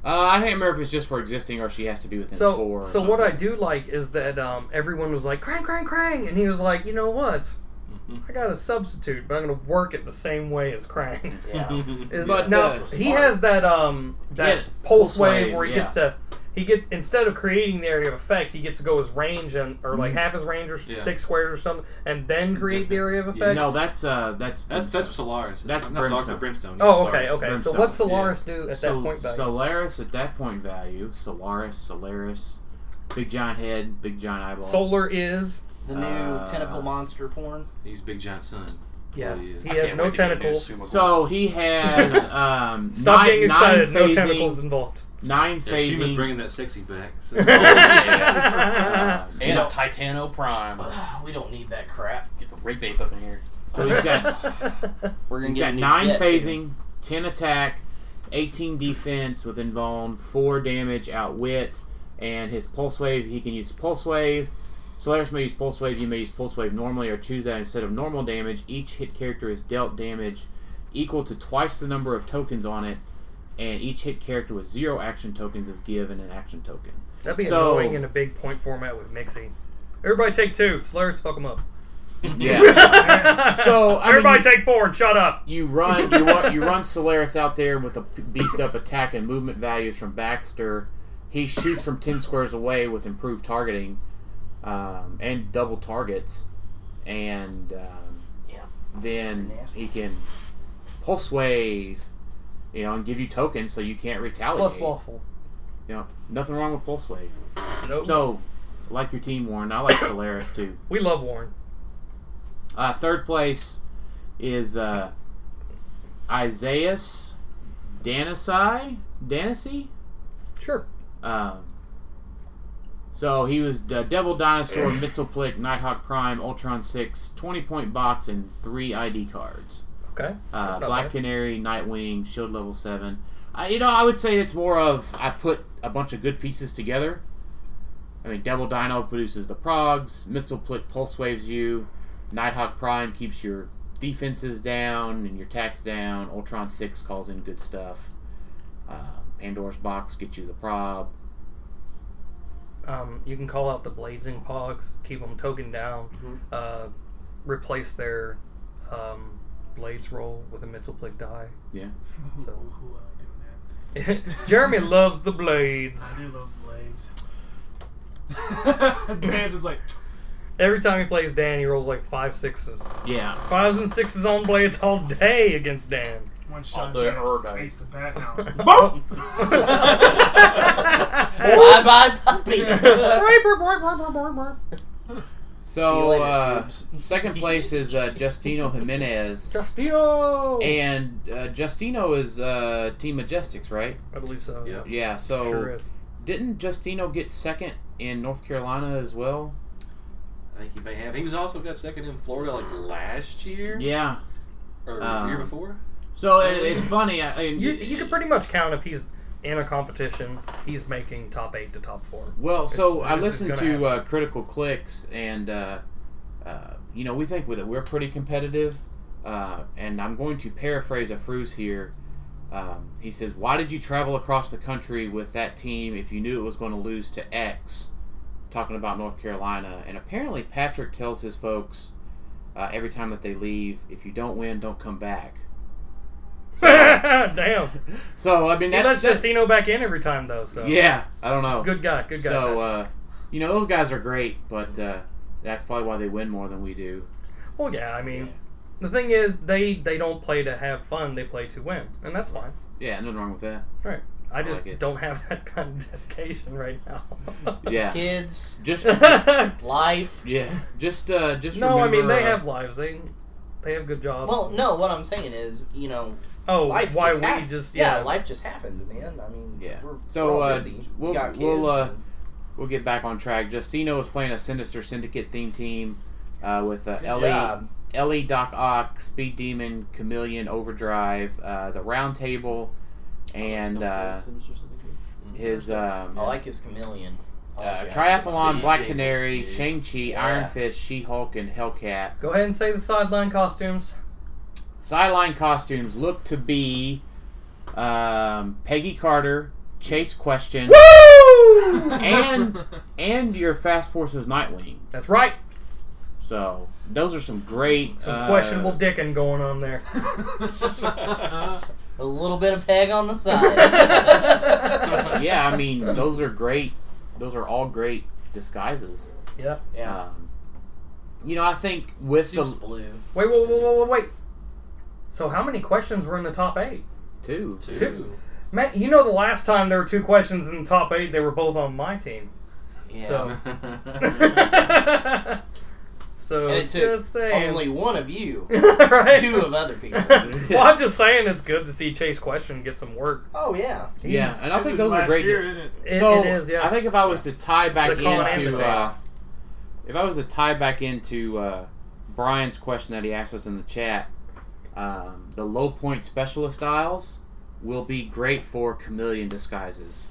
S2: Uh, I can't remember if it's just for existing or she has to be within
S4: So,
S2: four. Or
S4: so what I
S2: something.
S4: do like is that um, everyone was like crank, crank, crank, and he was like, you know what?
S2: Mm-hmm.
S4: I got a substitute, but I'm gonna work it the same way as Krang.
S8: Yeah.
S4: Is,
S2: But,
S4: now
S2: uh,
S4: he has that um that
S2: Yeah,
S4: pulse,
S2: pulse
S4: wave,
S2: wave,
S4: where he gets to he gets instead of creating the area of effect, he gets to go his range and or
S2: Mm-hmm.
S4: like half his range or
S3: Yeah.
S4: six squares or something, and then create the area of
S3: Yeah.
S4: effect.
S2: No, that's uh, that's
S3: That's that's Solaris.
S2: That's
S3: not Solaris, but
S2: Brimstone.
S3: Brimstone. yeah,
S4: oh,
S3: sorry.
S4: okay, okay. So
S2: Brimstone,
S4: what's Solaris do at
S2: Sol-
S4: that point? Back?
S2: Solaris at that point value. Solaris, Solaris, Big John Head, Big John Eyeball.
S4: Solar is
S8: the new
S2: Uh,
S8: tentacle monster porn.
S3: He's Big Giant Sun.
S4: yeah.
S3: he is.
S4: He
S3: I
S4: has
S11: can't
S4: no
S11: wait to get a new
S4: tentacles.
S11: sumo
S2: so he has um,
S4: Stop
S2: nine,
S4: getting excited.
S2: nine
S4: No
S2: phasing,
S4: tentacles involved.
S2: nine
S3: Yeah, she was
S4: E.
S2: phasing,
S3: bringing that sexy back. So.
S2: uh,
S11: And a Titano Prime.
S8: We don't need that crap.
S11: Get the rape ape up in here.
S2: so he's got
S8: We're gonna
S2: he's
S8: get a
S2: got
S8: new
S2: nine
S8: jet, too.
S2: phasing, ten attack, eighteen defense with invuln, four damage, outwit, and his pulse wave. He can use pulse wave. Solaris may use pulse wave. You may use pulse wave normally, or choose that instead of normal damage. Each hit character is dealt damage equal to twice the number of tokens on it, and each hit character with zero action tokens is given an action token.
S4: That'd be
S2: So-
S4: annoying in a big point format with Mixie. Everybody take two. Slurs, fuck them up.
S2: Yeah. so I mean,
S4: Everybody
S2: you-
S4: take four and shut up.
S2: you run you, run you run Solaris out there with a beefed up attack and movement values from Baxter. He shoots from ten squares away with improved targeting um, and double targets, and um,
S8: Yeah.
S2: then
S8: Pretty nasty.
S2: he can pulse wave, you know, and give you tokens so you can't retaliate.
S4: Plus waffle.
S2: You know, nothing wrong with pulse wave.
S4: Nope.
S2: So, like your team, Warren. I like Solaris too.
S4: We love Warren.
S2: Uh, third place is uh, Isaias Danasai. Danasi?
S4: Sure.
S2: Um, so he was the Devil Dinosaur, Mitzelplick, Nighthawk Prime, Ultron 6, 20 point box, and three ID cards.
S4: Okay.
S2: Uh,
S4: Not
S2: Black
S4: bad.
S2: Canary, Nightwing, Shield Level 7. I, you know, I would say it's more of I put a bunch of good pieces together. I mean, Devil Dino produces the progs, Mitzelplick pulse waves you, Nighthawk Prime keeps your defenses down and your attacks down, Ultron 6 calls in good stuff, uh, Pandora's Box gets you the prob.
S4: Um, you can call out the blazing pogs, keep them token down, uh, replace their um, blades roll with a Mitzelplick die.
S2: Yeah.
S5: Ooh,
S4: So
S5: ooh, I like doing that.
S4: Jeremy loves the blades.
S5: I do love blades. Dan's is like,
S4: Every time he plays Dan, he rolls like five sixes.
S2: Yeah.
S4: Fives and sixes on blades all day against Dan.
S5: one shot.
S11: there
S5: man.
S11: are days.
S5: Ace the bat now.
S4: Boom!
S8: bye bye, puppy.
S2: So,
S8: See you later,
S2: uh,
S8: Scoobs.
S2: second place is uh, Justino Jimenez.
S4: Justino!
S2: And uh, Justino is uh, Team Majestics, right?
S4: I believe so.
S3: Yep.
S2: Yeah, so
S4: Sure is.
S2: didn't Justino get second in North Carolina as well?
S3: I think he may have. He was also got second in Florida like last year
S2: Yeah.
S3: or
S2: Um,
S4: Uh,
S3: year before.
S2: So it, it's funny. I, I mean,
S4: You, you can pretty much count if he's in a competition, he's making top eight to top four.
S2: Well, so
S4: It's-
S2: I
S4: it's
S2: listened
S4: gonna
S2: to uh, Critical Clicks, and uh, uh, you know we think with it we're pretty competitive. Uh, and I'm going to paraphrase a phrase here. Um, he says, "Why did you travel across the country with that team if you knew it was going to lose to X?" Talking about North Carolina, and apparently Patrick tells his folks uh, every time that they leave, "If you don't win, don't come back."
S4: Damn.
S2: So I mean,
S4: He
S2: that's,
S4: lets
S2: that's
S4: Justino back in every time, though, so.
S2: yeah. I don't know.
S4: Good guy, good guy.
S2: So, uh, you know, those guys are great, but uh, that's probably why they win more than we do.
S4: well, yeah, I mean, the thing is, they, they don't play to have fun, they play to win. And that's fine.
S2: Yeah, nothing wrong with that.
S4: Right. I just
S2: like it.
S4: don't have that kind of dedication right now.
S2: Yeah,
S8: Kids,
S2: just
S4: no,
S8: life.
S2: yeah, just uh, just.
S4: I mean
S2: remember,
S4: they
S2: uh,
S4: have lives. They they have good jobs.
S8: Well, no, what I'm saying is, you know,
S4: oh,
S8: life
S4: why
S8: just
S4: we
S8: happens.
S4: just
S8: yeah,
S4: yeah,
S8: life just happens, man. I mean,
S2: Yeah.
S8: We're,
S2: So,
S8: we're all
S2: uh,
S8: busy.
S2: we'll-
S8: we got kids
S2: we'll, uh,
S8: and-
S2: We'll get back on track. Justino is playing a sinister syndicate themed team uh, with uh,
S8: Good
S2: Ellie,
S8: job.
S2: Ellie, E, Doc Ock, Speed Demon, Chameleon, Overdrive, uh, the Round Table, and uh, his um,
S8: I like his chameleon. I
S2: uh,
S8: like it.
S2: Triathlon,
S3: Big,
S2: Black
S3: big,
S2: Canary,
S3: big.
S2: Shang Chi,
S8: Yeah.
S2: Iron Fist, She Hulk, and Hellcat.
S4: Go ahead and say the sideline costumes.
S2: sideline costumes look to be um, Peggy Carter, Chase Question, and and your Fast Forces Nightwing.
S4: That's right.
S2: So those are some great,
S4: Some
S2: uh,
S4: questionable dicking going on there.
S8: a little bit of peg on the side.
S2: Yeah, I mean those are great. Those are all great disguises.
S4: yeah.
S8: yeah.
S2: Um, you know, I think with
S8: Suits
S2: the
S8: blue.
S4: Wait, whoa, whoa, whoa, whoa, wait. So how many questions were in the top eight?
S2: two,
S4: Two. Man, you know the last time there were two questions in the top eight, they were both on my team.
S8: Yeah.
S4: So. so
S8: and it took
S4: just saying.
S8: only one of you,
S4: right?
S8: two of other people.
S4: well, I'm just saying it's good to see Chase Question get some work.
S8: Oh yeah.
S2: yeah, and I
S5: This
S2: think
S5: was
S2: those were
S5: last
S2: great.
S5: Year, isn't it?
S4: It,
S2: so
S4: it is, yeah.
S2: I think if I was to tie back
S4: It's called
S2: into
S4: Anthony.
S2: uh, if I was to tie back into uh, Brian's question that he asked us in the chat, um, the low point specialist styles will be great for chameleon disguises.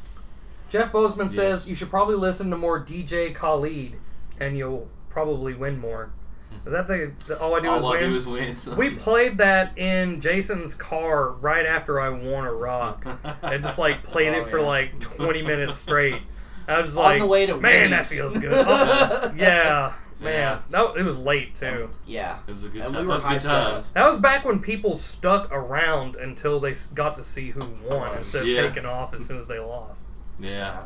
S4: Jeff Bozeman
S3: Yes.
S4: says you should probably listen to more DJ Khalid, and you'll probably win more. Because that thing, is- all I do
S3: All I
S4: is
S3: do
S4: win.
S3: is win. so-
S4: we played that in Jason's car right after I won a rock. I just like played
S8: Oh,
S4: it for
S8: yeah.
S4: like 20 minutes straight. I was just
S8: On
S4: like,
S8: the way to
S4: man,
S8: Wendy's."
S4: that feels good. Oh, yeah,
S3: Yeah.
S4: man, that it was late too.
S8: Yeah.
S3: It was a good
S8: And
S3: time. that
S8: we were
S3: was good
S8: hyped up.
S3: times.
S4: That was back when people stuck around until they s- got to see who won instead of
S3: Oh, Yeah.
S4: taking off as soon as they lost.
S3: Yeah.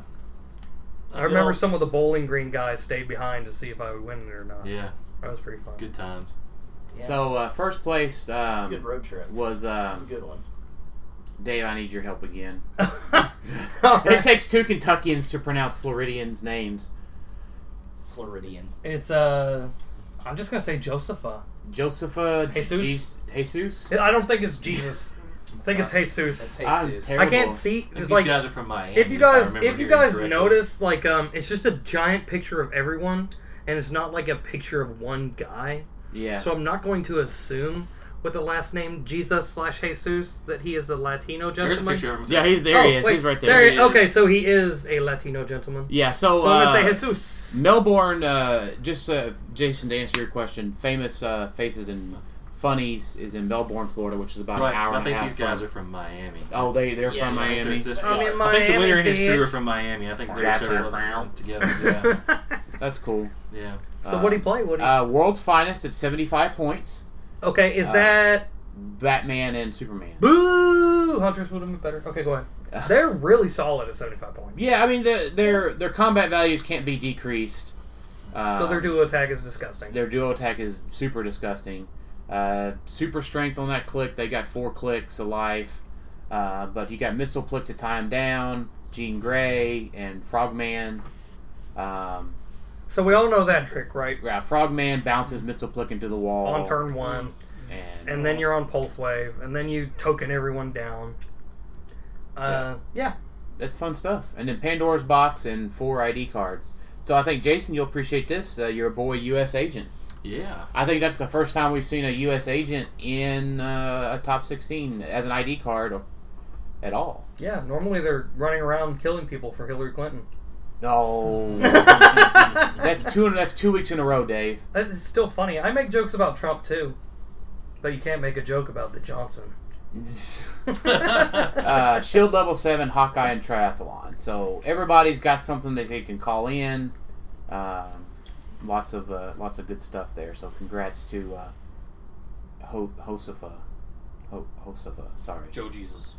S4: I remember
S8: old-
S4: some of the Bowling Green guys stayed behind to see if I would win it or not.
S3: Yeah.
S4: That was pretty fun.
S3: Good times.
S8: Yeah.
S2: So uh, first place
S8: It's a good
S2: um,
S8: road trip.
S2: was uh,
S8: It's a good one.
S2: Dave. I need your help again.
S4: All
S2: It
S4: right.
S2: takes two Kentuckians to pronounce Floridians' names.
S8: Floridian.
S4: It's uh, I'm just gonna say Josepha.
S2: Josepha
S4: Jesus?
S2: Jesus. Jesus?
S4: I don't think it's Jesus. I think it's
S8: That's
S4: Jesus.
S2: I'm
S8: Jesus.
S2: terrible.
S4: I can't see.
S3: I think
S4: It's
S3: these
S4: like
S3: guys are from Miami.
S4: if you
S3: I
S4: guys
S3: remember
S4: if you
S3: hearing
S4: guys
S3: correctly.
S4: notice, like um, it's just a giant picture of everyone, and it's not like a picture of one guy.
S2: Yeah.
S4: So I'm not going to assume with the last name Jesus slash Jesus that he is a Latino
S3: there's a
S4: gentleman.
S3: picture of him.
S2: yeah, he's there. he
S4: Oh,
S2: is.
S4: wait,
S2: he's right there.
S4: he-
S3: There he
S4: okay,
S3: is.
S4: so he is a Latino gentleman.
S2: Yeah. So,
S4: So I'm
S2: uh,
S4: gonna say Jesus.
S2: Melbourne. Uh, just uh, Jason, to answer your question, famous uh, faces and funnies is in Melbourne, Florida, which is about
S3: Right.
S2: an hour
S3: I
S2: and a
S3: think
S2: half.
S3: these guys
S2: from-
S3: are from Miami.
S2: Oh, they they're
S8: Yeah,
S2: from
S8: yeah,
S2: Miami.
S3: There's this-
S4: I'm in
S3: I think the winner and his
S4: Miami,
S3: crew are
S4: bitch.
S3: from Miami. I think there's
S2: Gotcha.
S3: several of them together.
S2: That's cool.
S3: Yeah. yeah.
S4: so what do you play? What do you,
S2: Uh, World's finest at seventy five points.
S4: okay, is
S2: uh,
S4: that
S2: Batman and Superman.
S4: boo? Hunters would have been better. Okay, go ahead. They're really solid at seventy-five points.
S2: Yeah, I mean the, their their combat values can't be decreased. Uh,
S4: So their duo attack is disgusting.
S2: their duo attack is super disgusting. Uh, super strength on that click. They got four clicks of life. Uh, but you got Missile Plick to tie him down, Jean Grey, and Frogman. Um,
S4: So we all know that trick, right?
S2: yeah, Frogman bounces Missile Plick into the wall.
S4: On turn one,
S2: And,
S4: and then you're on pulse wave, and then you token everyone down. Uh, yeah.
S2: That's fun stuff. And then Pandora's Box and four ID cards. So I think, Jason, you'll appreciate this. Uh, you're a boy U.S. agent.
S3: Yeah.
S2: I think that's the first time we've seen a U.S. agent in uh, a top 16 as an ID card at all.
S4: yeah, Normally they're running around killing people for Hillary Clinton.
S2: No, that's two. That's two weeks in a row, Dave.
S4: It's still funny. I make jokes about Trump too, but you can't make a joke about the Johnson.
S2: Uh, Shield level seven, Hawkeye, and triathlon. So everybody's got something that they can call in. Um, lots of uh, lots of good stuff there. So congrats to uh, Ho- Hosifa. Ho- Hosifa, sorry, Joe,
S11: Joe Jesus.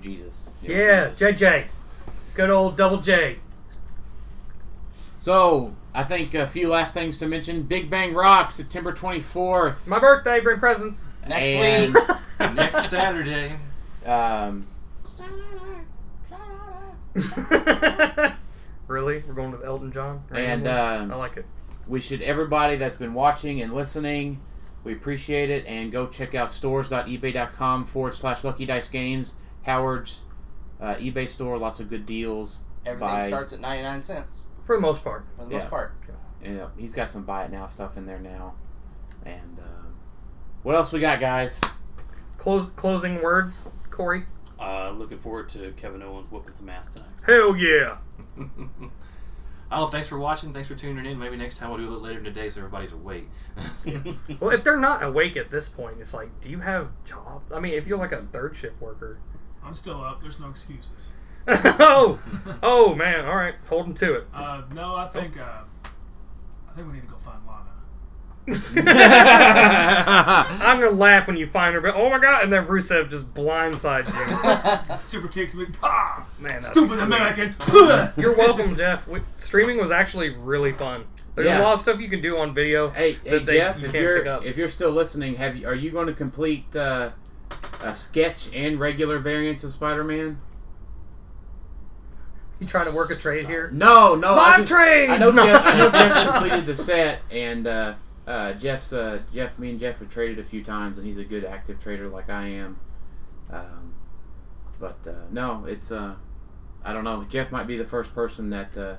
S2: Jesus.
S4: yeah, JJ. Good old double J.
S2: So I think a few last things to mention. Big Bang Rock, September twenty fourth.
S4: My birthday, bring presents.
S8: Next
S2: And-
S8: week.
S3: Next Saturday.
S2: Um,
S4: really? We're going with Elton John?
S2: and
S4: I
S2: um,
S4: like it.
S2: we should everybody that's been watching and listening we appreciate it and go check out stores.ebay.com forward slash lucky dice games howard's uh, ebay store lots of good deals
S8: Everything
S2: Bye.
S8: starts at 99 cents
S4: For the most part.
S8: for the
S2: Yeah.
S8: most part.
S2: you know, uh, he's got some buy it now stuff in there now and um, what else we got guys
S4: Close closing words, Corey.
S11: Uh, looking forward to Kevin Owens whooping some ass tonight.
S4: Hell yeah.
S3: Oh, thanks for watching. Thanks for tuning in. Maybe next time we'll do it later in the day so everybody's awake.
S4: Well, if they're not awake at this point, it's like, do you have job? I mean, if you're like a third shift worker.
S5: I'm still up. There's no excuses.
S4: oh, oh man. All right, hold them to it.
S5: Uh, no, I think uh, I think we need to go find Lana.
S4: I'm gonna laugh when you find her, but oh my god, and then Rusev just blindsides you.
S5: Super kicks me. Ah,
S4: Man, that's-
S5: stupid American.
S4: You're welcome, Jeff. We, streaming was actually really fun. There's
S2: Yeah.
S4: a lot of stuff you can do on video.
S2: hey, hey
S4: That they-
S2: jeff
S4: you
S2: if
S4: can't pick
S2: you're
S4: up.
S2: if you're still listening have you are you going to complete uh, a sketch and regular variants of spider-man
S4: You trying to work a trade here?
S2: no no Oh, I
S4: Live
S2: just-
S4: trades.
S2: I know,
S4: No.
S2: Jeff, I know Jeff completed the set, and uh, uh, Jeff's uh, Jeff. Me and Jeff have traded a few times, and he's a good active trader like I am. Um, but uh, no, it's uh, I don't know. Jeff might be the first person that uh,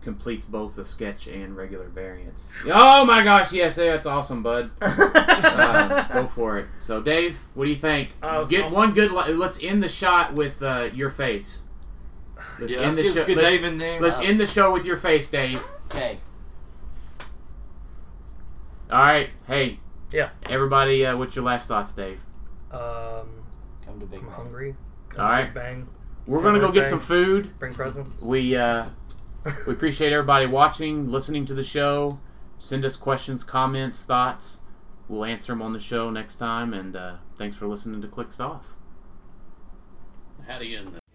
S2: completes both the sketch and regular variants. Oh my gosh, yes, yeah, that's awesome, bud. Uh, go for it. So, Dave, what do you think?
S4: Uh,
S2: Get
S4: I'll-
S2: one good. Li- let's end the shot with uh, your face. Let's
S3: yeah,
S2: end
S3: let's
S2: the
S3: get,
S2: sho-
S3: let's get
S2: let's-
S3: Dave in there.
S2: Let's end the show with your face, Dave.
S8: Okay.
S2: All right. Hey.
S4: Yeah.
S2: Everybody, uh, what's your last thoughts, Dave?
S4: Um,
S8: Come to Big
S4: I'm
S8: Mom.
S4: hungry. Come
S2: All right.
S4: Bang.
S2: We're gonna go get
S4: Wednesday.
S2: some food.
S4: Bring presents.
S2: We uh, we appreciate everybody watching, listening to the show. Send us questions, comments, thoughts. We'll answer them on the show next time. And uh, thanks for listening to Clicks Off.
S11: How do you end